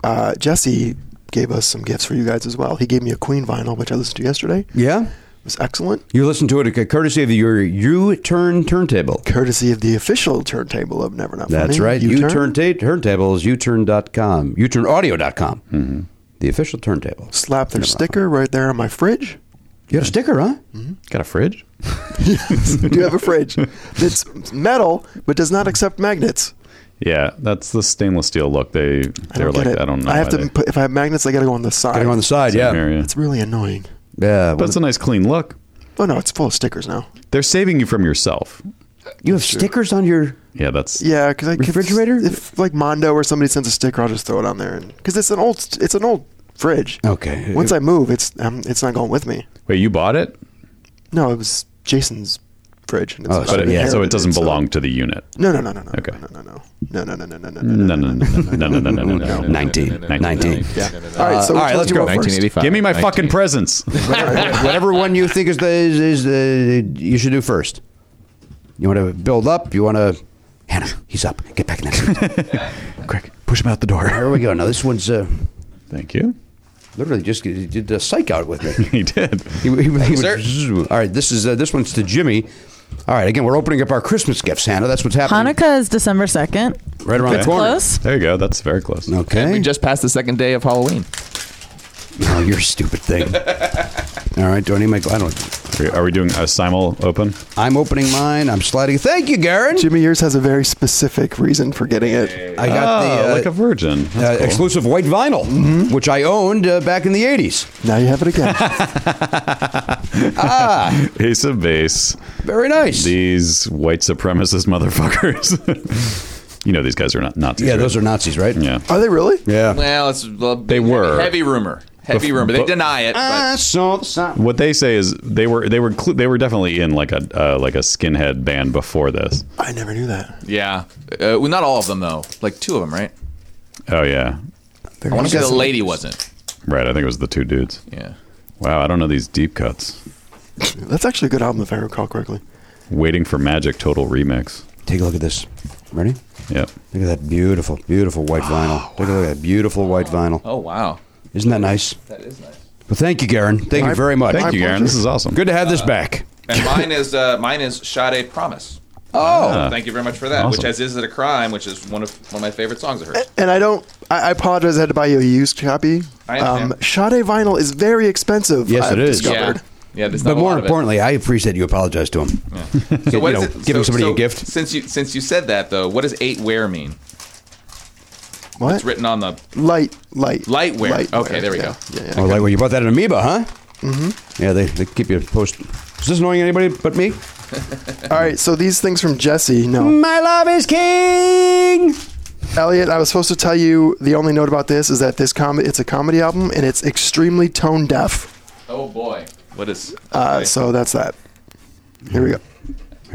Speaker 10: uh, Jesse, gave us some gifts for you guys as well. He gave me a Queen vinyl, which I listened to yesterday. It
Speaker 3: Yeah.
Speaker 10: was excellent,
Speaker 3: You listen to it uh, courtesy of the your you turn turntable.
Speaker 10: courtesy of the official turntable of Never Not
Speaker 3: That's
Speaker 10: Funny.
Speaker 3: right. U
Speaker 10: U-turn.
Speaker 3: turn ta- turntables. U turn.com. U turn audio.com. Mm-hmm. The official turntable.
Speaker 10: Slap their sticker right there on my fridge.
Speaker 3: You got a sticker, huh?
Speaker 4: Got a fridge?
Speaker 10: I do have a fridge that's metal but does not accept magnets.
Speaker 4: Yeah, that's the stainless steel look. They they're
Speaker 10: don't get
Speaker 4: like
Speaker 10: it.
Speaker 4: I don't know.
Speaker 10: I have
Speaker 4: why
Speaker 10: to
Speaker 4: they-
Speaker 10: put, if I have magnets, I got to go on the side.
Speaker 3: Gotta go on the side. Yeah.
Speaker 4: Here, yeah.
Speaker 10: It's really annoying.
Speaker 3: Yeah.
Speaker 4: But it's a nice clean look.
Speaker 10: Oh no, it's full of stickers now.
Speaker 4: They're saving you from yourself.
Speaker 3: You have stickers on your.
Speaker 4: Yeah, that's
Speaker 10: Yeah, because I
Speaker 3: Refrigerator?
Speaker 10: If, like Mondo or somebody sends a sticker, I'll just throw it on there, because it's an old it's an old fridge.
Speaker 3: Okay.
Speaker 10: Once I move, it's um, it's not going with me.
Speaker 4: Wait, you bought it?
Speaker 10: No, it was Jason's fridge. And it's
Speaker 3: Oh,
Speaker 10: not
Speaker 3: so
Speaker 4: But it-
Speaker 10: inherited,
Speaker 4: so it doesn't
Speaker 10: so-
Speaker 4: belong to the unit.
Speaker 10: No, no, no, no, no.
Speaker 4: Okay.
Speaker 10: No, no, no, no, no, no, no, no, no, no.
Speaker 4: No, no, no, no, no, no, no, no, no, no, no.
Speaker 3: 19. 19.
Speaker 10: Yeah. All right. So
Speaker 3: all
Speaker 10: which
Speaker 3: right,
Speaker 10: one
Speaker 3: let's
Speaker 10: do you
Speaker 3: go.
Speaker 10: want first?
Speaker 4: Give me my fucking presents.
Speaker 3: Whatever one you think is the is, is the you should do first. You want to build up. You want to. Hannah, he's up. Get back in that seat.
Speaker 4: Quick, push him out the door.
Speaker 3: Here we go. Now this one's uh,
Speaker 4: Thank you.
Speaker 3: literally just he did a psych out with me.
Speaker 4: He did.
Speaker 3: He- he- he went zzz. All right, this is uh, this one's to Jimmy. All right, again, we're opening up our Christmas gifts, Hannah. That's what's happening.
Speaker 7: Hanukkah is December 2nd.
Speaker 3: right around
Speaker 4: Okay.
Speaker 3: the corner.
Speaker 7: Close.
Speaker 4: There you go. That's very close.
Speaker 3: Okay.
Speaker 11: we just passed the second day of Halloween.
Speaker 3: Oh, you're a stupid thing. All right, do I need my? I don't.
Speaker 4: Are we- Are we doing a simul open?
Speaker 3: I'm opening mine. I'm sliding. Thank you, Garen.
Speaker 10: Jimmy, yours has a very specific reason for getting it.
Speaker 3: I got
Speaker 4: oh,
Speaker 3: the uh,
Speaker 4: like a virgin. That's
Speaker 3: uh,
Speaker 4: cool.
Speaker 3: exclusive white vinyl,
Speaker 11: Mm-hmm.
Speaker 3: which I owned uh, back in the '80s.
Speaker 10: Now you have it again.
Speaker 4: Ace of base.
Speaker 3: Very nice.
Speaker 4: These white supremacist motherfuckers. you know these guys are not Nazis.
Speaker 3: yeah,
Speaker 4: right?
Speaker 3: those are Nazis, right?
Speaker 4: Yeah.
Speaker 10: Are they really?
Speaker 3: Yeah.
Speaker 11: Well, it's well, they
Speaker 4: were.
Speaker 11: heavy rumor, heavy
Speaker 4: Bef-
Speaker 11: rumor. They
Speaker 4: but-
Speaker 11: deny it.
Speaker 3: I
Speaker 11: But
Speaker 3: saw the sign.
Speaker 4: What they say is they were they were clu- they were definitely in like a uh, like a skinhead band before this.
Speaker 10: I never knew that.
Speaker 11: yeah, uh, well, not all of them though. Like two of them, right?
Speaker 4: Oh yeah,
Speaker 11: I want to say the lady wasn't.
Speaker 4: right. I think it was the two dudes.
Speaker 11: Yeah.
Speaker 4: Wow, I don't know these deep cuts.
Speaker 10: That's actually a good album if I recall correctly.
Speaker 4: Waiting for Magic Total Remix.
Speaker 3: Take a look at this. Ready?
Speaker 4: Yep.
Speaker 3: Look at that beautiful, beautiful white vinyl. Take a look at that beautiful white vinyl.
Speaker 11: Oh wow,
Speaker 3: Isn't that nice?
Speaker 11: that is nice.
Speaker 3: Well, thank you, Garen. Thank you very much.
Speaker 11: Uh,
Speaker 4: Thank you, Aaron. This is awesome.
Speaker 3: Good to have this back.
Speaker 11: And mine is uh, made Promise. Oh, thank you very much for that.
Speaker 10: Awesome.
Speaker 11: Which as is it a crime, which is one of one of my favorite songs of hers.
Speaker 10: And I don't. I, I apologize. I had to buy you a used copy.
Speaker 11: I understand.
Speaker 10: Sade vinyl is very expensive.
Speaker 3: Yes,
Speaker 10: I've
Speaker 3: it is.
Speaker 10: Discovered.
Speaker 11: Yeah, there's
Speaker 3: but
Speaker 11: not a
Speaker 3: more
Speaker 11: lot of it.
Speaker 3: importantly, I appreciate you apologize to him.
Speaker 11: So what
Speaker 3: you know,
Speaker 11: is it-
Speaker 3: giving
Speaker 11: so-
Speaker 3: somebody
Speaker 11: so
Speaker 3: a gift.
Speaker 11: Since you since you said that though, what does eight wear mean?
Speaker 10: What?
Speaker 11: It's written on the
Speaker 10: Light, light,
Speaker 11: light wear.
Speaker 3: Light
Speaker 11: okay,
Speaker 3: wear,
Speaker 11: there we
Speaker 3: yeah.
Speaker 11: go.
Speaker 3: Oh, like when you bought that in Amoeba, huh?
Speaker 10: Mhm.
Speaker 3: Yeah, they, they keep you posted. Is this annoying anybody but me?
Speaker 10: All right. So these things from Jesse. No.
Speaker 4: Hmm.
Speaker 3: My love is king.
Speaker 10: Elliot, I was supposed to tell you the only note about this is that this com- it's a comedy album and it's extremely tone deaf.
Speaker 11: Oh boy, what is?
Speaker 10: Uh,
Speaker 11: okay.
Speaker 10: So that's that. Here we go.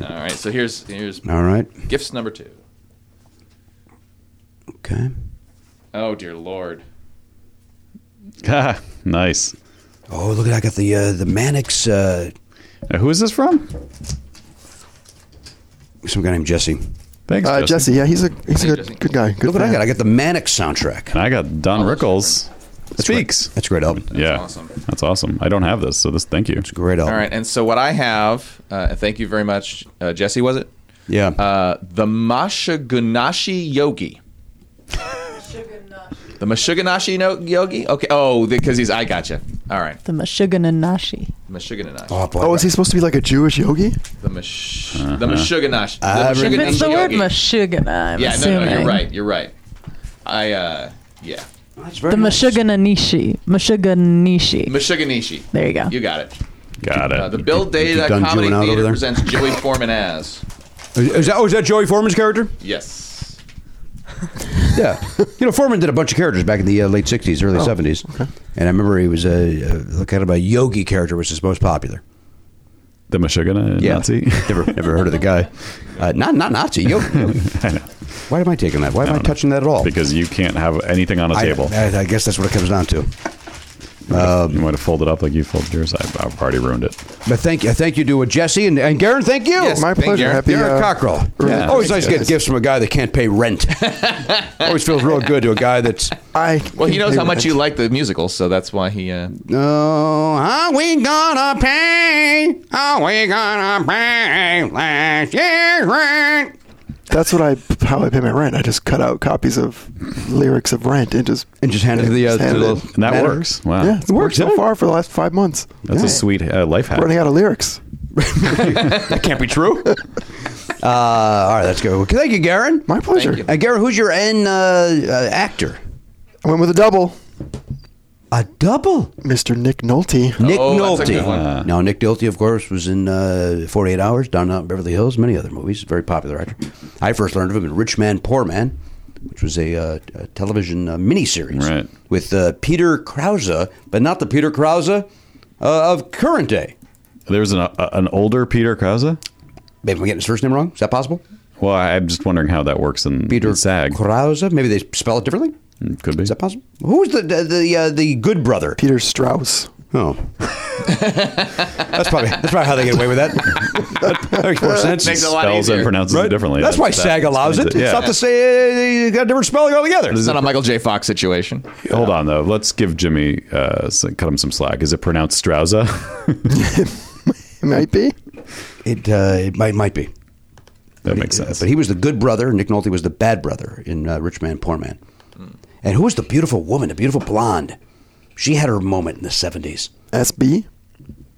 Speaker 11: All right, so here's here's
Speaker 3: All right.
Speaker 11: gifts number two.
Speaker 3: Okay.
Speaker 11: Oh dear lord.
Speaker 4: Ah, nice.
Speaker 3: Oh, look at I got the uh, the Mannix. Uh,
Speaker 4: who is this from?
Speaker 3: Some guy named Jesse.
Speaker 4: Thanks,
Speaker 10: uh,
Speaker 4: Jesse.
Speaker 10: Jesse. Yeah, he's a he's a good, good guy. Good
Speaker 3: look what I
Speaker 10: man.
Speaker 3: got. I got the Mannix soundtrack.
Speaker 4: And I got Don Rickles. Speaks.
Speaker 3: That's a great album.
Speaker 4: yeah,
Speaker 11: awesome.
Speaker 4: that's awesome. I don't have this, so this. Thank you. It's a
Speaker 3: great
Speaker 11: All right, and so what I have, uh, and thank you very much, uh, Jesse. Was it?
Speaker 3: Yeah.
Speaker 11: Uh, the Mashuganashi Yogi. the Mashuganashi no- Yogi. Okay. Oh, because he's. I gotcha. All right.
Speaker 7: The Mashugananashi.
Speaker 11: Mashuganashi.
Speaker 10: Oh, is he supposed to be like a Jewish yogi?
Speaker 11: The Mash.
Speaker 10: Uh-huh.
Speaker 11: The Mashuganashi. The
Speaker 10: I've
Speaker 7: If it's the
Speaker 11: Mashuganashi
Speaker 7: word
Speaker 11: Yogi.
Speaker 7: Mashugana, I'm
Speaker 11: yeah. No,
Speaker 7: assuming.
Speaker 11: no. You're right. You're right. I. uh Yeah.
Speaker 7: The Mashuganishi. Mashuganishi.
Speaker 11: Mashuganishi.
Speaker 7: There you go.
Speaker 11: You got it.
Speaker 4: Got it.
Speaker 11: Uh, the Bill Data
Speaker 3: done
Speaker 11: Comedy
Speaker 3: Jewing out over
Speaker 11: Theater
Speaker 3: there?
Speaker 11: presents Joey Foreman as.
Speaker 3: Is, is that, oh, is that Joey Foreman's character?
Speaker 11: Yes.
Speaker 3: Yeah. you know, Foreman did a bunch of characters back in the uh, late 60s,
Speaker 4: Oh,
Speaker 3: early 70s. And I remember he was a, a kind of a yogi character, which is most popular.
Speaker 4: The Meshuggah
Speaker 3: Yeah.
Speaker 4: Nazi.
Speaker 3: Never, never heard of the guy. Uh, not, not Nazi. Yogi.
Speaker 4: I know.
Speaker 3: Why am I taking that? Why am I, touching that at all?
Speaker 4: Because you can't have anything on a
Speaker 3: I-
Speaker 4: table.
Speaker 3: I, I guess that's what it comes down to.
Speaker 4: you might have folded up like you folded yours. I, I've already ruined it.
Speaker 3: But thank you, thank you to uh, Jesse and, and Garen. Thank you.
Speaker 11: Yes, My thank pleasure. you, Garen. Happy,
Speaker 3: Garen
Speaker 11: uh,
Speaker 3: Cockrell.
Speaker 11: Yeah.
Speaker 3: Always nice to get
Speaker 11: Yes.
Speaker 3: gifts from a guy that can't pay rent. Always feels real good to a guy that's.
Speaker 10: I
Speaker 11: Well, he knows how much you like the musical, so that's why he. Uh,
Speaker 3: No, Oh, are we gonna pay? Are we gonna pay last year's rent?
Speaker 10: That's what I how I pay my rent. I just cut out copies of lyrics of Rent and just
Speaker 3: and just handed
Speaker 4: the, uh,
Speaker 10: handed
Speaker 4: to
Speaker 10: it.
Speaker 4: the- And that
Speaker 10: Handed it.
Speaker 4: works. Wow.
Speaker 10: Yeah, it's
Speaker 4: uh, It
Speaker 10: worked
Speaker 4: works,
Speaker 10: so
Speaker 4: yeah.
Speaker 10: far for the last five months.
Speaker 4: That's a sweet uh, life hack.
Speaker 10: Running out of lyrics.
Speaker 3: that can't be true. Uh, all right, let's go. Thank you, Garen.
Speaker 10: My pleasure.
Speaker 3: Uh, Garen, who's your N uh, uh, actor?
Speaker 10: I went with a double.
Speaker 3: A double,
Speaker 10: Mr. Nick Nolte.
Speaker 3: Nick
Speaker 11: Oh, that's a
Speaker 3: Nolte.
Speaker 11: good one.
Speaker 3: Uh, now, Nick Nolte, of course, was in uh, 48 Hours, Down and Out in Beverly Hills, many other movies. Very popular actor. I first learned of him in Rich Man, Poor Man, which was a, uh, a television uh, miniseries
Speaker 4: Right.
Speaker 3: with uh, Peter Krause, but not the Peter Krause uh, of current day.
Speaker 4: There's an, uh, an older Peter Krause.
Speaker 3: Maybe I'm getting his first name wrong. Is that possible?
Speaker 4: Well, I'm just wondering how that works in
Speaker 3: Peter
Speaker 4: in SAG.
Speaker 3: Krause. Maybe they spell it differently.
Speaker 4: Could be.
Speaker 3: Is that possible? Who was the the the, uh, the good brother?
Speaker 10: Peter Strauss.
Speaker 3: Oh, that's probably that's probably how they get away with that. that makes more sense.
Speaker 11: Makes a lot
Speaker 4: Spells
Speaker 11: easier.
Speaker 4: and pronounces it
Speaker 3: Right?
Speaker 4: differently.
Speaker 3: That's why
Speaker 4: That-
Speaker 3: SAG
Speaker 4: that
Speaker 3: allows it.
Speaker 4: explains
Speaker 3: It's
Speaker 4: Yeah.
Speaker 3: not to say uh, you got a different spelling altogether.
Speaker 11: it's not a Michael J. Fox situation.
Speaker 4: Hold on though. Let's give Jimmy uh, s- cut him some slack. Is it pronounced Strauza?
Speaker 10: It might be.
Speaker 3: It uh, it might might be,
Speaker 4: that makes
Speaker 3: Uh,
Speaker 4: sense.
Speaker 3: but he was the good brother. Nick Nolte was the bad brother in uh, Rich Man Poor Man.
Speaker 4: Hmm.
Speaker 3: And who was the beautiful woman, the beautiful blonde? She had her moment in the seventies.
Speaker 10: SB.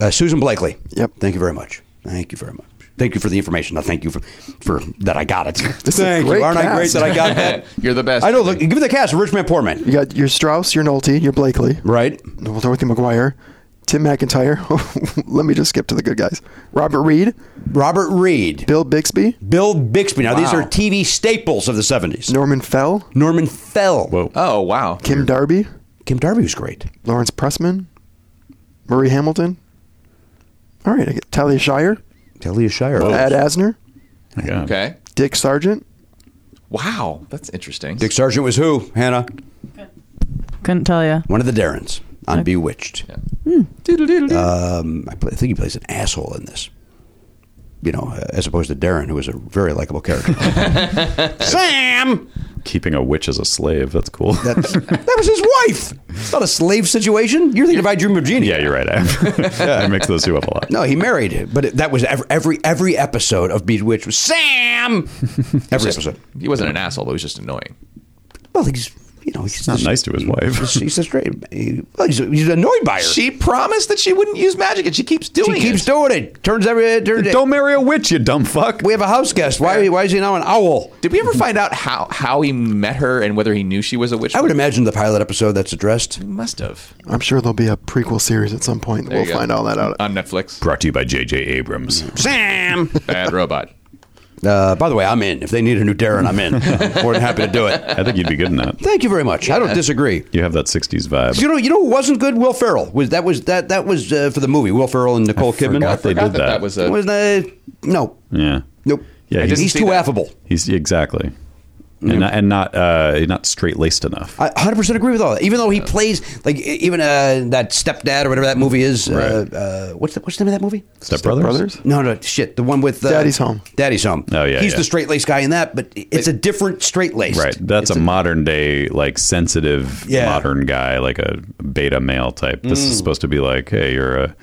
Speaker 3: Uh, Susan Blakely.
Speaker 10: Yep.
Speaker 3: Thank you very much. Thank you very much. Thank you for the information. Now, thank you for, for that I got it.
Speaker 10: is a
Speaker 3: thank
Speaker 10: great
Speaker 3: you. Aren't I great
Speaker 10: cast.
Speaker 3: that I got that?
Speaker 11: You're the best.
Speaker 3: I know. Look, give me the cast. of Rich Man, Poor Man.
Speaker 10: You got your Strauss, your Nolte, your Blakely,
Speaker 3: Right.
Speaker 10: Well, Dorothy McGuire, Tim McIntyre. Let me just skip to the good guys. Robert Reed,
Speaker 3: Robert Reed,
Speaker 10: Bill Bixby,
Speaker 3: Bill Bixby. Now these
Speaker 11: Wow.
Speaker 3: are TV staples of the seventies.
Speaker 10: Norman Fell,
Speaker 3: Norman Fell.
Speaker 4: Whoa.
Speaker 11: Oh wow.
Speaker 10: Kim Darby,
Speaker 3: Kim Darby was great.
Speaker 10: Lawrence Pressman, Murray Hamilton. All right, I get Talia Shire,
Speaker 3: Talia Shire.
Speaker 10: Ad Asner,
Speaker 4: Yeah.
Speaker 11: Okay.
Speaker 10: Dick Sargent.
Speaker 11: Wow, that's interesting.
Speaker 3: Dick Sargent was who? Hannah,
Speaker 7: Couldn't tell you.
Speaker 3: one of the Darrens on Bewitched.
Speaker 11: Yeah.
Speaker 3: Um, I, play, I think he plays an asshole in this. You know, uh, as opposed to Darren, who was a very likable character. Sam,
Speaker 4: keeping a witch as a slave. That's cool.
Speaker 3: That's, that was his wife. It's not a slave situation. You're thinking of I Dream of Jeannie.
Speaker 4: Yeah, you're right. I, I mix those two up a lot.
Speaker 3: No, he married, but it, that was every, every every episode of Bewitched was Sam. Every
Speaker 11: just-
Speaker 3: episode.
Speaker 11: He wasn't an asshole, but he was just annoying.
Speaker 3: Well, he's you know he's
Speaker 4: Not nice to his wife.
Speaker 3: He's, he's a straight. he- well, he's, he's annoyed by her.
Speaker 11: She promised that she wouldn't use magic, and she keeps
Speaker 3: She
Speaker 11: doing it.
Speaker 3: keeps doing it. Turns every turns.
Speaker 4: Don't marry a witch, you dumb fuck.
Speaker 3: We have a house guest. Why why is he now an owl?
Speaker 11: Did we ever find out how how he met her and whether he knew she was a witch?
Speaker 3: I would imagine the pilot episode that's addressed.
Speaker 11: must have.
Speaker 10: I'm sure there'll be a prequel series at some point. that
Speaker 11: There you
Speaker 10: we'll
Speaker 11: go.
Speaker 10: find all that out.
Speaker 11: on Netflix.
Speaker 4: Brought to you by J.J. Abrams.
Speaker 3: Sam.
Speaker 11: Bad robot.
Speaker 3: Uh, by the way, I'm in. If they need a new Darren, I'm in. More than happy to do it.
Speaker 4: I think you'd be good in that.
Speaker 3: Thank you very much. I don't disagree.
Speaker 4: You have that '60s vibe.
Speaker 3: You know, you know, who wasn't good. Will Ferrell was that was that that was uh, for the movie. Will Ferrell and Nicole Kidman.
Speaker 4: forgot they
Speaker 11: I
Speaker 4: did
Speaker 11: thought
Speaker 4: that.
Speaker 11: that was a.
Speaker 3: was that no,
Speaker 4: yeah.
Speaker 3: nope.
Speaker 4: Yeah, I he's- didn't
Speaker 3: he's
Speaker 11: see
Speaker 3: too
Speaker 11: that.
Speaker 3: affable.
Speaker 4: He's exactly, and not, and not uh, not straight laced enough.
Speaker 3: I 100 percent agree with all that. Even though he plays like e- even uh, that stepdad or whatever that movie is.
Speaker 4: Right.
Speaker 3: Uh, uh, what's the what's the name of that movie?
Speaker 4: Step brothers.
Speaker 10: Brothers?
Speaker 3: No, no, shit. The one with uh,
Speaker 10: Daddy's Home.
Speaker 3: Daddy's home.
Speaker 4: Oh, yeah,
Speaker 3: He's
Speaker 4: yeah.
Speaker 3: the straight laced guy in that, but it's a different straight laced.
Speaker 4: Right. That's a, modern day, like sensitive
Speaker 3: Yeah. Mm.
Speaker 4: modern guy, like a beta male type. This is supposed to be like, hey, you're a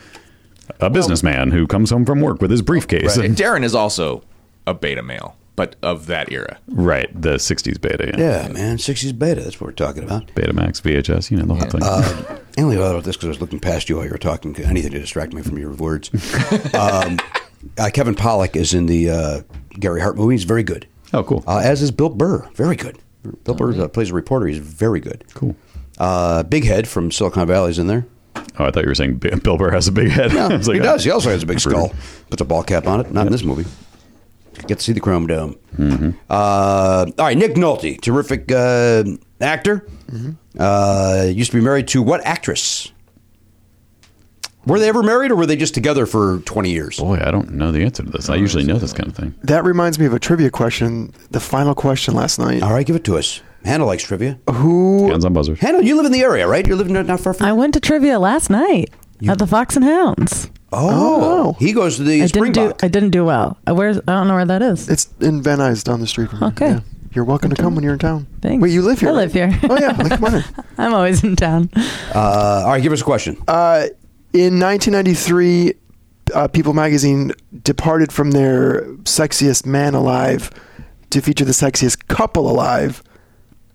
Speaker 4: a businessman who comes home from work with his briefcase. Right.
Speaker 11: And Darren is also a beta male, but of that era.
Speaker 4: the '60s beta. Yeah.
Speaker 3: Yeah, man. 60s beta. That's what we're talking about.
Speaker 4: Betamax, VHS, you know the whole thing.
Speaker 3: I only thought about this because I was looking past you while you were talking. Anything to distract me from your words. um, uh, Kevin Pollock is in the uh, Gary Hart movie. He's very good.
Speaker 4: oh, cool.
Speaker 3: Uh, as is Bill Burr. Very good. Bill Burr uh, plays a reporter. He's very good.
Speaker 4: Cool.
Speaker 3: Uh, Big Head from Silicon Valley is in there.
Speaker 4: oh, I thought you were saying Bi- Bill Burr has a big head.
Speaker 3: Yeah,
Speaker 4: I was like,
Speaker 3: he
Speaker 4: oh.
Speaker 3: does. He also has a big
Speaker 4: Brutal.
Speaker 3: skull. Puts a ball cap on it. Not in this movie. Get to see the Chrome Dome.
Speaker 7: Mm-hmm.
Speaker 3: Uh, all right, Nick Nolte, terrific uh, actor.
Speaker 7: Mm-hmm.
Speaker 3: Uh, used to be married to what actress? Were they ever married, or were they just together for twenty years?
Speaker 4: Boy, I don't know the answer to
Speaker 3: Oh,
Speaker 4: this. I usually know this kind of thing.
Speaker 10: That reminds me of a trivia question. The final question last night.
Speaker 3: All right, give it to us. Hannah likes trivia.
Speaker 10: Who
Speaker 4: Hands on buzzers.
Speaker 3: Hannah, you live in the area, right? You're living not not far from.
Speaker 7: Oh. I went to trivia last night at the Fox and Hounds.
Speaker 3: Oh, he goes to the
Speaker 7: I didn't do.
Speaker 3: Springbok.
Speaker 7: I didn't do well. Uh, Where's? I don't know where that is.
Speaker 10: It's in Van Nuys down the street from here.
Speaker 7: Okay.
Speaker 10: Yeah. You're welcome to come when you're in town.
Speaker 7: Thanks.
Speaker 10: Wait, you live here?
Speaker 7: I
Speaker 10: right?
Speaker 7: live here.
Speaker 10: oh, yeah. Like, come on in.
Speaker 7: I'm always in town.
Speaker 3: uh, all right, give us a question.
Speaker 10: Uh, in 1993, uh, People magazine departed from their sexiest man alive to feature the sexiest couple alive.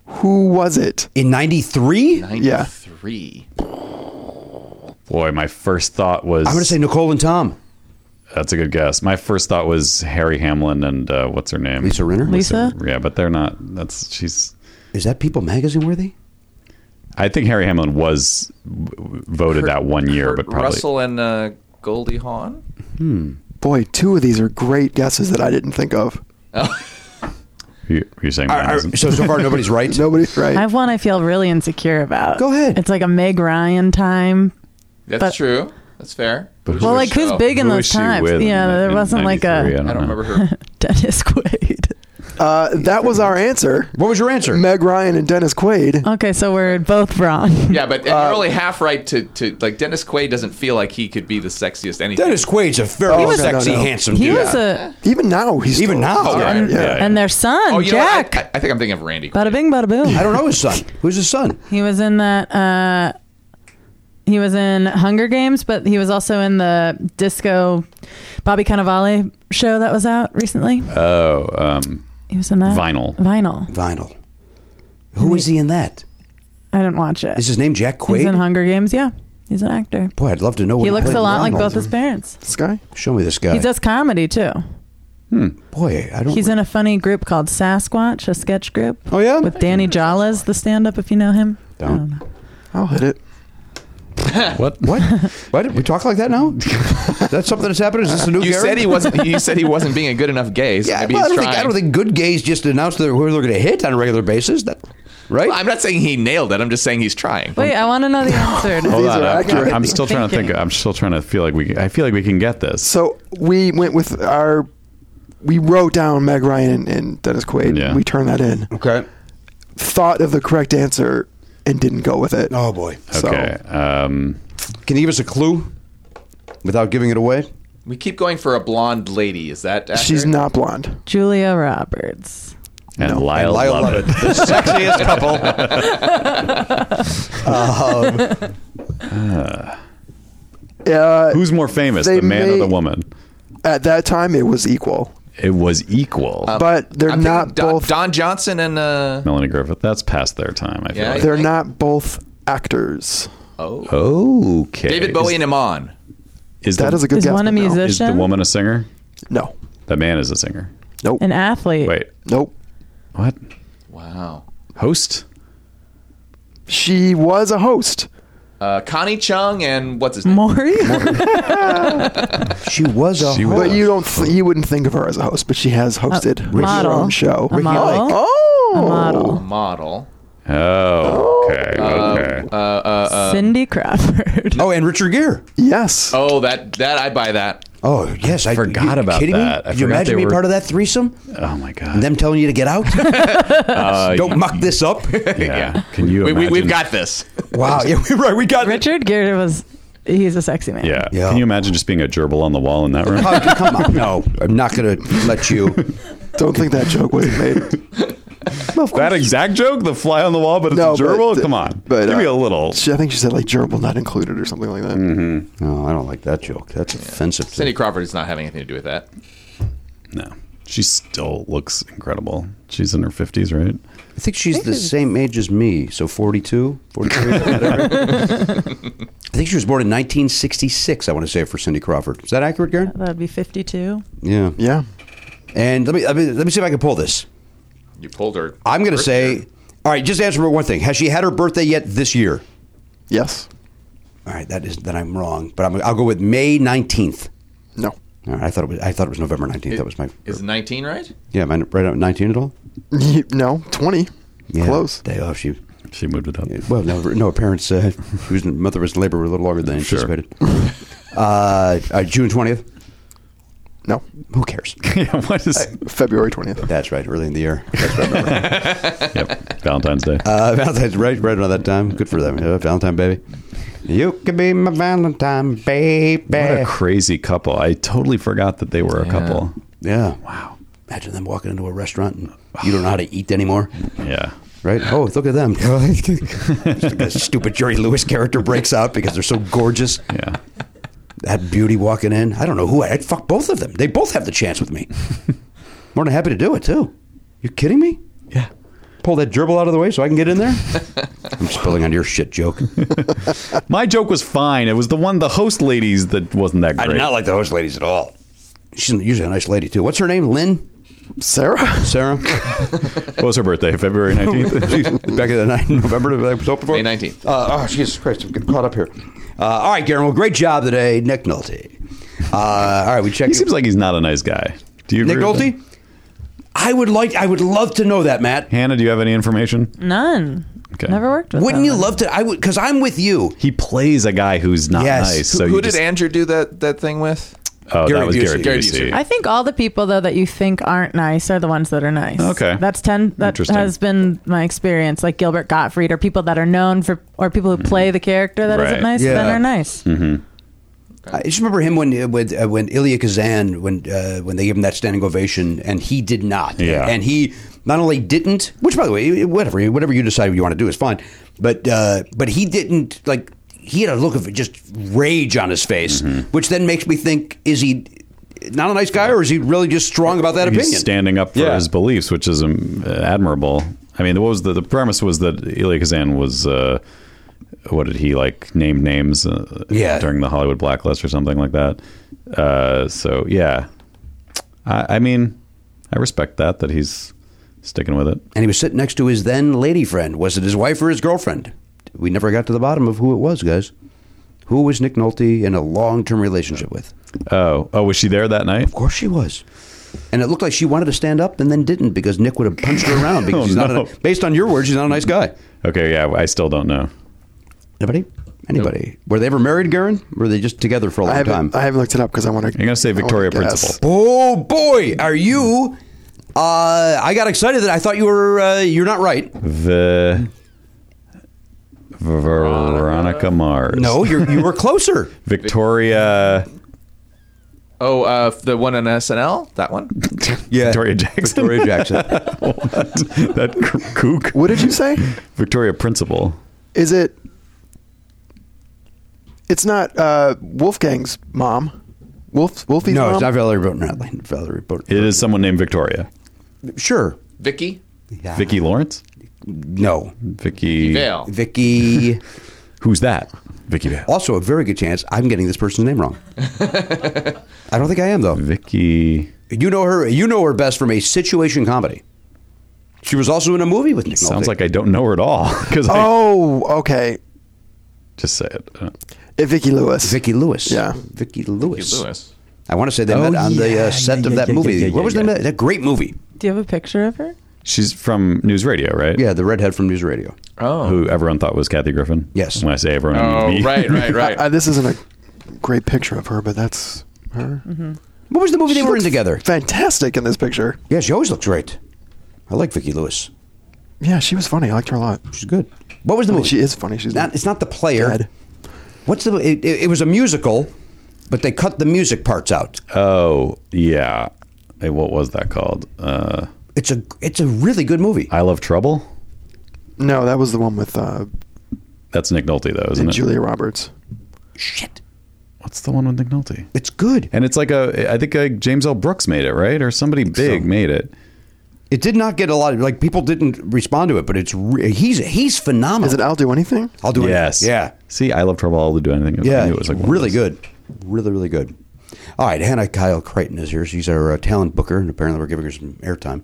Speaker 10: Who was it?
Speaker 3: in '93, I'm
Speaker 10: Yeah.
Speaker 11: Three.
Speaker 4: Boy, my first thought was
Speaker 3: going to say Nicole and Tom.
Speaker 4: that's a good guess. My first thought was Harry Hamlin and uh, what's her name?
Speaker 3: Lisa Rinner.
Speaker 7: Lisa?
Speaker 4: Yeah, but they're not. That's she's.
Speaker 3: Is that People Magazine worthy?
Speaker 4: I think Harry Hamlin was w- voted that one year,
Speaker 11: Kurt
Speaker 4: but probably
Speaker 11: Russell and uh, Goldie Hawn.
Speaker 10: Boy, two of these are great guesses that I didn't think of.
Speaker 4: you, you're saying mine
Speaker 3: All right,
Speaker 4: isn't?
Speaker 3: so so far nobody's right.
Speaker 10: Nobody's right.
Speaker 7: I have one I feel really insecure about.
Speaker 3: Go ahead.
Speaker 7: It's like a Meg Ryan time.
Speaker 11: That's
Speaker 7: But-
Speaker 11: true. That's fair. Who
Speaker 7: Well,
Speaker 11: was
Speaker 7: like
Speaker 11: she-
Speaker 7: who's
Speaker 11: oh,
Speaker 7: big in
Speaker 4: Who
Speaker 7: those
Speaker 4: was she
Speaker 7: times?
Speaker 4: with in
Speaker 7: Yeah,
Speaker 4: the-
Speaker 7: there
Speaker 4: in
Speaker 7: wasn't like
Speaker 4: 93?
Speaker 7: a
Speaker 11: I don't
Speaker 4: know.
Speaker 11: remember her.
Speaker 7: Dennis Quaid.
Speaker 10: Uh, that was our answer.
Speaker 3: What was your answer?
Speaker 10: Meg Ryan and Dennis Quaid.
Speaker 7: Okay, so we're both wrong.
Speaker 11: Yeah, but
Speaker 7: Uh,
Speaker 11: you're only half right to, to like Dennis Quaid doesn't feel like he could be the sexiest anything.
Speaker 3: Dennis Quaid's a very
Speaker 7: Oh,
Speaker 10: He was-
Speaker 3: sexy,
Speaker 10: no, no.
Speaker 3: handsome
Speaker 7: He
Speaker 3: dude.
Speaker 7: was a
Speaker 10: Even now, he's
Speaker 3: Even
Speaker 10: still-
Speaker 3: now.
Speaker 11: right.
Speaker 7: and,
Speaker 11: Yeah,
Speaker 4: yeah.
Speaker 7: and their son
Speaker 11: Oh, you know what?
Speaker 7: Jack.
Speaker 11: I, I, I think I'm thinking of Randy.
Speaker 7: bada bing, bada boom.
Speaker 3: I don't know his son. Who's his son?
Speaker 7: He was in that. Uh, he was in Hunger Games, but he was also in the disco Bobby Cannavale show that was out recently.
Speaker 4: Oh, um,
Speaker 7: He was in that
Speaker 4: Vinyl.
Speaker 7: Vinyl.
Speaker 3: Vinyl. Who is he in that?
Speaker 7: I didn't watch it.
Speaker 3: Is his name Jack
Speaker 7: He's in
Speaker 3: Quaid?
Speaker 7: Hunger Games. Yeah, he's an actor.
Speaker 3: Boy, I'd love to know. what
Speaker 7: He looks
Speaker 3: played
Speaker 7: a lot
Speaker 3: in
Speaker 7: like
Speaker 3: Vinyl.
Speaker 7: both his parents.
Speaker 10: This guy?
Speaker 3: Show me this guy.
Speaker 7: He does comedy too.
Speaker 3: Boy, I don't.
Speaker 7: He's in a funny group called Sasquatch, a sketch group.
Speaker 3: Oh, yeah?
Speaker 7: with Danny Jolles, the stand-up. If you know him,
Speaker 3: Don't.
Speaker 7: know.
Speaker 10: I'll hit it.
Speaker 4: what?
Speaker 3: what? Why did we talk like that now? that's something that's happened. Is this a new?
Speaker 11: you
Speaker 3: Gary?
Speaker 11: said he wasn't. You said he wasn't being a good enough gay. So
Speaker 3: Yeah,
Speaker 11: maybe
Speaker 3: well, I,
Speaker 11: he's
Speaker 3: don't think, I
Speaker 11: trying.
Speaker 3: don't think good gays just announced that who they're going to hit on a regular basis. That right?
Speaker 11: Well, I'm not saying he nailed it. I'm just saying he's trying.
Speaker 7: Wait, I want to know the answer.
Speaker 4: Hold on,
Speaker 10: are
Speaker 4: I'm-
Speaker 10: accurate.
Speaker 4: I'm still trying to think. I'm still trying to feel like we. I feel like we can get this.
Speaker 10: So we went with our. We wrote down Meg Ryan and, and Dennis Quaid.
Speaker 4: Yeah.
Speaker 10: We turned that in.
Speaker 3: okay.
Speaker 10: Thought of the correct answer and didn't go with it.
Speaker 3: Oh boy.
Speaker 10: So-
Speaker 4: okay. Um,
Speaker 3: Can you give us a clue without giving it away?
Speaker 11: We keep going for a blonde lady. Is that accurate?
Speaker 10: She's not blonde.
Speaker 7: Julia Roberts.
Speaker 4: and Lyle,
Speaker 3: And Lyle
Speaker 4: Lovett.
Speaker 3: Lovett, the sexiest couple.
Speaker 4: Um,
Speaker 10: Uh,
Speaker 4: Who's more famous,
Speaker 10: they
Speaker 4: the man or
Speaker 10: may-
Speaker 4: the woman?
Speaker 10: At that time, it was equal.
Speaker 4: It was equal.
Speaker 10: but they're
Speaker 11: I'm
Speaker 10: not
Speaker 11: Don,
Speaker 10: both.
Speaker 11: Don Johnson and uh,
Speaker 4: Melanie Griffith. That's past their time. I feel
Speaker 11: Yeah,
Speaker 4: like.
Speaker 10: They're not both actors.
Speaker 11: oh,
Speaker 4: Okay.
Speaker 11: David Bowie and Iman.
Speaker 4: Is
Speaker 10: That
Speaker 4: the-
Speaker 10: is a good
Speaker 7: Is
Speaker 10: guess.
Speaker 7: one a
Speaker 10: but no.
Speaker 7: musician?
Speaker 4: Is the woman a singer?
Speaker 10: No.
Speaker 4: The man is a singer.
Speaker 10: Nope.
Speaker 7: An athlete.
Speaker 4: Wait,
Speaker 10: Nope.
Speaker 4: what?
Speaker 11: Wow.
Speaker 4: Host?
Speaker 10: She was a host.
Speaker 11: Uh, Connie Chung and what's his name?
Speaker 7: Maury?
Speaker 3: She was a
Speaker 4: She
Speaker 3: host.
Speaker 4: was-
Speaker 10: But you don't. Th- you wouldn't think of her as a host, but she has hosted her
Speaker 7: Uh, model.
Speaker 10: own show.
Speaker 7: A model.
Speaker 10: Oh,
Speaker 7: A model.
Speaker 11: Model.
Speaker 4: Oh, okay,
Speaker 11: Um,
Speaker 4: okay.
Speaker 11: uh,
Speaker 4: Oh, um,
Speaker 7: Cindy Crawford.
Speaker 3: Oh, and Richard Gere.
Speaker 10: yes.
Speaker 11: Oh, that that I buy that.
Speaker 3: Oh yes, I
Speaker 4: forgot
Speaker 3: you
Speaker 4: about
Speaker 3: kidding
Speaker 4: that.
Speaker 3: Me?
Speaker 4: I
Speaker 3: Could you
Speaker 4: forgot
Speaker 3: imagine
Speaker 4: they
Speaker 3: being
Speaker 4: were-
Speaker 3: part of that threesome?
Speaker 4: oh my god.
Speaker 3: And them telling you to get out?
Speaker 4: Uh,
Speaker 3: don't muck this up.
Speaker 4: yeah. Can you?
Speaker 11: We, we,
Speaker 4: imagine-
Speaker 11: we've got this.
Speaker 3: wow. Yeah, we- right. We got
Speaker 7: Richard Gere was he's a sexy man.
Speaker 4: Yeah.
Speaker 3: Yeah.
Speaker 4: Can you imagine just being a gerbil on the wall in that room?
Speaker 3: Oh, come on. No, I'm not going to let you.
Speaker 10: Don't think that joke was made.
Speaker 4: that exact joke, the fly on the wall, but it's
Speaker 10: No,
Speaker 4: a
Speaker 10: but-
Speaker 4: gerbil. Come on,
Speaker 10: but,
Speaker 4: give me
Speaker 10: uh,
Speaker 4: a little. Mm-hmm.
Speaker 10: She, I think she said like gerbil not included or something like that.
Speaker 3: No, I don't like that joke. That's offensive. to-
Speaker 11: Cindy Crawford is not having anything to do with that.
Speaker 4: No, she still looks incredible. She's in her fifties, right?
Speaker 3: I think she's the same age as me, so 42, 43, whatever. I think she was born in 1966, I want to say, for Cindy Crawford. Is that accurate, Garen?
Speaker 7: That'd be 52.
Speaker 3: Yeah.
Speaker 10: Yeah.
Speaker 3: And let me, let me let me see if I can pull this.
Speaker 11: You pulled her.
Speaker 3: I'm going to
Speaker 11: First
Speaker 3: say, all right, just answer me one thing. Has she had her birthday yet this year?
Speaker 10: Yes.
Speaker 3: All right, that is that I'm wrong, but I'm, I'll go with May 19th.
Speaker 10: No.
Speaker 3: All right, I thought it was I thought it was November 19th. that was my
Speaker 11: Is 19 right?
Speaker 3: yeah, am I right out 19 at all?
Speaker 10: You- no. Twenty.
Speaker 3: Yeah,
Speaker 10: Close.
Speaker 3: Day off. She
Speaker 4: She moved it up. Yeah.
Speaker 3: Well, no, no. Parents, uh, who was mother was in labor, were a little longer than
Speaker 4: Sure.
Speaker 3: anticipated. Uh, uh, June twentieth.
Speaker 10: No.
Speaker 3: Who cares?
Speaker 4: what is?
Speaker 10: February twentieth.
Speaker 3: That's right, early in the year. That's right.
Speaker 4: yep. Valentine's Day.
Speaker 3: Uh, Valentine's right, right around that time. Good for them. Yeah, Valentine baby. You can be my Valentine baby.
Speaker 4: what a crazy couple! I totally forgot that they were a couple.
Speaker 3: yeah. Wow. Imagine them walking into a restaurant and you don't know how to eat anymore,
Speaker 4: Yeah.
Speaker 3: right? Oh, look at them. the stupid Jerry Lewis character breaks out because they're so gorgeous.
Speaker 4: Yeah.
Speaker 3: that beauty walking in. I don't know who I, I'd fuck both of them. They both have the chance with me. More than happy to do it too. You kidding me?
Speaker 4: Yeah.
Speaker 3: Pull that gerbil out of the way so I can get in there. I'm spilling on your shit joke.
Speaker 4: My joke was fine. It was the one the host ladies that wasn't that
Speaker 3: I
Speaker 4: great.
Speaker 3: did not like the host ladies at all. She's usually a nice lady too. What's her name? Lynn?
Speaker 10: Sarah.
Speaker 3: Sarah?
Speaker 4: what was her birthday? February nineteenth.
Speaker 3: Back in the night, November. that I was open for?
Speaker 11: May 19th.
Speaker 3: Uh, oh, Jesus Christ! I'm getting caught up here. Uh, all right, Garen. Well, great job today, Nick Nolte. Uh, all right, we checked.
Speaker 4: he seems like he's not a nice guy. Do you agree
Speaker 3: Nick
Speaker 4: with that?
Speaker 3: Nolte. I would like. I would love to know that, Matt.
Speaker 4: Hannah, do you have any information?
Speaker 7: None.
Speaker 4: Okay.
Speaker 7: Never worked with
Speaker 3: Wouldn't
Speaker 7: that
Speaker 3: you
Speaker 7: one.
Speaker 3: love to? I would because I'm with you.
Speaker 4: He plays a guy who's not
Speaker 3: Yes.
Speaker 4: nice.
Speaker 3: Who-
Speaker 4: So
Speaker 11: Who
Speaker 4: you
Speaker 11: did
Speaker 4: just,
Speaker 11: Andrew do that that thing with?
Speaker 4: Oh,
Speaker 3: Gary
Speaker 4: that was Gary
Speaker 3: Busey. Gary
Speaker 4: Busey.
Speaker 11: Busey.
Speaker 7: I think all the people though that you think aren't nice are the ones that are nice.
Speaker 4: Okay.
Speaker 7: That's ten. That
Speaker 4: Interesting.
Speaker 7: has been my experience. Like Gilbert Gottfried, or people that are known for, or people who play the character that
Speaker 4: Mm-hmm. Right. Mm-hmm.
Speaker 7: not nice,
Speaker 3: Yeah.
Speaker 7: that are nice.
Speaker 3: I just remember him when when, uh, when Ilya Kazan when uh, when they gave him that standing ovation and he did not.
Speaker 4: Yeah.
Speaker 3: And he not only didn't, which by the way, whatever whatever you decide you want to do is fine, but uh, but he didn't like he had a look of just rage on his face,
Speaker 4: Mm-hmm.
Speaker 3: which then makes me think is he not a nice guy or is he really just strong about that
Speaker 4: He's
Speaker 3: opinion?
Speaker 4: standing up for
Speaker 3: Yeah.
Speaker 4: his beliefs, which is um, admirable. I mean, what was the, the premise was that Elia Kazan was uh, what did he like name names uh,
Speaker 3: Yeah.
Speaker 4: during the Hollywood blacklist or something like that. Uh, so yeah, I, I mean, I respect that that he's sticking with it.
Speaker 3: and he was sitting next to his then lady friend. Was it his wife or his girlfriend? We never got to the bottom of who it was, guys. Who was Nick Nolte in a long-term relationship with?
Speaker 4: Oh, oh, was she there that night?
Speaker 3: Of course she was. And it looked like she wanted to stand up and then didn't because Nick would have punched her around because
Speaker 4: Oh,
Speaker 3: he's not
Speaker 4: no.
Speaker 3: a, based on your words, he's not a nice guy.
Speaker 4: Okay, yeah, I still don't know.
Speaker 3: Anybody? Anybody? Were they ever married, Garen? Were they just together for a
Speaker 10: I
Speaker 3: long
Speaker 10: haven't.
Speaker 3: time?
Speaker 10: I haven't looked it up because I want to.
Speaker 4: You're gonna say Victoria Principal?
Speaker 3: oh boy, are you? Uh, I got excited that I thought you were. Uh, you're not right.
Speaker 4: The Veronica Mars.
Speaker 3: No, you're, you were closer.
Speaker 4: Victoria.
Speaker 11: Oh, uh, the one on SNL, that one.
Speaker 3: Yeah,
Speaker 4: Victoria Jackson.
Speaker 3: Victoria Jackson.
Speaker 4: What? that c- kook.
Speaker 10: What did you say?
Speaker 4: Victoria Principal.
Speaker 10: Is it? It's not uh, Wolfgang's mom. Wolf Wolfie's
Speaker 3: no,
Speaker 10: mom.
Speaker 3: it's not Valerie Boatnutland. Valerie Boat.
Speaker 4: It is someone named Victoria.
Speaker 3: Sure.
Speaker 11: Vicky.
Speaker 3: Yeah.
Speaker 4: Vicky Oh. Lawrence.
Speaker 3: No.
Speaker 4: Vicky
Speaker 11: Vale.
Speaker 3: Vicky.
Speaker 4: Who's that? Vicky Vale.
Speaker 3: also, a very good chance I'm getting this person's name wrong. I don't think I am though.
Speaker 4: Vicky.
Speaker 3: You know her. You know her best from a situation comedy. She was also in a movie with Nick.
Speaker 4: Sounds like I don't know her at all because I
Speaker 10: Oh, okay.
Speaker 4: just say it. Uh,
Speaker 10: Eh, Vicky Lewis.
Speaker 3: Vicky Lewis.
Speaker 10: Yeah.
Speaker 3: Vicky Lewis.
Speaker 11: Lewis.
Speaker 3: I want to say they
Speaker 5: Oh,
Speaker 3: met on the
Speaker 5: yeah,
Speaker 3: uh, set
Speaker 5: yeah,
Speaker 3: of
Speaker 5: yeah,
Speaker 3: that
Speaker 5: yeah,
Speaker 3: movie.
Speaker 5: yeah, yeah,
Speaker 3: what was the
Speaker 5: yeah.
Speaker 3: name of that? That great movie.
Speaker 7: Do you have a picture of her?
Speaker 4: She's from News Radio, right?
Speaker 3: Yeah, the redhead from News Radio.
Speaker 11: Oh,
Speaker 4: Who everyone thought was Kathy Griffin.
Speaker 3: Yes.
Speaker 4: When I say everyone, I mean
Speaker 11: oh,
Speaker 4: me.
Speaker 11: right, right, right.
Speaker 10: I, this isn't a great picture of her, but that's her.
Speaker 3: What was the movie Mm-hmm. they were in
Speaker 10: looks
Speaker 3: together?
Speaker 10: Fantastic in this picture.
Speaker 3: yeah, she always looks great. I like Vicky Lewis.
Speaker 10: Yeah, she was funny. I liked her a lot.
Speaker 3: She's good. What was the
Speaker 10: I mean,
Speaker 3: movie?
Speaker 10: she is funny. She's
Speaker 3: not. It's not the player.
Speaker 10: Dead.
Speaker 3: What's the? It, it, it was a musical, but they cut the music parts out.
Speaker 4: Oh yeah. Hey, what was that called? Uh,
Speaker 3: It's a. It's a really good movie.
Speaker 4: I Love Trouble.
Speaker 10: No, that was the one with uh,
Speaker 4: That's Nick Nolte, though, isn't
Speaker 10: and
Speaker 4: it?
Speaker 10: Julia Roberts.
Speaker 3: Shit,
Speaker 4: What's the one with Nick Nolte?
Speaker 3: it's good.
Speaker 4: And it's like a, I think uh James L. Brooks made it, right? Or somebody big made it.
Speaker 3: It did not get a lot. Of, like people didn't respond to it, but it's. Re- he's he's phenomenal.
Speaker 10: Is it I'll do anything?
Speaker 3: I'll do
Speaker 4: yes.
Speaker 3: it. Yeah.
Speaker 4: See, I love trouble. I'll do anything.
Speaker 3: Yeah,
Speaker 4: I knew it was like one of
Speaker 3: really
Speaker 4: those.
Speaker 3: good, really really good. All right, Hannah Kyle Creighton is here. She's our uh, talent booker, and apparently we're giving her some airtime.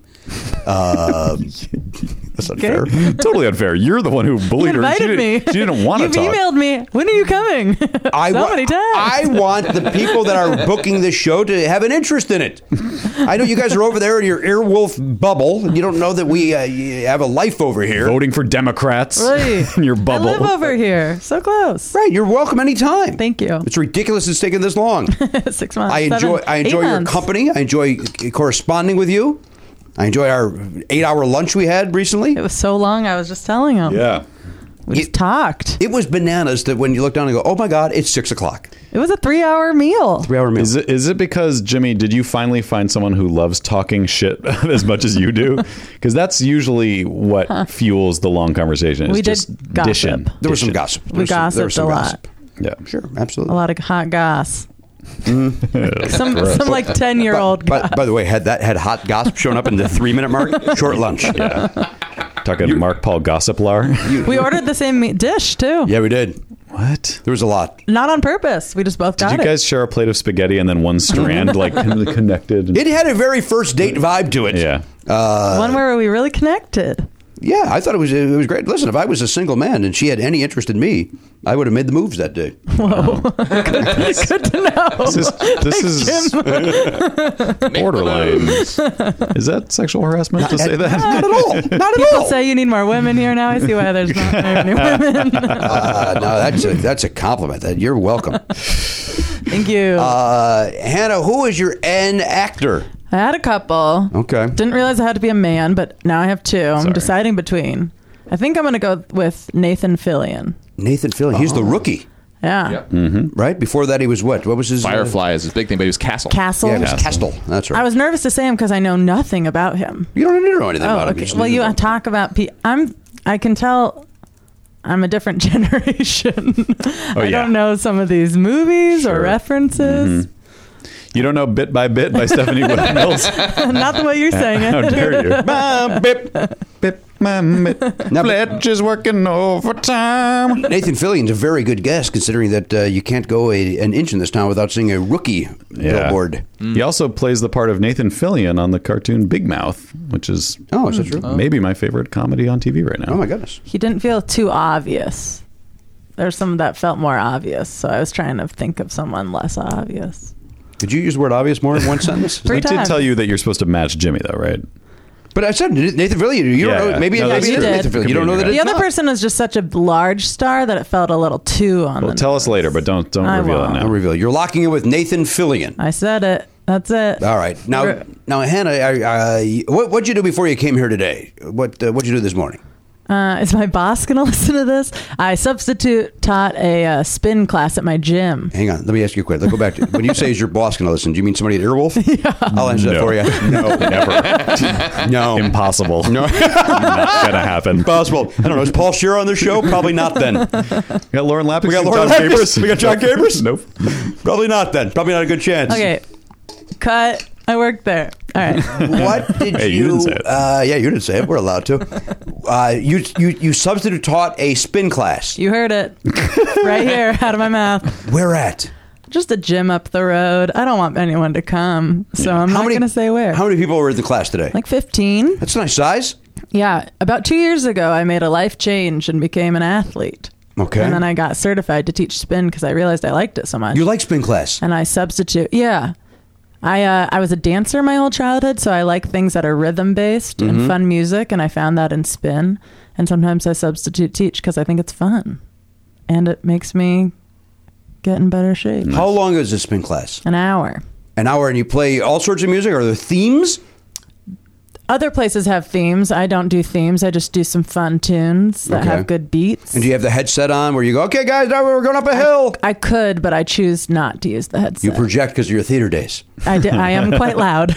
Speaker 3: Uh, that's not fair.
Speaker 4: totally unfair. You're the one who bullied
Speaker 7: you
Speaker 4: her. She
Speaker 7: invited
Speaker 4: didn't,
Speaker 7: me.
Speaker 4: she didn't want to talk.
Speaker 7: You've emailed me. When are you coming?
Speaker 3: I
Speaker 7: so
Speaker 3: wa-
Speaker 7: many times.
Speaker 3: I want the people that are booking this show to have an interest in it. I know you guys are over there in your earwolf bubble. and You don't know that we uh, y- have a life over here.
Speaker 4: Voting for Democrats
Speaker 7: Right.
Speaker 4: in your bubble.
Speaker 7: I live over here. So close.
Speaker 3: Right, you're welcome anytime.
Speaker 7: Thank you.
Speaker 3: It's ridiculous it's taken this long.
Speaker 7: Six months.
Speaker 3: I
Speaker 7: seven,
Speaker 3: enjoy I
Speaker 7: eight
Speaker 3: enjoy your
Speaker 7: months.
Speaker 3: company. I enjoy corresponding with you. I enjoy our eight hour lunch we had recently.
Speaker 7: It was so long. I was just telling him.
Speaker 4: Yeah.
Speaker 7: We just
Speaker 3: You-
Speaker 7: talked.
Speaker 3: It was bananas that when you look down and go, oh my God, it's six o'clock.
Speaker 7: It was a three-hour meal.
Speaker 3: Three hour meal.
Speaker 4: Is it, is it because Jimmy? Did you finally find someone who loves talking shit as much as you do? Because that's usually what fuels the long conversation. Is
Speaker 7: We did
Speaker 4: just
Speaker 7: gossip.
Speaker 4: dishing.
Speaker 3: there was some
Speaker 4: Dishing.
Speaker 3: gossip. There
Speaker 7: We
Speaker 3: was some- there was
Speaker 7: gossiped a
Speaker 3: some
Speaker 7: lot.
Speaker 3: gossip.
Speaker 4: Yeah,
Speaker 3: Sure, absolutely.
Speaker 7: A lot of hot goss.
Speaker 3: Mm.
Speaker 7: some some like ten-year-old.
Speaker 3: By, by the way, had that had hot gossip shown up in the three minute mark, short lunch. Yeah,
Speaker 4: Talking Mark Paul Gossiplar.
Speaker 7: we ordered the same meat dish too.
Speaker 3: we did.
Speaker 4: what?
Speaker 3: There was a lot.
Speaker 7: Not on purpose. We just both got
Speaker 4: Did you
Speaker 7: it.
Speaker 4: guys share a plate of spaghetti and then one strand like connected?
Speaker 3: It had a very first date vibe to it.
Speaker 4: yeah.
Speaker 3: uh,
Speaker 7: One where we really connected.
Speaker 3: yeah. I thought it was it was great. Listen, if I was a single man and she had any interest in me, I would have made the moves that day.
Speaker 7: Good to know.
Speaker 4: This is, this is borderline. Is that sexual harassment to say that?
Speaker 3: Not at all. Not at
Speaker 7: People
Speaker 3: all.
Speaker 7: say you need more women here now. I see why there's not very many women.
Speaker 3: Uh, no, that's a that's a compliment. That you're welcome.
Speaker 7: Thank you.
Speaker 3: Uh, Hannah, who is your N actor?
Speaker 7: I had a couple.
Speaker 3: Okay.
Speaker 7: Didn't realize I had to be a man, but now I have two. I'm deciding between. I think I'm going to go with Nathan Fillion.
Speaker 3: Nathan Fillion. He's the rookie,
Speaker 7: Yeah.
Speaker 11: Yep.
Speaker 3: right? Before that, he was what? What was his uh,
Speaker 11: Firefly is his big thing, but he was Castle.
Speaker 7: Castle.
Speaker 3: Yeah, it was Castle. That's right.
Speaker 7: I was nervous to say him because I know nothing about him.
Speaker 3: you don't need to know anything
Speaker 7: Oh,
Speaker 3: about him.
Speaker 7: okay.
Speaker 3: just
Speaker 7: Well,
Speaker 3: need to
Speaker 7: you
Speaker 3: know.
Speaker 7: talk about. Pe- I'm. I can tell. I'm a different generation. I
Speaker 4: yeah.
Speaker 7: don't know some of these movies
Speaker 4: Sure.
Speaker 7: or references.
Speaker 4: You don't know Bit by Bit by Stephanie Williams.
Speaker 7: Not the way you're saying it.
Speaker 4: How dare you? My bip, bip, my bip.
Speaker 3: Now, but-
Speaker 4: Fletcher's working overtime.
Speaker 3: Nathan Fillion's a very good guess, considering that uh, you can't go a, an inch in this town without seeing a rookie billboard.
Speaker 4: He also plays the part of Nathan Fillion on the cartoon Big Mouth, which is
Speaker 3: Oh, is that true?
Speaker 4: maybe my favorite comedy on TV right now.
Speaker 3: Oh my goodness!
Speaker 7: He didn't feel too obvious. There's some that felt more obvious, so I was trying to think of someone less obvious.
Speaker 3: Did you use the word obvious more in one sentence?
Speaker 7: Three
Speaker 4: I did
Speaker 7: times.
Speaker 4: tell you that you're supposed to match Jimmy, though, right?
Speaker 3: But I said Nathan Fillion. You
Speaker 4: Yeah,
Speaker 3: don't
Speaker 4: yeah.
Speaker 3: know. Maybe,
Speaker 4: No,
Speaker 3: maybe
Speaker 4: that's
Speaker 3: it is
Speaker 7: true.
Speaker 3: Nathan Fillion. You don't know that.
Speaker 4: Could
Speaker 7: The
Speaker 3: It's
Speaker 7: other
Speaker 3: not.
Speaker 7: person was just such a large star that it felt a little too on
Speaker 4: Well,
Speaker 7: the
Speaker 4: tell us
Speaker 7: nose.
Speaker 4: later, but don't don't
Speaker 7: I
Speaker 4: reveal it
Speaker 7: won't.
Speaker 4: now.
Speaker 3: I'll reveal. You're locking in with Nathan Fillion.
Speaker 7: I said it. That's it.
Speaker 3: All right. Now,
Speaker 7: Re-
Speaker 3: now, Hannah, I, I, what what'd you do before you came here today? What uh, what'd you do this morning?
Speaker 7: Uh, is my boss going to listen to this? I substitute taught a uh, spin class at my gym.
Speaker 3: Hang on, let me ask you a quick. Let's go back to when you say is your boss going to listen? Do you mean somebody at Earwolf? I'll answer that
Speaker 4: No.
Speaker 3: for you. No, never. no,
Speaker 4: impossible.
Speaker 3: No,
Speaker 4: Not gonna happen.
Speaker 3: Possible. I don't know. Is Paul Shearer on the show? Probably not. Then we
Speaker 4: got Lauren Lapkus.
Speaker 3: got
Speaker 4: and
Speaker 3: Lauren
Speaker 4: John
Speaker 3: Capers.
Speaker 4: Capers.
Speaker 3: We got John
Speaker 4: Nope.
Speaker 3: Capers.
Speaker 4: Nope.
Speaker 3: Probably not. Then probably not a good chance.
Speaker 7: Okay, cut. I worked there. All right.
Speaker 3: What did
Speaker 4: Hey,
Speaker 3: you?
Speaker 4: you didn't say it.
Speaker 3: Uh, yeah, you didn't say it. We're allowed to. Uh, you you you substitute taught a spin class.
Speaker 7: You heard it right here out of my mouth.
Speaker 3: Where at?
Speaker 7: Just a gym up the road. I don't want anyone to come, so I'm not going to say where.
Speaker 3: How many people were in the class today?
Speaker 7: like 15.
Speaker 3: That's a nice size.
Speaker 7: Yeah. About two years ago, I made a life change and became an athlete.
Speaker 3: Okay.
Speaker 7: And then I got certified to teach spin because I realized I liked it so much.
Speaker 3: you like spin class?
Speaker 7: and I substitute. Yeah. I uh, I was a dancer my whole childhood, so I like things that are rhythm based
Speaker 3: Mhm.
Speaker 7: and fun music, and I found that in spin. And sometimes I substitute teach because I think it's fun, and it makes me get in better shape.
Speaker 3: How long is a spin class?
Speaker 7: An hour.
Speaker 3: An hour, and you play all sorts of music. Are there themes?
Speaker 7: Other places have themes. I don't do themes. I just do some fun tunes that
Speaker 3: Okay.
Speaker 7: have good beats.
Speaker 3: And do you have the headset on where you go, okay, guys, now we're going up a hill?
Speaker 7: I could, but I choose not to use the
Speaker 3: You
Speaker 7: headset.
Speaker 3: project because of your theater days.
Speaker 7: I, di- I am quite loud.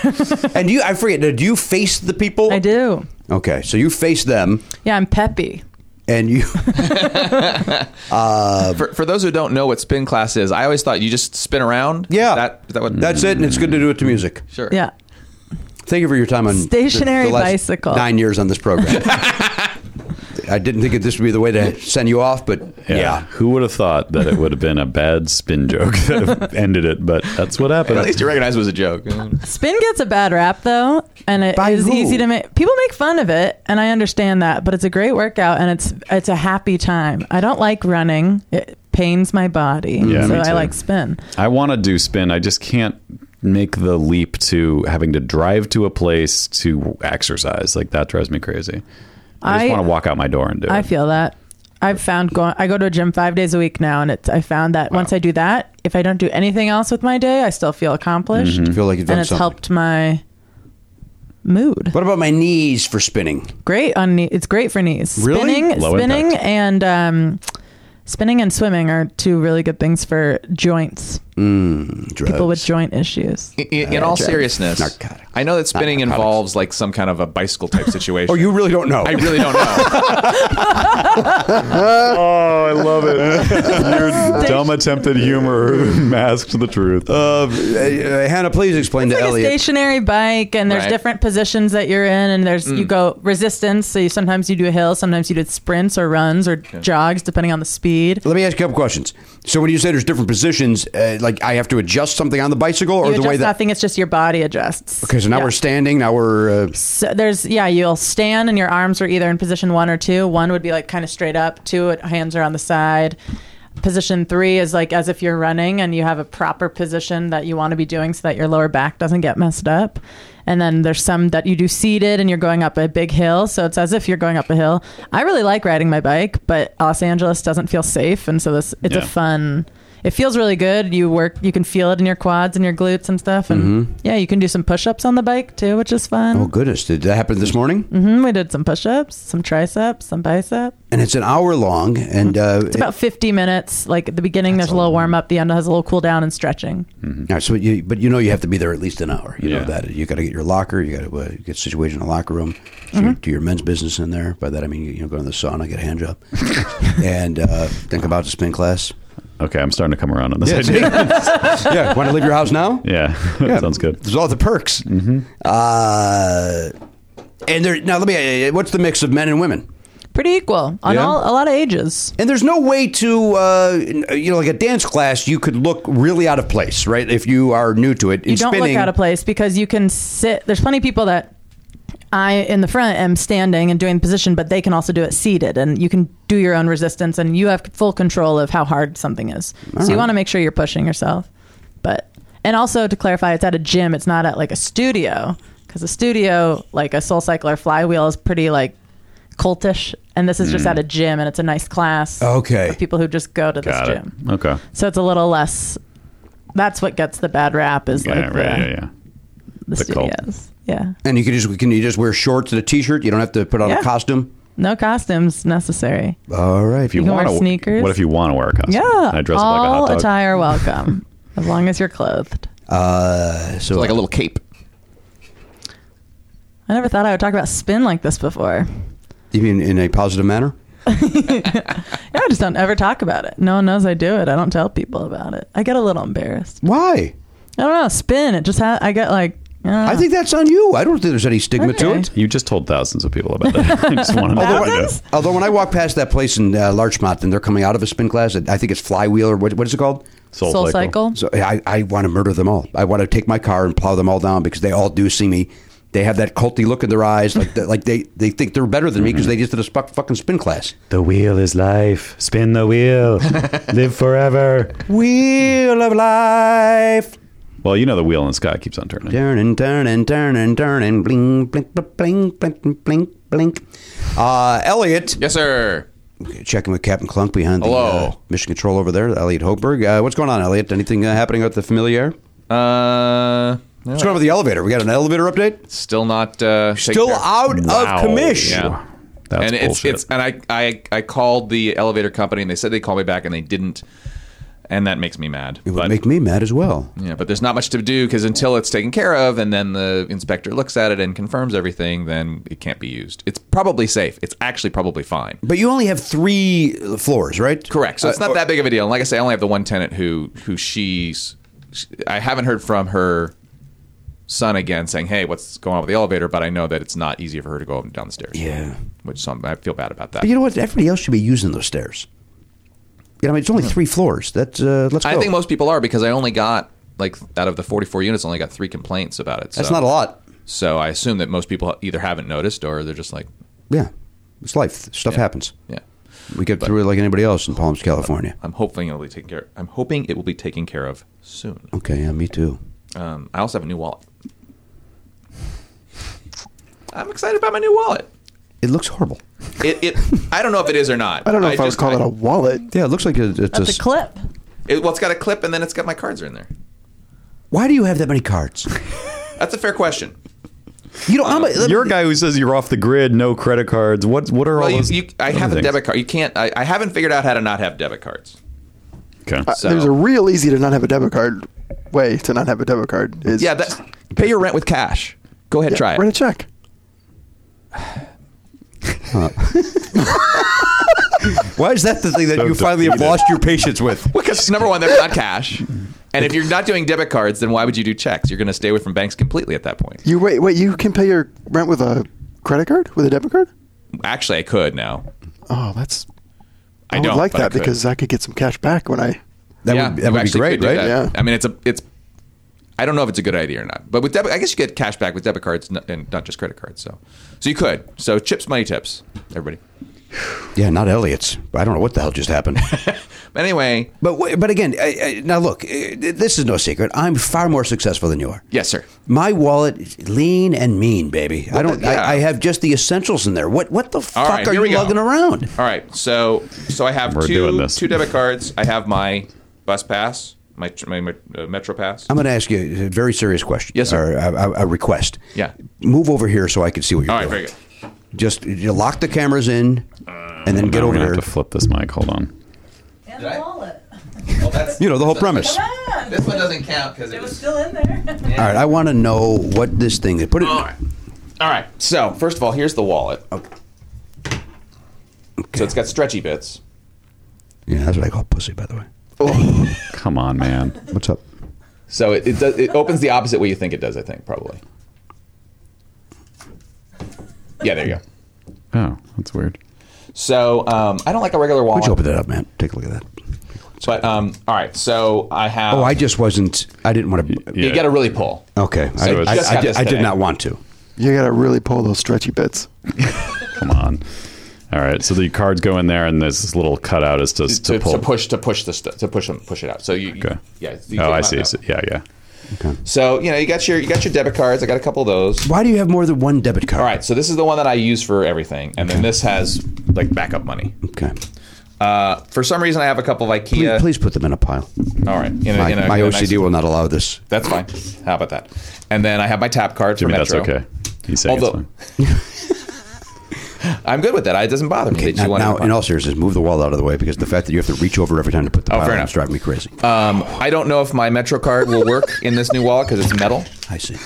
Speaker 3: and do you, I forget, do you face the people?
Speaker 7: I do.
Speaker 3: Okay, so you face them
Speaker 7: Yeah, I'm peppy.
Speaker 3: and you.
Speaker 11: Uh, for, for those who don't know what spin class is, I always thought you just spin around.
Speaker 3: Yeah. Mm.
Speaker 11: that, is that what,
Speaker 3: That's it, and it's good to do it to music.
Speaker 11: Sure.
Speaker 7: Yeah.
Speaker 3: Thank you for your time on the-
Speaker 7: Stationary
Speaker 3: the last
Speaker 7: bicycle.
Speaker 3: Nine years on this program. I didn't think that this would be the way to send you off, but
Speaker 4: Yeah.
Speaker 3: yeah.
Speaker 4: Who would have thought that it would have been a bad spin joke that ended it? But that's what happened.
Speaker 11: At least you recognize it was a joke.
Speaker 7: Spin gets a bad rap though, and it is
Speaker 3: who?
Speaker 7: easy to make people make fun of it, and I understand that. But it's a great workout, and it's it's a happy time. I don't like running; it pains my body,
Speaker 4: Mm, Yeah,
Speaker 7: so
Speaker 4: me
Speaker 7: I
Speaker 4: too.
Speaker 7: like spin.
Speaker 4: I want to do spin. I just can't make the leap to having to drive to a place to exercise. Like that drives me crazy. I just
Speaker 7: I-
Speaker 4: want to walk out my door and do
Speaker 7: I
Speaker 4: it.
Speaker 7: feel that. I've found going. I go to a gym five days a week now, and it's. I found that once I do that, if I don't do anything else with my day, I still feel accomplished,
Speaker 4: Mm-hmm.
Speaker 3: I feel like you've done
Speaker 7: and it's
Speaker 3: something.
Speaker 7: helped my mood.
Speaker 3: What about my knees for spinning?
Speaker 7: Great on knee. It's great for knees.
Speaker 3: Really?
Speaker 7: Spinning,
Speaker 4: Low
Speaker 7: spinning,
Speaker 4: impact.
Speaker 7: and um, spinning and swimming are two really good things for joints.
Speaker 3: Mm, drugs.
Speaker 7: People with joint issues.
Speaker 11: In, in- in all seriousness,
Speaker 3: Uh, Narcotics.
Speaker 11: I know that spinning involves like some kind of a bicycle type situation.
Speaker 3: Oh, you really don't know.
Speaker 11: I really don't know.
Speaker 4: Oh, I love it. Your dumb attempted humor masked the truth.
Speaker 3: Uh, uh, Hannah, please explain to
Speaker 7: It's like a
Speaker 3: Elliot.
Speaker 7: stationary bike, and there's
Speaker 11: Right.
Speaker 7: different positions that you're in, and there's you go resistance. So you, sometimes you do a hill, sometimes you do sprints or runs or jogs, depending on the speed.
Speaker 3: Let me ask you a couple questions. So when you say there's different positions, uh, like I have to adjust something on the bicycle, or
Speaker 7: You
Speaker 3: the
Speaker 7: adjust
Speaker 3: way that
Speaker 7: nothing; it's just your body adjusts.
Speaker 3: okay. So now
Speaker 7: Yeah.
Speaker 3: we're standing. Now we're uh,
Speaker 7: So there's yeah, you'll stand and your arms are either in position one or two. One would be like kind of straight up. Two it- hands are on the side. Position three is like as if you're running and you have a proper position that you want to be doing so that your lower back doesn't get messed up. And then there's some that you do seated and you're going up a big hill. So it's as if you're going up a hill. I really like riding my bike, but Los Angeles doesn't feel safe. And so this, it's
Speaker 4: Yeah.
Speaker 7: a fun, it feels really good. You work, you can feel it in your quads and your glutes and stuff. And yeah, you can do some push ups on the bike too, which is fun.
Speaker 3: oh goodness, did that happen this morning?
Speaker 7: Mm-hmm. We did some push-ups, some triceps, some bicep.
Speaker 3: And it's an hour long, and uh,
Speaker 7: It's about 50 minutes. Like at the beginning, there's a little warm up. The end has a little cool down and stretching.
Speaker 3: all right, so you, but you know you have to be there at least an hour. You know
Speaker 4: Yeah.
Speaker 3: that you got to get your locker, you got to uh, get situated in the locker room, do your-
Speaker 7: Mm-hmm.
Speaker 3: do your men's business in there. By that I mean you, you know go to the sauna, get a hand job, and uh, think about the spin class.
Speaker 4: Okay, I'm starting to come around on this
Speaker 3: Yeah,
Speaker 4: idea.
Speaker 3: yeah, want to leave your house now?
Speaker 4: Yeah, sounds good.
Speaker 3: There's all the perks.
Speaker 11: Mm-hmm.
Speaker 3: Uh, and there now let me. uh, What's the mix of men and women?
Speaker 7: Pretty equal on
Speaker 3: Yeah?
Speaker 7: all a lot of ages.
Speaker 3: And there's no way to, uh, you know, like a dance class, you could look really out of place, right? If you are new to it, in
Speaker 7: you don't
Speaker 3: spinning,
Speaker 7: look out of place because you can sit. There's plenty of people that I in the front am standing and doing the position, but they can also do it seated, and you can do your own resistance, and you have full control of how hard something is. so you want to make sure you're pushing yourself. But and also to clarify, it's at a gym. It's not at like a studio because a studio, like a Soul Cycle or Flywheel, is pretty like cultish, and this is just at a gym, and it's a nice class.
Speaker 3: Mm. Okay.
Speaker 7: for people who just go to
Speaker 4: Got
Speaker 7: this
Speaker 4: it.
Speaker 7: gym.
Speaker 4: Okay.
Speaker 7: So it's a little less. That's what gets the bad rap is
Speaker 4: Yeah, right.
Speaker 7: like the,
Speaker 4: Yeah, yeah.
Speaker 7: the
Speaker 4: The cult.
Speaker 7: studios. Yeah.
Speaker 3: and you can just can you just wear shorts and a t-shirt? You don't have to put on
Speaker 7: Yeah.
Speaker 3: a costume.
Speaker 7: No costumes necessary.
Speaker 3: All right.
Speaker 4: If you,
Speaker 7: You can
Speaker 4: want
Speaker 7: wear
Speaker 4: to,
Speaker 7: sneakers.
Speaker 4: What if you want to wear a costume?
Speaker 7: Yeah.
Speaker 4: And I dress up like a hot
Speaker 7: all
Speaker 4: dog.
Speaker 7: attire welcome, as long as you're clothed.
Speaker 3: Uh, so,
Speaker 11: like a little cape.
Speaker 7: I never thought I would talk about spin like this before.
Speaker 3: You mean in a positive manner?
Speaker 7: Yeah, I just don't ever talk about it. No one knows I do it. I don't tell people about it. I get a little embarrassed.
Speaker 3: Why?
Speaker 7: I don't know. Spin. It just ha- I get like.
Speaker 3: I think that's on you. I don't think there's any stigma to
Speaker 7: Okay.
Speaker 3: it.
Speaker 4: You just told thousands of people about that. I just want to know.
Speaker 3: Although, although when I walk past that place in uh, Larchmont and they're coming out of a spin class, I think it's Flywheel or what, what is it called?
Speaker 4: Soul Soul Cycle. Cycle.
Speaker 3: So yeah, I, I want to murder them all. I want to take my car and plow them all down because they all do see me. They have that culty look in their eyes, like the, like they, they think they're better than me because they just did a spuck, fucking spin class.
Speaker 12: The wheel is life. Spin the wheel. Live forever.
Speaker 3: Wheel of life.
Speaker 4: Well, you know the wheel in the sky keeps on turning.
Speaker 3: Turning, turning, turning, turning, bling, blink, blink, blink, blink, blink, blink. Uh, Elliot.
Speaker 11: Yes, sir.
Speaker 3: Checking with Captain Clunk behind the
Speaker 11: Hello.
Speaker 3: uh, mission control over there, Elliot Hochberg. Uh, what's going on, Elliot? Anything uh, happening at the familiar?
Speaker 11: Uh,
Speaker 3: What's going on with the elevator? We got an elevator update?
Speaker 11: Still not. Uh, taken
Speaker 3: Still
Speaker 11: care of.
Speaker 3: out of Wow. commish.
Speaker 11: Yeah.
Speaker 4: That's
Speaker 11: and it's,
Speaker 4: bullshit.
Speaker 11: it's and I, I I called the elevator company and they said they call me back and they didn't, and that makes me mad.
Speaker 3: It would make me mad as well.
Speaker 11: Yeah, but there's not much to do because until it's taken care of and then the inspector looks at it and confirms everything, then it can't be used. It's probably safe. It's actually probably fine.
Speaker 3: But you only have three uh, floors, right?
Speaker 11: Correct. So it's
Speaker 3: Uh,
Speaker 11: not
Speaker 3: or-
Speaker 11: that big of a deal. And like I say, I only have the one tenant who who she's. I haven't heard from her son again saying, "Hey, what's going on with the elevator?" But I know that it's not easy for her to go up and down the stairs.
Speaker 3: Yeah.
Speaker 11: Which some I feel bad about that.
Speaker 3: But you know what? Everybody else should be using those stairs. You know, I mean, it's only three floors. That's uh, let's go.
Speaker 11: Hmm. I think most people are because I only got like out of the 44 units, I only got three complaints about it.
Speaker 3: That's not a lot.
Speaker 11: So I assume that most people either haven't noticed or they're just like,
Speaker 3: yeah, it's life. Stuff happens.
Speaker 11: yeah.
Speaker 3: We get through it like anybody else in Palms, California.
Speaker 11: I'm hoping it'll be taken care. I'm hoping it will be taken care of soon.
Speaker 3: Okay, yeah, me too.
Speaker 11: Um, I also have a new wallet. I'm excited about my new wallet.
Speaker 3: It looks horrible.
Speaker 11: It, it I don't know if it is or not.
Speaker 3: I don't know if I would
Speaker 11: just-
Speaker 3: call it
Speaker 10: a wallet.
Speaker 3: Yeah, it looks like it- it's a, s-
Speaker 7: clip.
Speaker 11: It, well, it's got a clip and then it's got my cards are in there.
Speaker 3: Why do you have that many cards?
Speaker 11: That's a fair question.
Speaker 3: You know, I'm
Speaker 4: you're a guy who says you're off the grid, no credit cards. What what are
Speaker 11: Well,
Speaker 4: all
Speaker 11: you,
Speaker 4: those?
Speaker 11: you, I
Speaker 4: other
Speaker 11: have a
Speaker 4: things?
Speaker 11: debit card. You can't. I, I haven't figured out how to not have debit cards.
Speaker 4: Okay.
Speaker 10: Uh, There's a real easy to not have a debit card way to not have a debit card. Is
Speaker 11: yeah, that, pay your rent with cash. Go ahead,
Speaker 10: Yeah,
Speaker 11: try it.
Speaker 10: write a check.
Speaker 3: Why is that the thing that
Speaker 11: So
Speaker 3: you finally have
Speaker 11: defeated.
Speaker 3: lost your patience with?
Speaker 11: Because number one, they're not cash. And if you're not doing debit cards, then why would you do checks? You're going to stay away from banks completely at that point.
Speaker 10: You wait, wait. You can pay your rent with a credit card, with a debit card.
Speaker 11: Actually, I could now.
Speaker 10: Oh, that's.
Speaker 11: I
Speaker 10: I, would
Speaker 11: don't,
Speaker 10: like
Speaker 11: but I
Speaker 10: that
Speaker 11: could.
Speaker 10: because I could get some cash back when I.
Speaker 3: That
Speaker 11: yeah,
Speaker 3: would,
Speaker 11: you
Speaker 3: that would be
Speaker 11: actually
Speaker 3: great,
Speaker 11: could do
Speaker 3: right?
Speaker 11: that.
Speaker 10: Yeah.
Speaker 11: I mean, it's a it's. I don't know if it's a good idea or not, but with debit, I guess you get cash back with debit cards n- and not just credit cards. So, so you could. So chips, money tips, everybody.
Speaker 3: Yeah, not Elliot's. I don't know what the hell just happened.
Speaker 11: But anyway,
Speaker 3: but wait- but again, I, I, now look, eh, this is no secret. I'm far more successful than you are.
Speaker 11: yes, sir.
Speaker 3: My wallet is lean and mean, baby. I don't. I, I have just the essentials in there. What what the fuck
Speaker 11: right,
Speaker 3: are
Speaker 11: here
Speaker 3: you
Speaker 11: we go.
Speaker 3: lugging around?
Speaker 11: All right, so so I have
Speaker 4: We're doing
Speaker 11: two
Speaker 4: this.
Speaker 11: two debit cards. I have my bus pass, my my, my uh, metro pass.
Speaker 3: I'm going to ask you a very serious question.
Speaker 11: Yes, sir.
Speaker 3: Or a, a- a request.
Speaker 11: Yeah.
Speaker 3: Move over here so I can see what you're
Speaker 11: All right,
Speaker 3: doing.
Speaker 11: very good. Uh,
Speaker 3: Just you lock the cameras in, and then
Speaker 4: Now
Speaker 3: get
Speaker 4: we're
Speaker 3: over
Speaker 4: gonna
Speaker 3: here.
Speaker 4: Have to flip this mic. Hold on.
Speaker 7: And the wallet.
Speaker 11: Well, that's
Speaker 3: You know the whole premise.
Speaker 11: this one doesn't count because it was
Speaker 7: still in there.
Speaker 3: All right, I want to know what this thing is. Put it.
Speaker 11: All right. All right. So first of all, here's the wallet.
Speaker 3: Okay.
Speaker 11: So it's got stretchy bits.
Speaker 3: Yeah, that's what I call pussy, by the way.
Speaker 4: Come on, man.
Speaker 3: What's up?
Speaker 11: So it it, does, it opens the opposite way you think it does. I think probably. Yeah, there you go.
Speaker 4: Oh, that's weird.
Speaker 11: So um, I don't like a regular
Speaker 3: Why don't
Speaker 11: wallet,
Speaker 3: you open that up, man? Take a look at that.
Speaker 11: but um, all right. So I have.
Speaker 3: oh, I just wasn't. I didn't want to.
Speaker 11: You got to really pull.
Speaker 3: Okay,
Speaker 11: So
Speaker 3: I,
Speaker 11: it's
Speaker 3: I,
Speaker 11: just
Speaker 3: I
Speaker 11: got
Speaker 3: did,
Speaker 11: this
Speaker 3: I did
Speaker 11: today.
Speaker 3: not want to.
Speaker 10: You gotta really pull those stretchy bits.
Speaker 4: Come on. All right. So the cards go in there, and there's this little cutout as to, to,
Speaker 11: to,
Speaker 4: pull.
Speaker 11: to push to push the st- to push them push it out. So you, you-
Speaker 4: Okay.
Speaker 11: yeah. you
Speaker 4: oh,
Speaker 11: take
Speaker 4: I
Speaker 11: them
Speaker 4: see.
Speaker 11: out
Speaker 4: So-
Speaker 11: now.
Speaker 4: yeah, yeah.
Speaker 11: So you know you got your you got your debit cards. I got a couple of those.
Speaker 3: Why do you have more than one debit card?
Speaker 11: All right. So this is the one that I use for everything, and then this has like backup money.
Speaker 3: Okay.
Speaker 11: Uh, for some reason, I have a couple of
Speaker 3: Please,
Speaker 11: IKEA.
Speaker 3: please put them in a pile.
Speaker 11: All right. In a-
Speaker 3: my
Speaker 11: in a-
Speaker 3: my
Speaker 11: in a nice-
Speaker 3: OCD will not allow this.
Speaker 11: That's fine. How about that? And then I have my tap card
Speaker 4: Jimmy,
Speaker 11: for
Speaker 4: that's
Speaker 11: Metro.
Speaker 4: okay. He's saying
Speaker 11: Although-
Speaker 4: it's fine.
Speaker 11: I'm good with that. I, it doesn't bother me. that you
Speaker 3: now,
Speaker 11: want
Speaker 3: now
Speaker 11: to
Speaker 3: in all seriousness, move the wall out of the way because the fact that you have to reach over every time to put the
Speaker 11: Oh,
Speaker 3: pile
Speaker 11: fair
Speaker 3: on
Speaker 11: enough.
Speaker 3: is driving me crazy.
Speaker 11: Um, I don't know if my Metro card will work in this new wallet because it's metal.
Speaker 3: I see.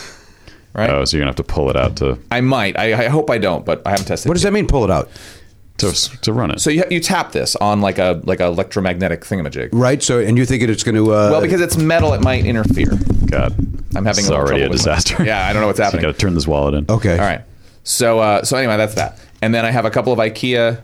Speaker 11: Right.
Speaker 4: Oh, so you're gonna have to pull it out to.
Speaker 11: I might. I, I hope I don't, but I haven't tested. What
Speaker 3: does that mean? Pull it out
Speaker 4: to to run it.
Speaker 11: So you you tap this on like a like a electromagnetic thingamajig.
Speaker 3: Right. So, and you think it's going to uh,
Speaker 11: well, because it's metal, it might interfere.
Speaker 4: God,
Speaker 11: I'm having
Speaker 4: This is
Speaker 11: little
Speaker 4: already a
Speaker 11: trouble with my-
Speaker 4: disaster.
Speaker 11: Yeah, I don't know what's happening.
Speaker 4: you got to turn this wallet in.
Speaker 3: Okay.
Speaker 11: All right. So uh, so anyway, that's that. And then I have a couple of IKEA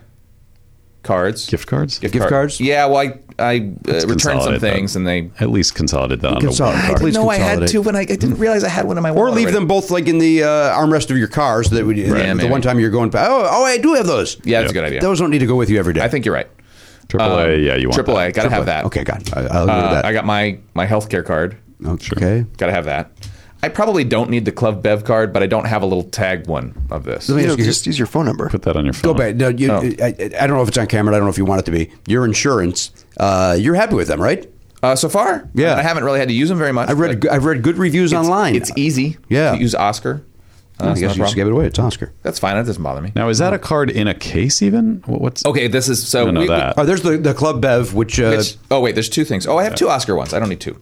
Speaker 11: cards,
Speaker 4: gift cards,
Speaker 11: gift,
Speaker 4: Gift
Speaker 11: cards. Yeah. Well, I I uh, returned some
Speaker 4: Consolidate that.
Speaker 11: things and they
Speaker 4: at least consolidate that on the
Speaker 3: Consolidate.
Speaker 4: one card.
Speaker 3: Please
Speaker 11: no, I had
Speaker 3: consolidate.
Speaker 11: two when I, I didn't realize I had one in my
Speaker 3: or
Speaker 11: wallet.
Speaker 3: leave
Speaker 11: already.
Speaker 3: them both like in the uh, armrest of your car so that we,
Speaker 11: Right,
Speaker 3: the
Speaker 11: maybe.
Speaker 3: one time you're going. pa- Oh, oh, I do have those.
Speaker 11: Yeah, that's a good idea.
Speaker 3: Those don't need to go with you every day.
Speaker 11: I think you're right.
Speaker 4: AAA, Uh, yeah, you want
Speaker 11: Um, Triple A, gotta have that.
Speaker 3: Okay, God, I, I'll agree
Speaker 11: Uh,
Speaker 3: with that.
Speaker 11: I got my my healthcare card.
Speaker 3: okay.
Speaker 11: Gotta have that. I probably don't need the Club Bev card, but I don't have a little tagged one of this.
Speaker 3: Let me
Speaker 10: You know,
Speaker 3: ask you-
Speaker 10: just use your phone number.
Speaker 4: Put that on your
Speaker 3: Go
Speaker 4: phone.
Speaker 3: back. No, you,
Speaker 11: Oh.
Speaker 3: I, I- I don't know if it's on camera. I don't know if you want it to be. Your insurance. Uh, you're happy with them, right?
Speaker 11: Uh, so far,
Speaker 3: Yeah.
Speaker 11: I, mean, I haven't really had to use them very much.
Speaker 3: I've read. I've read good reviews
Speaker 11: it's,
Speaker 3: online.
Speaker 11: It's easy.
Speaker 3: Yeah.
Speaker 11: to use Oscar. Uh,
Speaker 3: I
Speaker 11: so
Speaker 3: guess
Speaker 11: that's,
Speaker 3: you
Speaker 11: no
Speaker 3: just
Speaker 11: problem.
Speaker 3: gave it away. It's Oscar.
Speaker 11: that's fine. That doesn't bother me.
Speaker 4: Now, is that a card in a case even? What- What's
Speaker 11: Okay, this is
Speaker 4: I
Speaker 11: so.
Speaker 4: don't know
Speaker 11: we- we-
Speaker 4: that.
Speaker 3: Oh, there's the, the Club Bev, which uh,
Speaker 11: Uh, it's- oh wait, there's two things. Oh, I have two Oscar ones. I don't need two.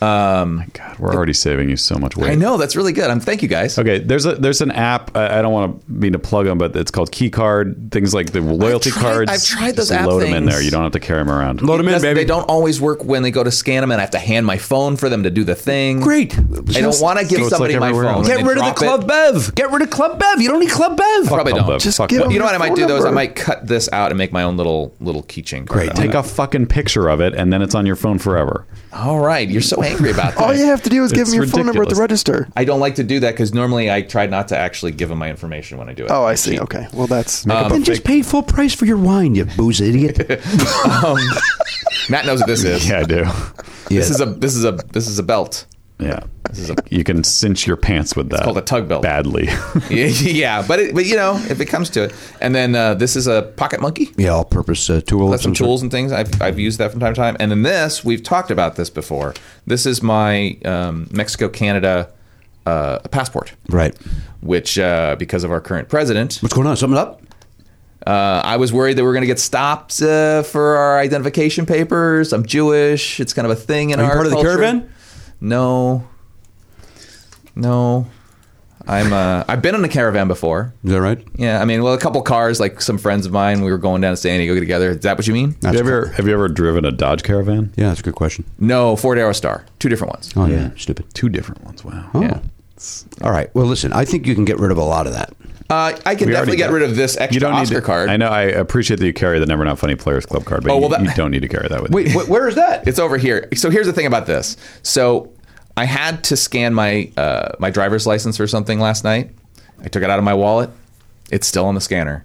Speaker 11: Um,
Speaker 4: God, we're already saving you so much weight.
Speaker 11: I know that's really good. I'm thank you guys.
Speaker 4: Okay, there's a there's an app. I, I don't want to mean to plug them, but it's called Key Card. Things like the loyalty
Speaker 11: tried-
Speaker 4: cards.
Speaker 11: I've tried those
Speaker 4: Just
Speaker 11: app
Speaker 4: load them in
Speaker 11: things.
Speaker 4: there. You don't have to carry them around.
Speaker 3: load them in,
Speaker 11: That's-
Speaker 3: baby.
Speaker 11: They don't always work when they go to scan them, and I have to hand my phone for them to do the thing.
Speaker 3: Great.
Speaker 11: I don't want to give
Speaker 4: So it's
Speaker 11: somebody
Speaker 4: like
Speaker 11: my
Speaker 4: everywhere
Speaker 11: phone.
Speaker 4: else.
Speaker 11: and
Speaker 3: Get
Speaker 11: then
Speaker 3: rid of the
Speaker 11: drop
Speaker 3: Club
Speaker 11: it.
Speaker 3: Bev. Get rid of Club Bev. You don't need Club Bev.
Speaker 11: Probably
Speaker 4: Club
Speaker 11: don't.
Speaker 4: Bev. Just
Speaker 11: Fuck
Speaker 4: get
Speaker 11: that.
Speaker 4: them
Speaker 11: You know
Speaker 10: your
Speaker 11: what? I might
Speaker 10: phone
Speaker 11: do those. I
Speaker 10: number.
Speaker 11: might cut this out and make my own little little keychain. card
Speaker 3: Great.
Speaker 11: out of
Speaker 4: Take a fucking picture of it and then it's on your phone forever.
Speaker 11: it. All right. You're so angry about that.
Speaker 3: Oh,
Speaker 10: All you have to do is give
Speaker 4: It's
Speaker 10: them your phone number at the
Speaker 4: ridiculous.
Speaker 10: register.
Speaker 11: I don't like to do that because normally I try not to actually give them my information when I do it.
Speaker 10: Oh, I
Speaker 11: cheat.
Speaker 10: see. Okay. Well, that's
Speaker 11: Uh,
Speaker 3: then just pay full price for your wine, you booze idiot.
Speaker 11: Matt knows what this is.
Speaker 4: Yeah, I do.
Speaker 11: This is a this is a this is a belt.
Speaker 4: Yeah, you can cinch your pants with that.
Speaker 11: called a tug belt.
Speaker 4: Badly.
Speaker 11: yeah, but it, but you know if it comes to it, and then uh, this is a pocket monkey.
Speaker 3: yeah, all-purpose uh, tool. of
Speaker 11: That's some
Speaker 3: sort.
Speaker 11: tools and things. I've, I've used that from time to time. And then this, we've talked about this before. This is my um, Mexico Canada uh, passport,
Speaker 3: Right.
Speaker 11: which uh, because of our current president,
Speaker 3: What's going on? Something up?
Speaker 11: uh, I was worried that we are going to get stopped uh, for our identification papers. I'm Jewish. It's kind of a thing in
Speaker 3: Are you
Speaker 11: our
Speaker 3: part of the
Speaker 11: culture.
Speaker 3: caravan?
Speaker 11: No, no. I'm. Uh, I've been in a caravan before.
Speaker 3: Is that right?
Speaker 11: Yeah, I mean, well, a couple cars, like some friends of mine, we were going down to San Diego together. Is that what you mean?
Speaker 4: have you ever have you ever driven a Dodge Caravan?
Speaker 3: Yeah, that's a good question.
Speaker 11: No, Ford Aerostar. Two different ones.
Speaker 3: Oh yeah, stupid.
Speaker 4: Two different ones. Wow.
Speaker 3: Oh.
Speaker 11: Yeah.
Speaker 3: All right. Well, listen. I think you can get rid of a lot of that.
Speaker 11: Uh, I can
Speaker 4: We already
Speaker 11: definitely get
Speaker 4: got-
Speaker 11: rid of this extra Oscar
Speaker 4: need to,
Speaker 11: card.
Speaker 4: I know. I appreciate that you carry the Never Not Funny Players Club card, but
Speaker 11: Oh, well,
Speaker 4: you,
Speaker 11: that-
Speaker 4: you don't need to carry that with
Speaker 3: Wait,
Speaker 4: you.
Speaker 3: wh- where is that?
Speaker 11: It's over here. So here's the thing about this. So I had to scan my uh, my driver's license or something last night. I took it out of my wallet. It's still on the scanner.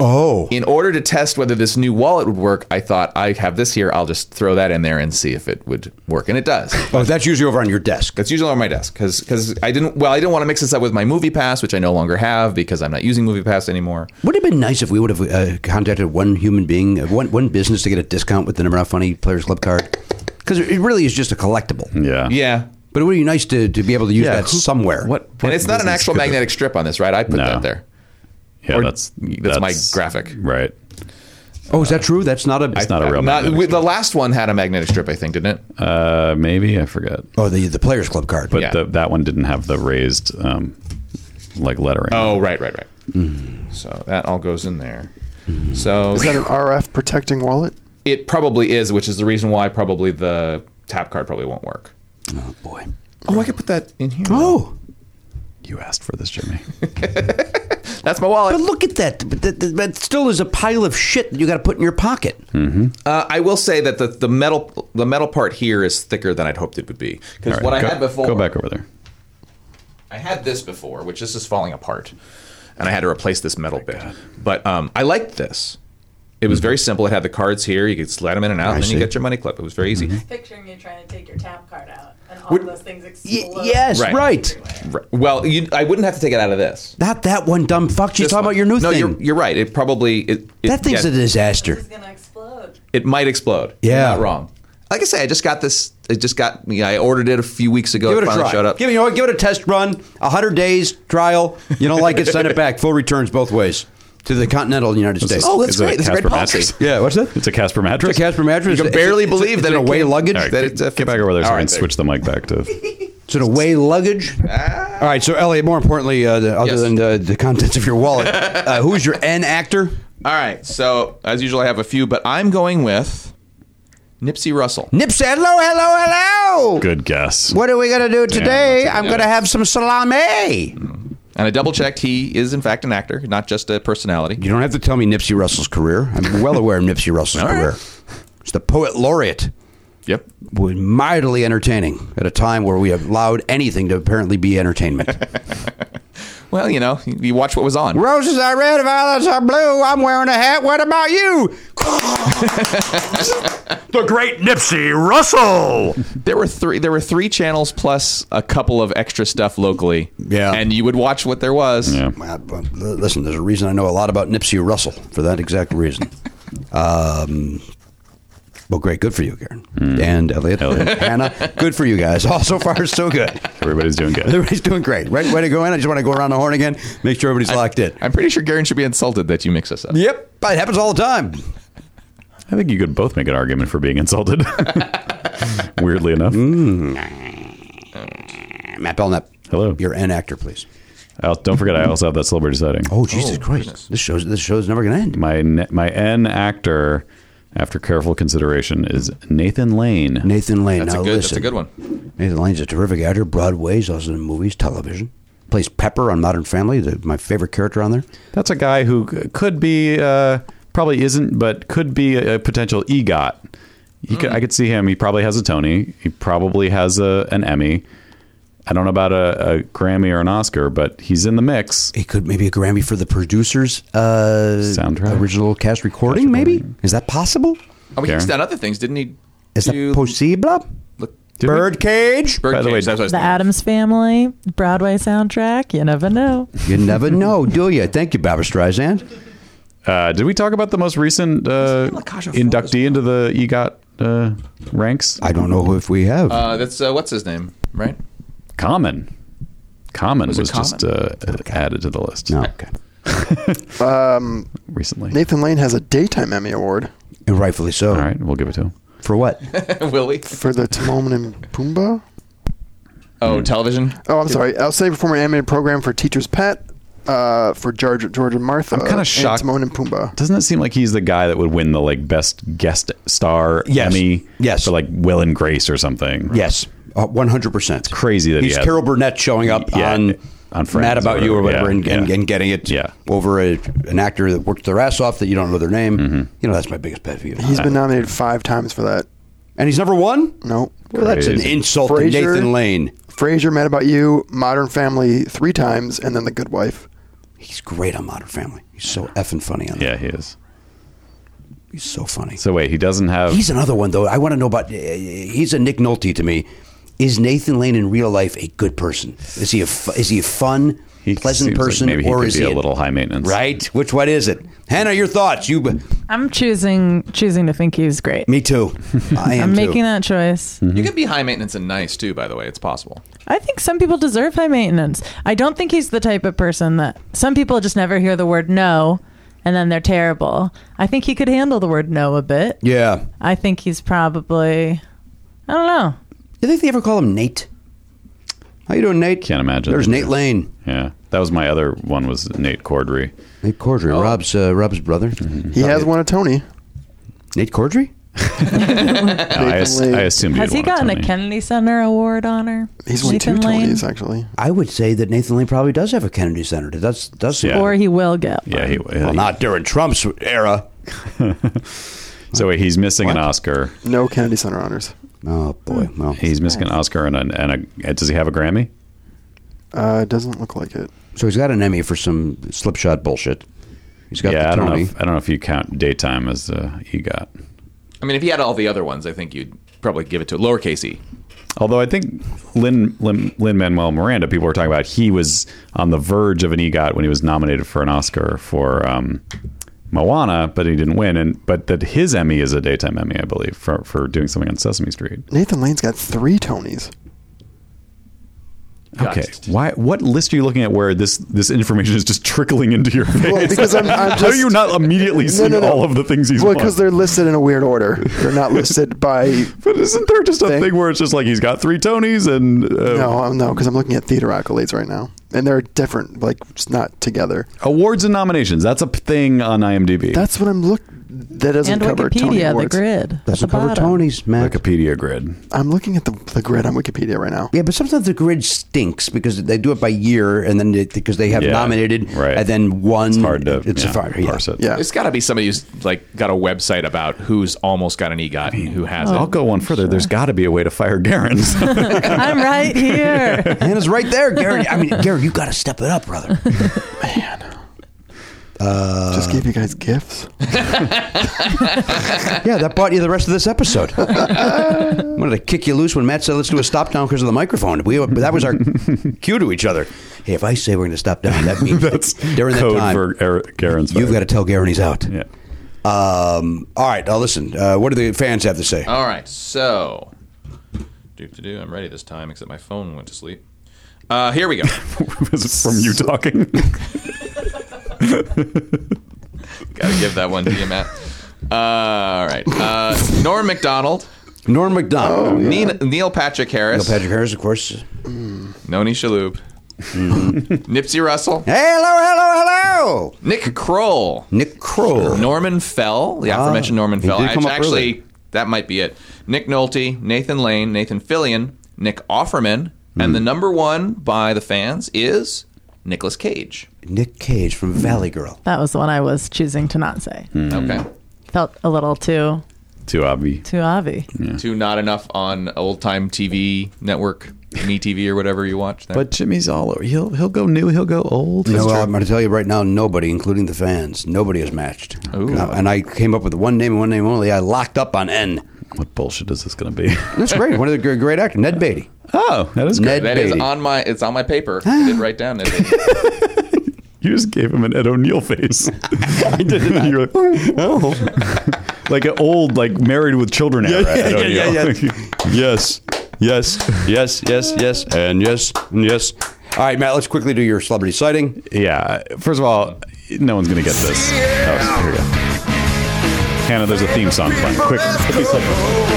Speaker 3: Oh,
Speaker 11: In order to test whether this new wallet would work, I thought I have this here. I'll just throw that in there and see if it would work, and it does.
Speaker 3: oh, that's usually over on your desk.
Speaker 11: That's usually on my desk because I didn't well I didn't want to mix this up with my movie pass which I no longer have because I'm not using movie pass anymore.
Speaker 3: Would it have been nice if we would have uh, contacted one human being, uh, one one business to get a discount with the Never Not Funny Players Club card? Because it really is just a collectible.
Speaker 4: yeah.
Speaker 11: Yeah.
Speaker 3: But it would be nice to, to be able to use
Speaker 4: Yeah,
Speaker 3: that
Speaker 4: who-
Speaker 3: somewhere.
Speaker 4: What?
Speaker 11: And it's not an
Speaker 4: business
Speaker 11: actual
Speaker 4: could it-
Speaker 11: magnetic strip on this, right? I put
Speaker 4: No.
Speaker 11: that there.
Speaker 4: Yeah,
Speaker 11: or-
Speaker 4: that's,
Speaker 11: that's my graphic.
Speaker 4: Right.
Speaker 3: Oh, is that true? That's not a.
Speaker 4: It's not a real
Speaker 11: Not,
Speaker 4: magnetic.
Speaker 11: with- the last one had a magnetic strip, I think, didn't it?
Speaker 4: uh, maybe I forget,
Speaker 3: Oh, the the Players Club card.
Speaker 4: but
Speaker 11: Yeah.
Speaker 4: the, that one didn't have the raised um, like lettering.
Speaker 11: Oh, right, right, right. So that all goes in there. So
Speaker 10: is that an RF protecting wallet?
Speaker 11: it probably is, which is the reason why probably the tap card probably won't work.
Speaker 3: oh boy.
Speaker 11: Oh, I could put that in here.
Speaker 3: Oh,
Speaker 4: you asked for this, Jimmy.
Speaker 11: That's my wallet.
Speaker 3: but look at that. But that, that- that still is a pile of shit that you got to put in your pocket.
Speaker 4: Hmm.
Speaker 11: Uh, I will say that the, the metal the metal part here is thicker than I'd hoped it would be
Speaker 4: All
Speaker 11: because
Speaker 4: right,
Speaker 11: what I
Speaker 4: go-
Speaker 11: had before
Speaker 4: Go back over there.
Speaker 11: I had this before, which this is falling apart, and I had to replace this metal
Speaker 4: Oh
Speaker 11: bit. But um, I liked this. It
Speaker 4: Mm-hmm.
Speaker 11: was very simple. It had the cards here. You could slide them in and out,
Speaker 3: I
Speaker 11: and then
Speaker 3: see.
Speaker 11: you get your money clip. It was very
Speaker 4: Mm-hmm.
Speaker 11: easy.
Speaker 7: Picturing you trying to take your tap card out and all
Speaker 11: Would-
Speaker 7: those things
Speaker 3: Y-
Speaker 7: explode.
Speaker 3: yes,
Speaker 11: Right.
Speaker 3: right.
Speaker 11: Right. Well, you, I wouldn't have to take it out of this.
Speaker 3: Not that one dumb fuck. She's
Speaker 11: This
Speaker 3: talking
Speaker 11: one.
Speaker 3: about your new
Speaker 11: no,
Speaker 3: thing.
Speaker 11: You're, you're right. It probably it, it-
Speaker 3: that thing's
Speaker 11: yeah,
Speaker 3: a disaster.
Speaker 7: It's gonna explode.
Speaker 11: it might explode.
Speaker 3: Yeah.
Speaker 11: You're not wrong. Like I say, I just got this. It just got me. I ordered it a few weeks ago.
Speaker 3: Give it a
Speaker 11: finally
Speaker 3: try.
Speaker 11: showed up.
Speaker 3: Give, you know what? Give it a test run. 100 days trial. You don't like it, send it back. Full returns both ways. to the continental United States.
Speaker 11: Oh, that's great. That's a great policy.
Speaker 3: Yeah, what's that?
Speaker 4: It's a Casper mattress.
Speaker 3: It's a Casper mattress.
Speaker 11: You can barely
Speaker 3: It's a-
Speaker 11: believe
Speaker 3: it's
Speaker 11: that
Speaker 3: an
Speaker 11: it
Speaker 3: away
Speaker 11: came-
Speaker 3: luggage.
Speaker 11: All right,
Speaker 3: that it's a,
Speaker 4: Get back over there so
Speaker 3: All
Speaker 4: I can
Speaker 3: right, there.
Speaker 4: switch the mic back to.
Speaker 3: It's an away luggage.
Speaker 11: Ah.
Speaker 3: All right. So, Elliot. More importantly, uh, the, other than the, the contents of your wallet, uh, who's your N actor?
Speaker 11: All right. So, as usual, I have a few, but I'm going with Nipsey Russell.
Speaker 3: Nipsey. Hello, hello, hello.
Speaker 4: Good guess.
Speaker 3: What are we gonna do
Speaker 11: Damn,
Speaker 3: today?
Speaker 11: that's a
Speaker 3: I'm
Speaker 11: good
Speaker 3: gonna
Speaker 11: guess.
Speaker 3: have some salami.
Speaker 11: And I double checked. He is, in fact, an actor, not just a personality.
Speaker 3: You don't have to tell me Nipsey Russell's career. I'm well aware of Nipsey Russell's career. He's the poet laureate.
Speaker 11: Yep.
Speaker 3: Was mightily entertaining at a time where we allowed anything to apparently be entertainment.
Speaker 11: Well, you know, you you watch what was on.
Speaker 3: Roses are red, violets are blue. I'm wearing a hat. What about you?
Speaker 11: the great Nipsey Russell. There were three. There were three channels plus a couple of extra stuff locally. Yeah, and you would watch what there was.
Speaker 4: Yeah.
Speaker 3: Well, but l- Listen, there's a reason I know a lot about Nipsey Russell for that exact reason. Um, well, great. Good for you, Karen. And Elliot.
Speaker 4: Elliot.
Speaker 3: Hannah, good for you guys. All so far, so good.
Speaker 4: Everybody's doing good.
Speaker 3: Everybody's doing great. Right way to go in. I just want to go around the horn again, make sure everybody's locked in.
Speaker 11: I'm pretty sure Garen should be insulted that you mix us up.
Speaker 3: Yep. It happens all the time.
Speaker 4: I think you could both make an argument for being insulted. Weirdly enough.
Speaker 3: Mm. Eh, Matt Belknap.
Speaker 4: Hello.
Speaker 3: You're an actor, please.
Speaker 4: I'll, don't forget, I also have that celebrity sighting.
Speaker 3: Oh, Jesus Christ. This show's this show's never going to end.
Speaker 4: My ne- my N actor, after careful consideration, is Nathan Lane.
Speaker 3: Nathan Lane.
Speaker 11: That's a
Speaker 3: now
Speaker 11: good.
Speaker 3: listen.
Speaker 11: That's a good one.
Speaker 3: Nathan Lane's a terrific actor. Broadway's also in movies, television. Plays Pepper on Modern Family, the, my favorite character on there.
Speaker 4: That's a guy who c- could be, uh, probably isn't, but could be a, a potential EGOT. He could, I could see him. He probably has a Tony. He probably has a, an Emmy. I don't know about a, a Grammy or an Oscar, but he's in the mix.
Speaker 3: He could maybe a Grammy for the producers uh,
Speaker 4: Soundtrack.
Speaker 3: original cast recording. maybe is that possible?
Speaker 11: Oh, but he's
Speaker 4: Garen?
Speaker 11: done other things, didn't he?
Speaker 3: Is that possible?
Speaker 4: Did we-
Speaker 3: Birdcage.
Speaker 11: Bird
Speaker 4: By the way,
Speaker 11: Cage, that's what I was
Speaker 7: The
Speaker 11: thinking.
Speaker 7: Adams Family Broadway soundtrack. You never know.
Speaker 3: You never know, do you? Thank you, Barbara Streisand.
Speaker 4: Uh, did we talk about the most recent uh, inductee into the EGOT uh, ranks?
Speaker 3: I don't know if we have.
Speaker 11: Uh, that's uh, what's his name, right?
Speaker 4: Common. Common was,
Speaker 11: Was it
Speaker 4: just uh, added to the list
Speaker 3: no. Okay.
Speaker 10: Um,
Speaker 4: recently.
Speaker 10: Nathan Lane has a daytime Emmy award
Speaker 3: And rightfully so.
Speaker 4: All right, we'll give it to him.
Speaker 3: For what?
Speaker 11: Willie.
Speaker 10: for the Timon and Pumbaa.
Speaker 4: Mm-hmm.
Speaker 11: Oh, television.
Speaker 10: Oh, I'm sorry. Outstanding performer in animated program for Teacher's Pet uh, for George, George and Martha.
Speaker 4: I'm kinda
Speaker 10: and
Speaker 4: shocked.
Speaker 10: Timon and Pumbaa.
Speaker 4: Doesn't it seem like he's the guy that would win the like best guest star
Speaker 3: Yes.
Speaker 4: Emmy?
Speaker 3: Yes.
Speaker 4: For like Will and Grace or something.
Speaker 3: Yes, Uh, one hundred percent.
Speaker 4: Crazy that he
Speaker 3: he's
Speaker 4: had-
Speaker 3: Carol Burnett showing up
Speaker 4: Yeah,
Speaker 3: on
Speaker 4: on Friends
Speaker 3: Mad
Speaker 4: or
Speaker 3: About You or
Speaker 4: whatever.
Speaker 3: whatever, and,
Speaker 4: Yeah,
Speaker 3: and,
Speaker 4: yeah.
Speaker 3: and getting it
Speaker 4: Yeah.
Speaker 3: over a, an actor that worked their ass off that you don't know their name.
Speaker 4: Mm-hmm.
Speaker 3: You know that's my biggest pet peeve.
Speaker 4: Uh,
Speaker 10: He's been nominated five times for that.
Speaker 3: and he's number one.
Speaker 10: No.
Speaker 3: Well, that's an
Speaker 4: Crazy.
Speaker 3: insult to
Speaker 10: Frasier.
Speaker 3: Nathan Lane.
Speaker 10: Frasier, Mad About You, Modern Family three times, and then The Good Wife.
Speaker 3: He's great on Modern Family. He's so effing funny on that.
Speaker 4: Yeah, he is.
Speaker 3: He's so funny.
Speaker 4: So wait, he doesn't have.
Speaker 3: He's another one though. I want to know about. He's a Nick Nolte to me. Is Nathan Lane in real life a good person? Is he a fu- is he a fun,
Speaker 4: he
Speaker 3: pleasant
Speaker 4: seems like
Speaker 3: person,
Speaker 4: maybe he
Speaker 3: or
Speaker 4: could
Speaker 3: is
Speaker 4: be
Speaker 3: he
Speaker 4: a little high maintenance?
Speaker 3: right? Which one is it? Hannah, your thoughts. You,
Speaker 7: I'm choosing choosing to think he's great.
Speaker 3: me too. I am
Speaker 7: I'm
Speaker 3: too.
Speaker 7: making that choice.
Speaker 4: Mm-hmm.
Speaker 11: You can be high maintenance and nice too. By the way, it's possible.
Speaker 7: I think some people deserve high maintenance. I don't think he's the type of person that some people just never hear the word no and then they're terrible. I think he could handle the word no a bit.
Speaker 3: Yeah.
Speaker 7: I think he's probably I don't know.
Speaker 3: You think they ever call him Nate? How you doing, Nate?
Speaker 4: Can't imagine.
Speaker 3: There's Nate Lane,
Speaker 4: Yeah, that was my other one. Was Nate Cordry?
Speaker 3: Nate Cordry, Rob's uh, Rob's brother.
Speaker 10: He has won a Tony.
Speaker 3: Nate Cordry.
Speaker 4: I, ass-
Speaker 10: Lane.
Speaker 4: I assumed.
Speaker 7: Has
Speaker 4: you'd
Speaker 7: he
Speaker 4: want
Speaker 7: gotten a
Speaker 4: Tony.
Speaker 7: Kennedy Center Award honor?
Speaker 10: He's won
Speaker 7: Nathan
Speaker 10: two
Speaker 7: Lane?
Speaker 10: Tonys actually.
Speaker 3: I would say that Nathan Lane probably does have a Kennedy Center. That does does
Speaker 4: Yeah.
Speaker 7: Or he will get.
Speaker 4: Yeah, he.
Speaker 3: well, not during Trump's era.
Speaker 4: So wait, he's missing an Oscar.
Speaker 10: No Kennedy Center honors.
Speaker 3: Oh boy, well,
Speaker 4: He's missing an Oscar and a, and a. Does he have a Grammy?
Speaker 10: Uh, it doesn't look like it.
Speaker 3: so he's got an Emmy for some slipshod bullshit. He's got
Speaker 4: yeah,
Speaker 3: the
Speaker 4: I don't know.
Speaker 3: Tony.
Speaker 4: If, I don't know if you count daytime as uh, he got.
Speaker 11: I mean, if he had all the other ones, I think you'd probably give it to lowercase e.
Speaker 4: Although I think Lin Lin Lin Manuel Miranda, people were talking about, he was on the verge of an EGOT when he was nominated for an Oscar for um, Moana, but he didn't win. And but that his Emmy is a daytime Emmy, I believe, for for doing something on Sesame Street.
Speaker 10: Nathan Lane's got three Tonys.
Speaker 4: Okay. Why? What list are you looking at where this this information is just trickling into your face?
Speaker 10: Well, because I'm- I'm
Speaker 4: How do
Speaker 10: just-
Speaker 4: you not immediately see all of the things he's?
Speaker 10: Well,
Speaker 4: won?
Speaker 10: because they're listed in a weird order. They're not listed by.
Speaker 4: but isn't there just a thing where it's just like he's got three Tonys and uh,
Speaker 10: No, um, no, because I'm looking at theater accolades right now, and they're different, like just not together.
Speaker 4: awards and nominations? That's a p- thing on IMDb.
Speaker 10: That's what I'm look. That doesn't
Speaker 7: and
Speaker 10: cover Tony
Speaker 7: Wikipedia, the
Speaker 10: Awards.
Speaker 7: grid.
Speaker 3: Doesn't
Speaker 7: at the
Speaker 3: cover
Speaker 7: bottom.
Speaker 3: Tony's, man.
Speaker 4: Wikipedia grid.
Speaker 10: I'm looking at the, the grid on Wikipedia right now.
Speaker 3: Yeah, but sometimes the grid stinks because they do it by year, and then they, because they have
Speaker 4: Yeah,
Speaker 3: nominated,
Speaker 4: right.
Speaker 3: and then one. It's
Speaker 4: hard to,
Speaker 3: It's
Speaker 4: yeah,
Speaker 3: a fire. Yeah.
Speaker 4: parse it.
Speaker 11: It's got to be somebody who's like got a website about who's almost got an EGOT and who hasn't.
Speaker 4: I'll go one further. There's got to be a way to fire Garen's.
Speaker 7: I'm right here.
Speaker 3: Hannah's right there, Gary. I mean, Gary, you got to step it up, brother. Uh,
Speaker 10: Just gave you guys gifts.
Speaker 4: uh,
Speaker 3: yeah, that bought you the rest of this episode. wanted to kick you loose when Matt said, "Let's do a stop down because of the microphone." We that was our cue to each other. Hey, if I say we're going to stop down, that means
Speaker 4: That's
Speaker 3: during that
Speaker 4: code
Speaker 3: time
Speaker 4: for er- Garen's.
Speaker 3: you've got to tell Gary he's out.
Speaker 4: Yeah.
Speaker 3: Um, all right, now listen. Uh, what do the fans have to say?
Speaker 11: All right, so do to do. I'm ready this time, except my phone went to sleep. Uh, here we go.
Speaker 4: Is it from you talking?
Speaker 11: Gotta give that one to you, Matt. Uh, all right, uh, Norm Macdonald,
Speaker 3: Norm Macdonald,
Speaker 11: Neil, Neil Patrick Harris,
Speaker 3: Neil Patrick Harris, of course.
Speaker 11: Noni Shaloub,
Speaker 3: Mm-hmm.
Speaker 11: Nipsey Russell,
Speaker 3: Hello, hello, hello.
Speaker 11: Nick Kroll,
Speaker 3: Nick Kroll.
Speaker 11: Norman Fell, the
Speaker 3: Ah,
Speaker 11: aforementioned Norman
Speaker 3: he
Speaker 11: Fell.
Speaker 3: did come
Speaker 11: Actually,
Speaker 3: up early.
Speaker 11: that might be it. Nick Nolte, Nathan Lane, Nathan Fillion, Nick Offerman, and the
Speaker 3: Hmm.
Speaker 11: number one by the fans is Nicolas Cage.
Speaker 3: Nick Cage from Valley Girl.
Speaker 7: That was the one I was choosing to not say.
Speaker 4: Hmm.
Speaker 3: Hmm.
Speaker 11: Okay.
Speaker 7: Felt a little too
Speaker 4: Too obvious.
Speaker 7: too obvi.
Speaker 4: Hmm.
Speaker 11: Too not enough on old time TV network, me TV or whatever you watch. There.
Speaker 4: But Jimmy's all over. He'll he'll go new. He'll go old.
Speaker 3: You know, well, I'm going to tell you right now, nobody, including the fans, nobody is matched.
Speaker 11: Ooh.
Speaker 3: Now, and I came up with one name and one name only. I locked up on N.
Speaker 4: What bullshit is this going to be?
Speaker 3: That's great. One of the gr- great actors, Ned Beatty.
Speaker 4: oh, that is
Speaker 3: Ned
Speaker 4: good.
Speaker 11: that is
Speaker 3: Beatty.
Speaker 11: on my it's on my paper. I did write down it.
Speaker 4: You just gave him an Ed O'Neill face. I did. you were like, oh. like an old, like married with children era.
Speaker 3: yeah,
Speaker 4: Ed
Speaker 3: yeah, yeah,
Speaker 4: O'Neill.
Speaker 3: yes, yes, yes, yes, yes, and yes, and yes. All right, Matt, let's quickly do your celebrity sighting.
Speaker 4: yeah. First of all, no one's going to get this. Oh, here we go. Hannah, there's a theme song playing. Quick, put these headphones-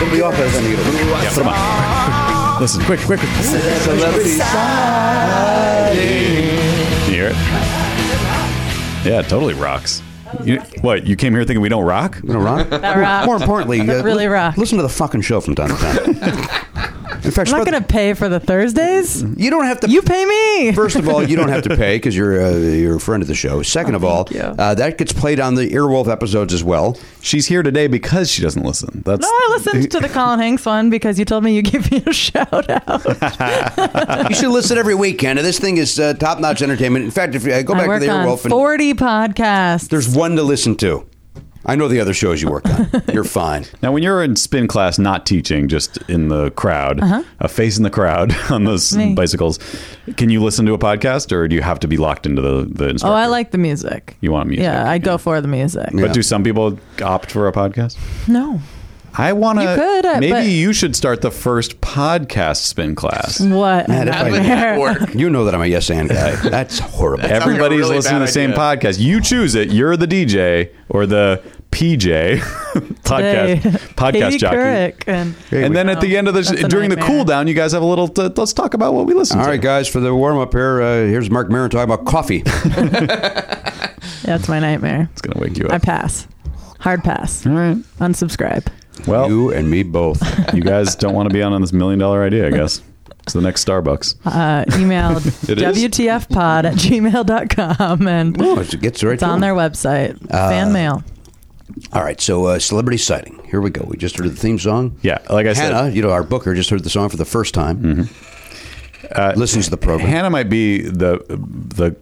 Speaker 3: Don't be off as any of them.
Speaker 4: Yeah, put 'em on. Listen, quick, quick. quick. Can you hear it? Yeah, it totally rocks. You, what? You came here thinking we don't rock?
Speaker 3: You know, Ron? More-
Speaker 7: rocked.
Speaker 3: More importantly, uh,
Speaker 7: That really
Speaker 3: li-
Speaker 7: rocked.
Speaker 3: listen to the fucking show from time to time. In fact,
Speaker 7: I'm not
Speaker 3: spread-
Speaker 7: gonna pay for the Thursdays.
Speaker 4: Hmm.
Speaker 3: you don't have to.
Speaker 7: You pay me.
Speaker 3: First of all, you don't have to pay because you're uh, you're a friend of the show. Second of all,
Speaker 7: you.
Speaker 3: uh, that gets played on the Earwolf episodes as well.
Speaker 4: She's here today because she doesn't listen. That's
Speaker 7: No, I listened to the Colin Hanks one because you told me you give me a shout out.
Speaker 3: you should listen every weekend. This thing is uh, top notch entertainment. In fact, if you uh, go
Speaker 7: I
Speaker 3: back to
Speaker 7: work
Speaker 3: the
Speaker 7: on
Speaker 3: Earwolf, and
Speaker 7: 40 podcasts.
Speaker 3: there's one to listen to. I know the other shows you work on. You're fine.
Speaker 4: Now, when you're in spin class, not teaching, just in the crowd, a face in the crowd on those
Speaker 7: Uh-huh. Me.
Speaker 4: bicycles, can you listen to a podcast, or do you have to be locked into the the
Speaker 7: Oh,
Speaker 4: instructor?
Speaker 7: I like the music.
Speaker 4: You want music,
Speaker 7: Yeah, I
Speaker 4: yeah.
Speaker 7: go for the music.
Speaker 4: But do some people opt for a podcast?
Speaker 7: No.
Speaker 4: I want to.
Speaker 7: You could, uh,
Speaker 4: maybe
Speaker 7: but-
Speaker 4: you should start the first podcast spin class.
Speaker 7: What?
Speaker 3: Man,
Speaker 7: Not
Speaker 3: if I-
Speaker 7: there.
Speaker 3: You know that I'm a yes and guy. That's horrible.
Speaker 4: Everybody's
Speaker 11: really
Speaker 4: listening to the
Speaker 11: bad
Speaker 4: same
Speaker 11: idea.
Speaker 4: podcast. You choose it. You're the DJ or the PJ podcast
Speaker 7: Today,
Speaker 4: podcast
Speaker 7: Katie
Speaker 4: jockey.
Speaker 7: Couric and
Speaker 4: And then at the end of the
Speaker 7: That's
Speaker 4: sh-
Speaker 7: a
Speaker 4: during the
Speaker 7: nightmare.
Speaker 4: cool down, you guys have a little. T- let's talk about what we listen
Speaker 3: All
Speaker 4: to.
Speaker 3: right, guys, for the warm up here, uh, here's Mark Maron talking about coffee.
Speaker 7: that's my nightmare.
Speaker 4: It's gonna wake you
Speaker 7: I
Speaker 4: up.
Speaker 7: pass. Hard pass.
Speaker 4: All right.
Speaker 7: Unsubscribe. Oh.
Speaker 4: Well, you,
Speaker 3: you and me both.
Speaker 4: guys don't want to be on, on this million dollar idea, I guess. It's the next Starbucks.
Speaker 7: Uh, email
Speaker 4: It is?
Speaker 7: WTFpod at gmail.com and
Speaker 3: Oh, it gets right
Speaker 7: it's
Speaker 3: to them.
Speaker 7: on their website. Fan mail.
Speaker 3: All right, so uh, celebrity sighting. Here we go. We just heard the theme song.
Speaker 4: Yeah, like I said-
Speaker 3: Hannah, you know, our booker just heard the song for the first time. Uh, Listens to the program.
Speaker 4: Mm-hmm. Hannah might be the the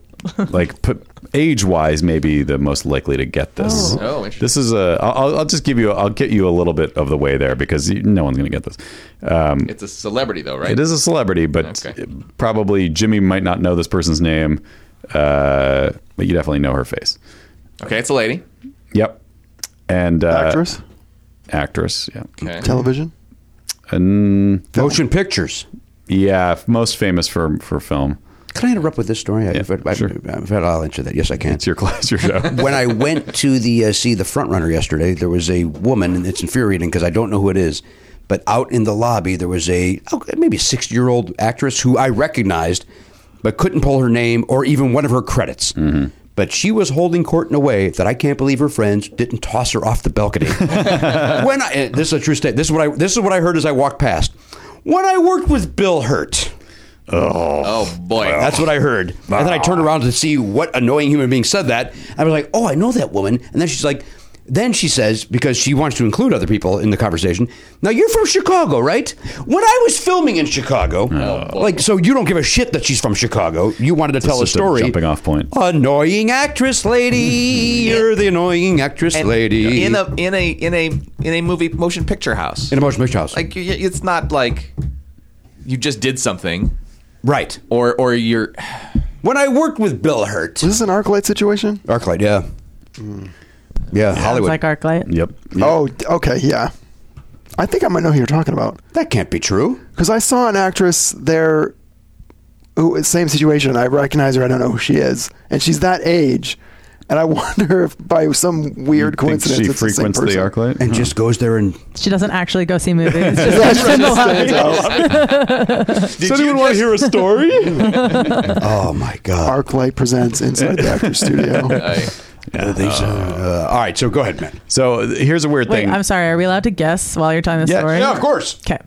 Speaker 4: like put age wise maybe the most likely to get this.
Speaker 11: Oh. Oh, interesting.
Speaker 4: this is a. I'll, I'll just give you. I'll get you a little bit of the way there because you, no one's gonna get this. Um,
Speaker 11: It's a celebrity though, right?
Speaker 4: it is a celebrity, but
Speaker 11: Okay.
Speaker 4: probably Jimmy might not know this person's name, uh, but you definitely know her face.
Speaker 11: Okay, it's a lady.
Speaker 4: Yep. And uh,
Speaker 10: Actress,
Speaker 4: actress. Yeah.
Speaker 11: Okay.
Speaker 10: television.
Speaker 4: And
Speaker 3: Motion pictures.
Speaker 4: Yeah, f- most famous for for film.
Speaker 3: Can I interrupt with this story? if, I, sure. if I, I'll answer that. Yes, I can.
Speaker 4: It's your class, your show.
Speaker 3: when I went to the uh, see the front runner yesterday, there was a woman, and it's infuriating because I don't know who it is. But out in the lobby, there was a oh, maybe sixty year old actress who I recognized, but couldn't pull her name or even one of her credits. But she was holding court in a way that I can't believe her friends didn't toss her off the balcony. when I, and this is a true statement. This is what I this is what I heard as I walked past. When I worked with Bill Hurt. Oh,
Speaker 11: oh boy.
Speaker 3: That's what I heard. And then I turned around to see what annoying human being said that. I was like, oh, I know that woman. And then she's like, then she says, because she wants to include other people in the conversation, now you're from Chicago, right? When I was filming in Chicago,
Speaker 4: Oh,
Speaker 3: like, so you don't give a shit that she's from Chicago. You wanted to tell a
Speaker 4: just a
Speaker 3: story.
Speaker 4: jumping off point.
Speaker 3: Annoying actress lady. You're the annoying actress
Speaker 11: And
Speaker 3: lady.
Speaker 11: in a in a in a in a movie motion picture house.
Speaker 3: in a motion picture house.
Speaker 11: Like y- y- it's not like you just did something,
Speaker 3: right?
Speaker 11: Or or you're.
Speaker 3: When I worked with Bill Hurt.
Speaker 10: Is this an ArcLight situation?
Speaker 3: Arclight, yeah. Yeah, Hollywood.
Speaker 7: Sounds like ArcLight.
Speaker 4: Yep.
Speaker 10: Oh, d- okay, yeah. I think I might know who you're talking about.
Speaker 3: That can't be true.
Speaker 10: Because I saw an actress there, who same situation. I recognize her. I don't know who she is, and she's that age. And I wonder if by some weird
Speaker 4: Think
Speaker 10: coincidence,
Speaker 4: she
Speaker 10: it's the same
Speaker 4: frequents the,
Speaker 10: person.
Speaker 4: ArcLight
Speaker 3: And just goes there and
Speaker 7: She doesn't actually go see movies. She
Speaker 10: That's
Speaker 7: just
Speaker 10: right,
Speaker 7: in the
Speaker 10: she
Speaker 7: lobby.
Speaker 10: stands
Speaker 4: Does anyone want to hear a story?
Speaker 3: oh my god.
Speaker 10: ArcLight presents Inside the Actors Studio.
Speaker 11: I-
Speaker 3: Uh, these, uh, uh, all right, so go ahead, man.
Speaker 4: so th- here's a weird
Speaker 7: Wait,
Speaker 4: thing.
Speaker 7: I'm sorry. Are we allowed to guess while you're telling the
Speaker 3: Yeah,
Speaker 7: story?
Speaker 3: yeah, of course.
Speaker 7: Okay.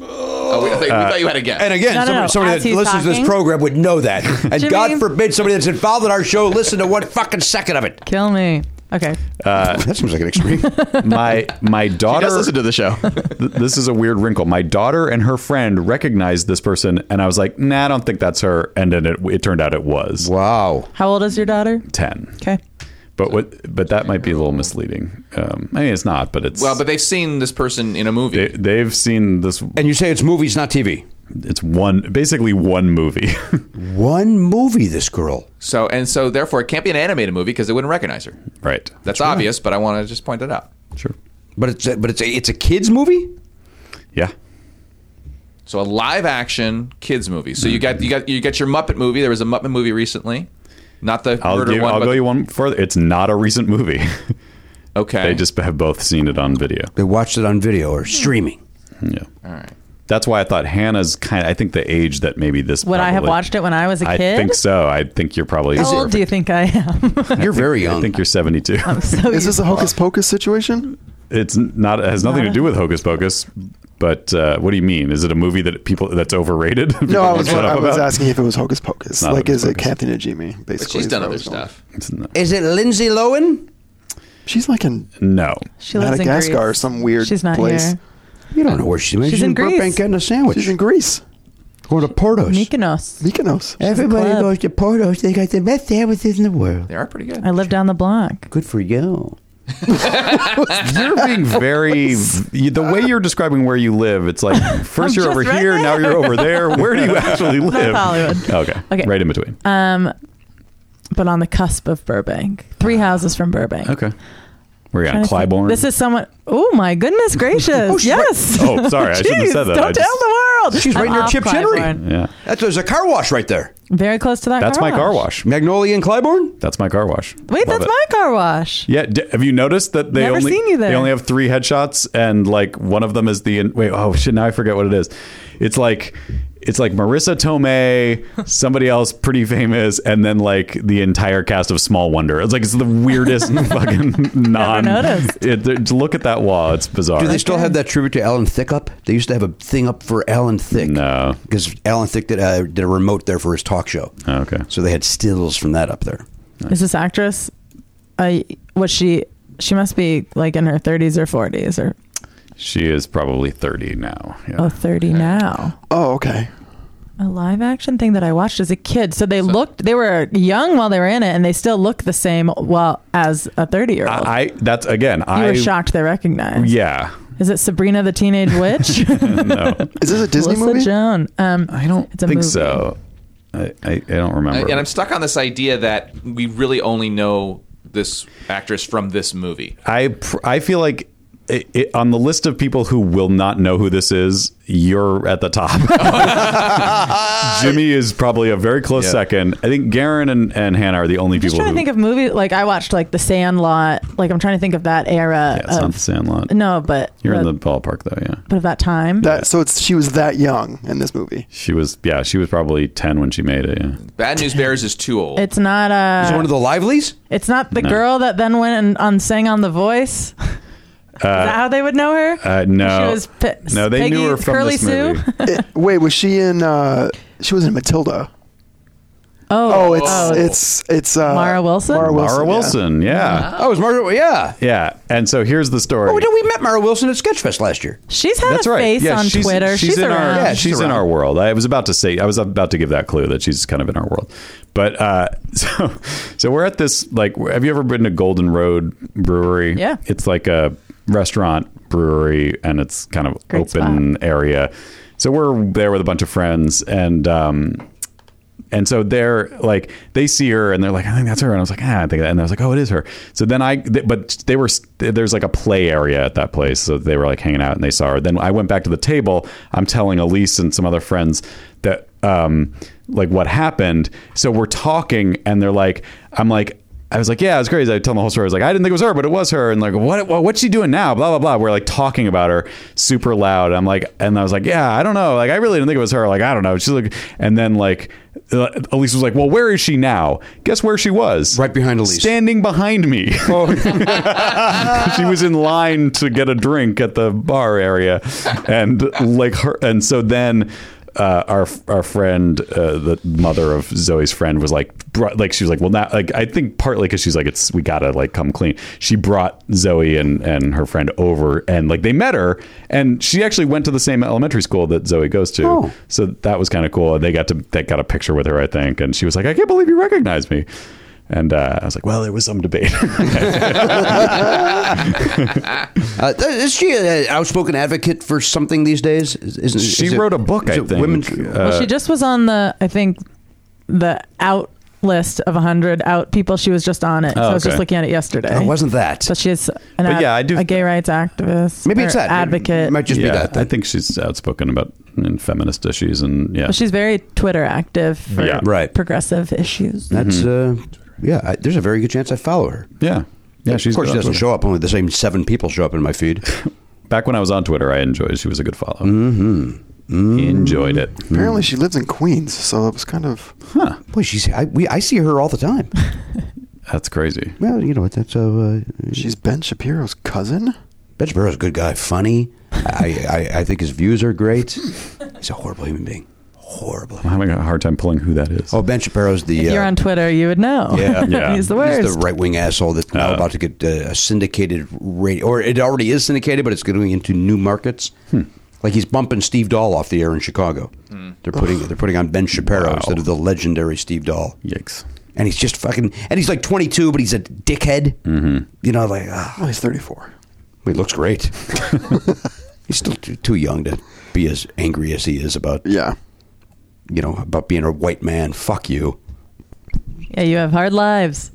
Speaker 11: oh, we, I thought, we thought you had a guess.
Speaker 3: And again,
Speaker 7: No, no,
Speaker 3: somebody,
Speaker 7: no.
Speaker 3: somebody
Speaker 7: As
Speaker 3: that
Speaker 7: he's
Speaker 3: listens to this
Speaker 7: talking-
Speaker 3: program would know that. And
Speaker 7: Jimmy.
Speaker 3: God forbid somebody that's involved in our show listen to one fucking second of it.
Speaker 7: Kill me. Okay.
Speaker 3: that seems like an extreme.
Speaker 4: my my
Speaker 11: She
Speaker 4: daughter
Speaker 11: does listen to the show.
Speaker 4: Th- this is a weird wrinkle. My daughter and her friend recognized this person, and I was like, "Nah, I don't think that's her." And then it, it turned out it was
Speaker 3: wow.
Speaker 7: How old is your daughter?
Speaker 4: ten.
Speaker 7: Okay.
Speaker 4: But what? But that might be a little misleading. Um, I mean, it's not, but it's
Speaker 11: well, but they've seen this person in a movie.
Speaker 4: they, they've seen this.
Speaker 3: And you say it's movies, not TV.
Speaker 4: It's one, basically one movie.
Speaker 3: One movie, this girl.
Speaker 11: so and so therefore it can't be an animated movie because they wouldn't recognize her.
Speaker 4: right.
Speaker 11: That's obvious, but I want to just point it out.
Speaker 4: Sure.
Speaker 3: But it's a, but it's a, it's a kids movie.
Speaker 4: Yeah.
Speaker 11: So a live action kids movie. So you got you got you got your Muppet movie. There was a Muppet movie recently. Not the
Speaker 4: I'll,
Speaker 11: murder
Speaker 4: give,
Speaker 11: one.
Speaker 4: I'll
Speaker 11: but
Speaker 4: go you one further. It's not a recent movie.
Speaker 11: okay.
Speaker 4: they just have both seen it on video.
Speaker 3: They watched it on video or streaming.
Speaker 4: Yeah.
Speaker 11: all right.
Speaker 4: That's why I thought Hannah's kind. of, I think the age that maybe this
Speaker 7: Would I have
Speaker 4: probably-
Speaker 7: watched it when I was a
Speaker 4: I
Speaker 7: kid?
Speaker 4: think so. I think you're probably.
Speaker 7: How old do you think I am?
Speaker 3: You're very young.
Speaker 4: I think you're 72.
Speaker 7: so
Speaker 10: Is this a hocus pocus situation?
Speaker 4: it's not it has nothing to do with Hocus Pocus. But uh, what do you mean? Is it a movie that people that's overrated?
Speaker 10: No,
Speaker 4: People
Speaker 10: I was
Speaker 4: shut
Speaker 10: I
Speaker 4: up
Speaker 10: was
Speaker 4: about?
Speaker 10: asking if it was hocus pocus.
Speaker 4: Not
Speaker 10: Like,
Speaker 4: Hocus
Speaker 10: is it
Speaker 4: Pocus.
Speaker 10: Kathy Najimy? Basically,
Speaker 11: But she's
Speaker 10: is where
Speaker 11: done
Speaker 10: I
Speaker 11: other
Speaker 10: was going.
Speaker 11: stuff.
Speaker 4: It's not-
Speaker 3: Is it Lindsay Lohan?
Speaker 10: She's like in
Speaker 4: No,
Speaker 7: she lives in
Speaker 10: Madagascar
Speaker 7: Greece.
Speaker 10: or some weird
Speaker 7: She's not
Speaker 10: place.
Speaker 7: here.
Speaker 3: You don't know where she is.
Speaker 7: She's in Greece.
Speaker 3: Burbank getting a sandwich.
Speaker 10: she's in Greece,
Speaker 3: going to Portos.
Speaker 7: Mykonos.
Speaker 10: Mykonos.
Speaker 3: Everybody
Speaker 7: club.
Speaker 3: goes to Portos. They got the best sandwiches in the world.
Speaker 11: They are pretty good.
Speaker 7: I live down the block.
Speaker 3: Good for you.
Speaker 4: you're being very you- the way you're describing where you live. It's like first
Speaker 7: I'm
Speaker 4: you're over
Speaker 7: just right
Speaker 4: here, now
Speaker 7: there.
Speaker 4: you're over there. Where do you actually live?
Speaker 7: Hollywood.
Speaker 4: Okay,
Speaker 7: Okay.
Speaker 4: right in between.
Speaker 7: Um, but on the cusp of Burbank, three houses from Burbank.
Speaker 4: okay, we're
Speaker 7: Trying
Speaker 4: on
Speaker 7: to think.
Speaker 4: Clybourne.
Speaker 7: This is someone. Oh my goodness gracious! yes.
Speaker 4: Oh, sorry, I shouldn't have
Speaker 7: Jeez,
Speaker 4: said that.
Speaker 7: Don't
Speaker 4: I
Speaker 7: tell
Speaker 4: just-
Speaker 7: the world.
Speaker 3: She's
Speaker 7: I'm
Speaker 3: right near
Speaker 7: off
Speaker 3: Chip Chinnery.
Speaker 7: Clybourne.
Speaker 4: yeah,
Speaker 3: That's, there's a car wash right there.
Speaker 7: Very close to that.
Speaker 4: that's my car wash.
Speaker 3: Magnolia and Clybourne?
Speaker 4: That's my car wash. Love
Speaker 7: Wait, that's
Speaker 4: it.
Speaker 7: my car wash.
Speaker 4: Yeah, d- have you noticed that they
Speaker 7: Never
Speaker 4: only
Speaker 7: seen you there.
Speaker 4: they only have three headshots and like one of them is the wait oh shit now I forget what it is. It's like it's like Marissa Tomei, somebody else pretty famous, and then like the entire cast of Small Wonder. It's like it's the weirdest fucking non.
Speaker 7: noticed.
Speaker 4: It, it- look at that wall. It's bizarre.
Speaker 3: Do they still have that tribute to Alan Thicke up? They used to have a thing up for Alan Thicke.
Speaker 4: No.
Speaker 3: Because Alan Thicke did, uh, did a remote there for his talk show.
Speaker 4: Oh, okay.
Speaker 3: So they had stills from that up there.
Speaker 7: Is this actress? I was she. She must be like in her 30s or 40s or
Speaker 4: She is probably thirty now. Yeah.
Speaker 7: oh 30 now.
Speaker 10: Oh, okay.
Speaker 7: A live action thing that I watched as a kid. So they looked, they were young while they were in it, and they still looked the same well as a 30 year old.
Speaker 4: I, I that's again.
Speaker 7: You
Speaker 4: I
Speaker 7: were shocked they recognized.
Speaker 4: Yeah.
Speaker 7: Is it Sabrina the Teenage Witch?
Speaker 10: Is this a Disney
Speaker 7: Melissa
Speaker 10: movie?
Speaker 7: Joan. Um, I don't
Speaker 4: I think so. I, I, I don't remember.
Speaker 11: and I'm stuck on this idea that we really only know this actress from this movie.
Speaker 4: I pr- I feel like it, it, on the list of people who will not know who this is, you're at the top. Jimmy is probably a very close second. I think Garen and, and Hannah are the only people
Speaker 7: trying
Speaker 4: who.
Speaker 7: to think of movies like I watched like The Sandlot. Like I'm trying to think of that era.
Speaker 4: it's not
Speaker 7: of-
Speaker 4: the Sandlot.
Speaker 7: No, uh, but
Speaker 4: You're in the
Speaker 7: but-
Speaker 4: ballpark though. Yeah,
Speaker 7: but of that time.
Speaker 10: That so it's she was that young in this movie.
Speaker 4: she was. Yeah, she was probably ten when she made it. Yeah.
Speaker 11: Bad News Bears is too old.
Speaker 7: It's not uh
Speaker 11: Is it one of the
Speaker 3: Livelies?
Speaker 7: It's not the
Speaker 4: No.
Speaker 7: girl that then went and on sang on The Voice. Is that how they would know her?
Speaker 4: Uh, no,
Speaker 7: She was Pe-
Speaker 4: no, they knew
Speaker 7: Peggy
Speaker 4: her from
Speaker 7: Curly
Speaker 4: this movie.
Speaker 7: Sue?
Speaker 10: It- wait, was she in? uh She was in Matilda.
Speaker 7: Oh,
Speaker 10: it's it's it's uh,
Speaker 7: Mara Wilson?
Speaker 10: Mara Wilson.
Speaker 4: Mara Wilson. Yeah.
Speaker 3: Oh, it was Mara. Yeah.
Speaker 4: Yeah, and so here's the story.
Speaker 3: Oh, no, we met Mara Wilson at Sketchfest last year.
Speaker 7: She's had a face on
Speaker 4: she's-
Speaker 7: Twitter. She's,
Speaker 4: in
Speaker 7: around.
Speaker 4: our she's, in our world. I was about to say I was about to give that clue that she's kind of in our world. But uh, so so we're at this like have you ever been to Golden Road Brewery?
Speaker 7: Yeah.
Speaker 4: It's like a restaurant brewery and it's kind of open area. So we're there with a bunch of friends and um and so they're like, they see her and they're like, I think that's her. And I was like, ah, I think that. And I was like, oh, it is her. So then I, th- but they were, there's like a play area at that place. So they were like hanging out and they saw her. Then I went back to the table. I'm telling Elise and some other friends that, um, like what happened. So we're talking and they're like, I'm like, I was like, yeah, it's crazy. I tell them the whole story. I was like, I didn't think it was her, but it was her. And like, what, what what's she doing now? Blah blah blah. We're like talking about her super loud. I'm like, and I was like, yeah, I don't know. Like, I really didn't think it was her. Like, I don't know. She's like, and then like, uh, Elise was like, well, where is she now? Guess where she was?
Speaker 3: Right behind Elise. Oh.
Speaker 4: standing behind me. she was in line to get a drink at the bar area, and like her, and so then. Uh, our our friend, uh, the mother of Zoe's friend, was like, br- like she was like, well, now, like I think partly because she's like, it's we gotta like come clean. She brought Zoe and and her friend over, and like they met her, and she actually went to the same elementary school that Zoe goes to. So that was kind of cool. They got to they got a picture with her, I think, and she was like, I can't believe you recognize me. And uh, I was like, well, there was some debate.
Speaker 3: Uh, th- is she an outspoken advocate for something these days? Is, isn't
Speaker 4: She
Speaker 3: is it-
Speaker 4: wrote a book,
Speaker 3: is
Speaker 4: I
Speaker 3: it
Speaker 4: think. Uh,
Speaker 3: Women's,
Speaker 7: well, she just was on the I think the out list of 100 out people she was just on it so
Speaker 4: Oh,
Speaker 7: i was just
Speaker 4: okay.
Speaker 7: looking at it yesterday
Speaker 4: Oh, it
Speaker 3: wasn't that
Speaker 7: so she's an
Speaker 4: But
Speaker 7: ad-
Speaker 4: yeah, I do-
Speaker 7: a gay rights activist
Speaker 3: Maybe it's
Speaker 7: or
Speaker 3: that. Maybe-
Speaker 7: advocate
Speaker 3: might just be
Speaker 4: Yeah,
Speaker 3: that
Speaker 4: I think she's outspoken about mm, feminist issues, and yeah,
Speaker 7: But she's very twitter active for
Speaker 4: Yeah.
Speaker 3: Right.
Speaker 7: progressive issues
Speaker 3: That's uh, yeah. I, there's a very good chance I follow her.
Speaker 4: yeah, yeah. She's
Speaker 3: of course she
Speaker 4: good on
Speaker 3: doesn't
Speaker 4: Twitter.
Speaker 3: show up. Only the same seven people show up in my feed.
Speaker 4: Back when I was on Twitter, I enjoyed. She was a good follow. Mm-hmm. Enjoyed it.
Speaker 10: Apparently, she lives in Queens, so it was kind of.
Speaker 4: Huh.
Speaker 3: Boy, she's I, we, I see her all the time.
Speaker 4: That's crazy.
Speaker 3: Well, you know that's uh, uh,
Speaker 10: She's Ben Shapiro's cousin.
Speaker 3: Ben Shapiro's a good guy, funny. I, I I think his views are great. He's a horrible human being. Horrible.
Speaker 4: I'm having a hard time pulling who that is.
Speaker 3: Oh, Ben Shapiro's the
Speaker 7: if
Speaker 3: uh,
Speaker 7: you're on twitter you would know
Speaker 3: Yeah,
Speaker 7: he's the worst
Speaker 3: He's the right wing asshole that's
Speaker 4: Oh.
Speaker 3: now about to get uh, a syndicated radio, or it already is syndicated, but it's going into new markets.
Speaker 4: Hmm.
Speaker 3: Like he's bumping Steve Dahl off the air in Chicago. They're putting they're putting on Ben Shapiro instead of the legendary Steve Dahl.
Speaker 4: Yikes!
Speaker 3: And he's just fucking. And he's like 22, but he's a dickhead. Mm-hmm. You know, like ah,
Speaker 10: Oh, he's 34.
Speaker 3: he looks great. he's still too, too young to be as angry as he is about
Speaker 10: Yeah.
Speaker 3: you know about being a white man. Fuck you.
Speaker 7: yeah you have hard lives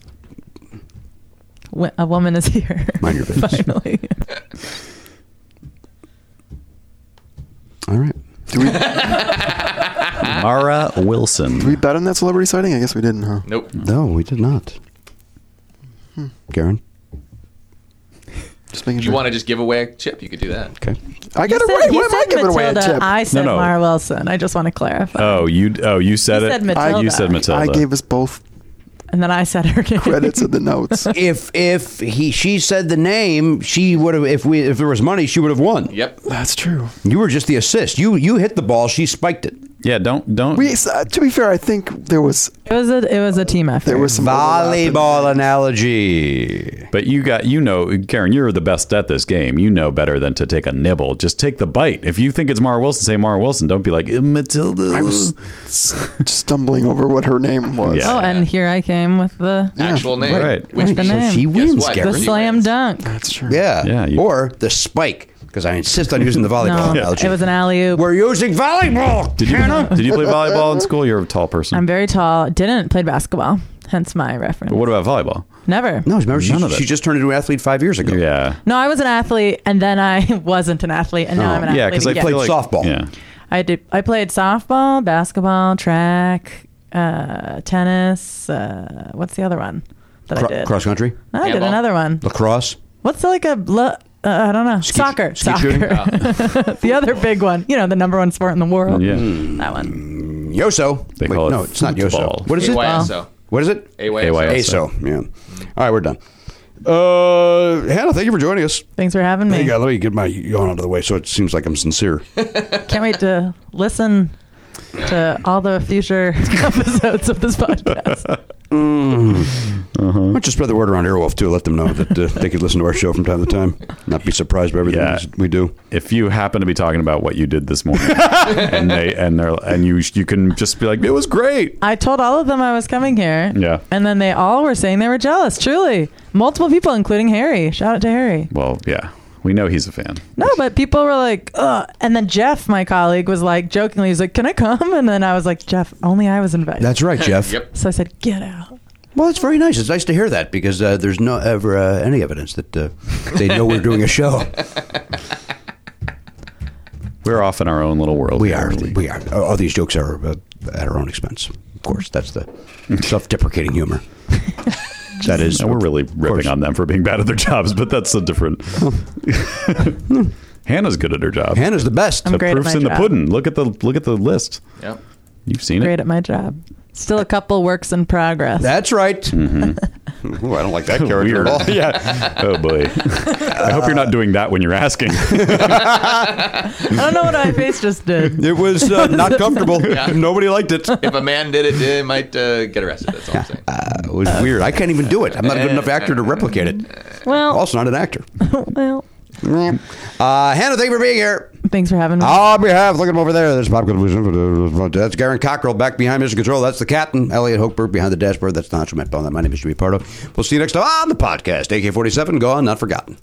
Speaker 7: Wo- a woman is here
Speaker 3: Mind your business.
Speaker 7: finally
Speaker 3: All right.
Speaker 10: Do we,
Speaker 7: Ah.
Speaker 4: Mara
Speaker 10: did
Speaker 4: Wilson.
Speaker 10: we bet on that celebrity sighting? I guess we didn't, huh?
Speaker 11: Nope.
Speaker 3: No, we did not. Garen.
Speaker 10: Just making
Speaker 11: If you
Speaker 10: sure.
Speaker 11: want to just give away a chip, you could do that.
Speaker 3: Okay.
Speaker 10: I got it
Speaker 7: He
Speaker 10: right.
Speaker 7: said
Speaker 10: Why am I giving away a
Speaker 7: Matilda,
Speaker 10: tip?
Speaker 7: I said
Speaker 4: no.
Speaker 7: Mara Wilson. I just want to clarify.
Speaker 4: Oh, you. Oh, you said
Speaker 7: He
Speaker 4: it.
Speaker 7: said Matilda.
Speaker 4: You said
Speaker 10: I
Speaker 4: Matilda.
Speaker 10: gave us both
Speaker 7: and then I said her name.
Speaker 10: credits in the notes.
Speaker 3: if if he she said the name, she would have if we if there was money, she would have won.
Speaker 11: Yep.
Speaker 10: That's true.
Speaker 3: You were just the assist. You you hit the ball, she spiked it.
Speaker 4: yeah, don't don't.
Speaker 10: We, uh, to be fair, I think there was
Speaker 7: It was a it was a team effort.
Speaker 10: there was some overlap in-
Speaker 3: Volleyball analogy.
Speaker 4: But you got, you know, Karen, you're the best at this game. You know better than to take a nibble. Just take the bite. If you think it's Mara Wilson, say Mara Wilson. Don't be like "Eh, Matilda.
Speaker 10: I was stumbling over what her name was.
Speaker 4: Yeah.
Speaker 7: oh, and here I came with the
Speaker 11: Actual name.
Speaker 4: Right.
Speaker 11: Which
Speaker 7: Right. The
Speaker 11: means-
Speaker 7: name.
Speaker 3: So she
Speaker 7: Guess
Speaker 3: wins,
Speaker 11: what?
Speaker 7: the
Speaker 3: Garen.
Speaker 11: She
Speaker 7: slam
Speaker 11: wins.
Speaker 7: dunk.
Speaker 10: That's true.
Speaker 3: Yeah.
Speaker 4: Yeah, you-
Speaker 3: or the spike, because I insist on using the volleyball
Speaker 7: No,
Speaker 3: analogy.
Speaker 7: it was an alley oop.
Speaker 3: We're using volleyball.
Speaker 4: Did you did you play volleyball in school? You're a tall person.
Speaker 7: I'm very tall. Didn't play basketball. Hence my reference.
Speaker 4: but what about volleyball?
Speaker 7: Never.
Speaker 3: No, remember she,
Speaker 7: None of it.
Speaker 3: she just turned into an athlete five years ago.
Speaker 4: Yeah.
Speaker 7: No, I was an athlete, and then I wasn't an athlete, and now I'm an
Speaker 3: yeah,
Speaker 7: athlete.
Speaker 3: because I
Speaker 7: again.
Speaker 3: played softball.
Speaker 4: Yeah.
Speaker 7: I did. I played softball, basketball, track, uh, tennis. Uh, what's the other one that I did?
Speaker 3: Cross country.
Speaker 7: No, I did Handball. another one.
Speaker 3: Lacrosse.
Speaker 7: What's the, like a lo- uh, I don't know soccer.
Speaker 3: skeet
Speaker 7: soccer.
Speaker 3: shooting?
Speaker 7: the other big one. You know, the number one sport in the world.
Speaker 4: Yeah.
Speaker 7: That one.
Speaker 3: Yoso. They
Speaker 4: call it
Speaker 3: No, it's not
Speaker 4: football.
Speaker 3: Yoso. What is it?
Speaker 11: AYSO.
Speaker 3: What is it?
Speaker 11: AYSO.
Speaker 3: AYSO. Yeah. All right, we're done. Uh, Hannah, thank you for joining us.
Speaker 7: Thanks for having
Speaker 3: Hey,
Speaker 7: me.
Speaker 3: God, let me get my yawn out of the way so it seems like I'm sincere.
Speaker 4: Mm-hmm.
Speaker 7: Can't wait to listen to all the future episodes of this podcast.
Speaker 3: Why don't you spread the word around Airwolf, too? Let them know that uh, they could listen to our show from time to time. Not be surprised by everything
Speaker 4: Yeah.
Speaker 3: we do.
Speaker 4: If you happen to be talking about what you did this morning, and they and they're and you you can just be like, it was great.
Speaker 7: I told all of them I was coming here.
Speaker 4: Yeah.
Speaker 7: And then they all were saying they were jealous, truly. Multiple people, including Harry. Shout out to Harry.
Speaker 4: Well, yeah, we know he's a fan.
Speaker 7: No, but people were like, Ugh. and then Jeff, my colleague, was like jokingly, he's like, "Can I come?" And then I was like, "Jeff, only I was invited."
Speaker 3: That's right, Jeff.
Speaker 7: So I said, "Get out."
Speaker 3: Well, it's very nice. It's nice to hear that because uh, there's no ever uh, any evidence that uh, they know we're doing a show.
Speaker 4: We're off in our own little world.
Speaker 3: We are. We are. All these jokes are uh, at our own expense. Of course, that's the self-deprecating humor. that is.
Speaker 4: No, we're really ripping on them for being bad at their jobs, but that's a different. Hannah's good at her job.
Speaker 3: Hannah's the best.
Speaker 7: I'm
Speaker 4: the
Speaker 7: great at
Speaker 4: proof's
Speaker 7: my
Speaker 4: in the
Speaker 7: job.
Speaker 4: pudding. Look at the look at the list.
Speaker 11: Yep.
Speaker 4: You've seen
Speaker 7: Great at my job. Still a couple works in progress.
Speaker 3: That's right. Mm-hmm. Ooh, I don't like that character
Speaker 4: Weird.
Speaker 3: at all.
Speaker 4: yeah. Oh boy. I hope you're not doing that when you're asking.
Speaker 7: I don't know what my face just did.
Speaker 3: It was uh, not comfortable.
Speaker 11: Yeah.
Speaker 3: Nobody liked it. Uh, It
Speaker 11: If a man did it, they might uh, get arrested. That's all I'm saying.
Speaker 3: was weird. I can't even do it. I'm not a good enough actor to replicate it.
Speaker 7: Well,
Speaker 3: Also, not an actor.
Speaker 7: well.
Speaker 3: Uh, Hannah, thank you for being here.
Speaker 7: Thanks for having me.
Speaker 3: On behalf, look at him over there. There's Bob Goodwin. That's Garen Cockrell back behind Mission Control. That's the captain. Elliot Hochberg behind the dashboard. That's the Nacho Met Bone. My name is Jimmy Pardo. We'll see you next time on the podcast. AK 47, gone, not forgotten.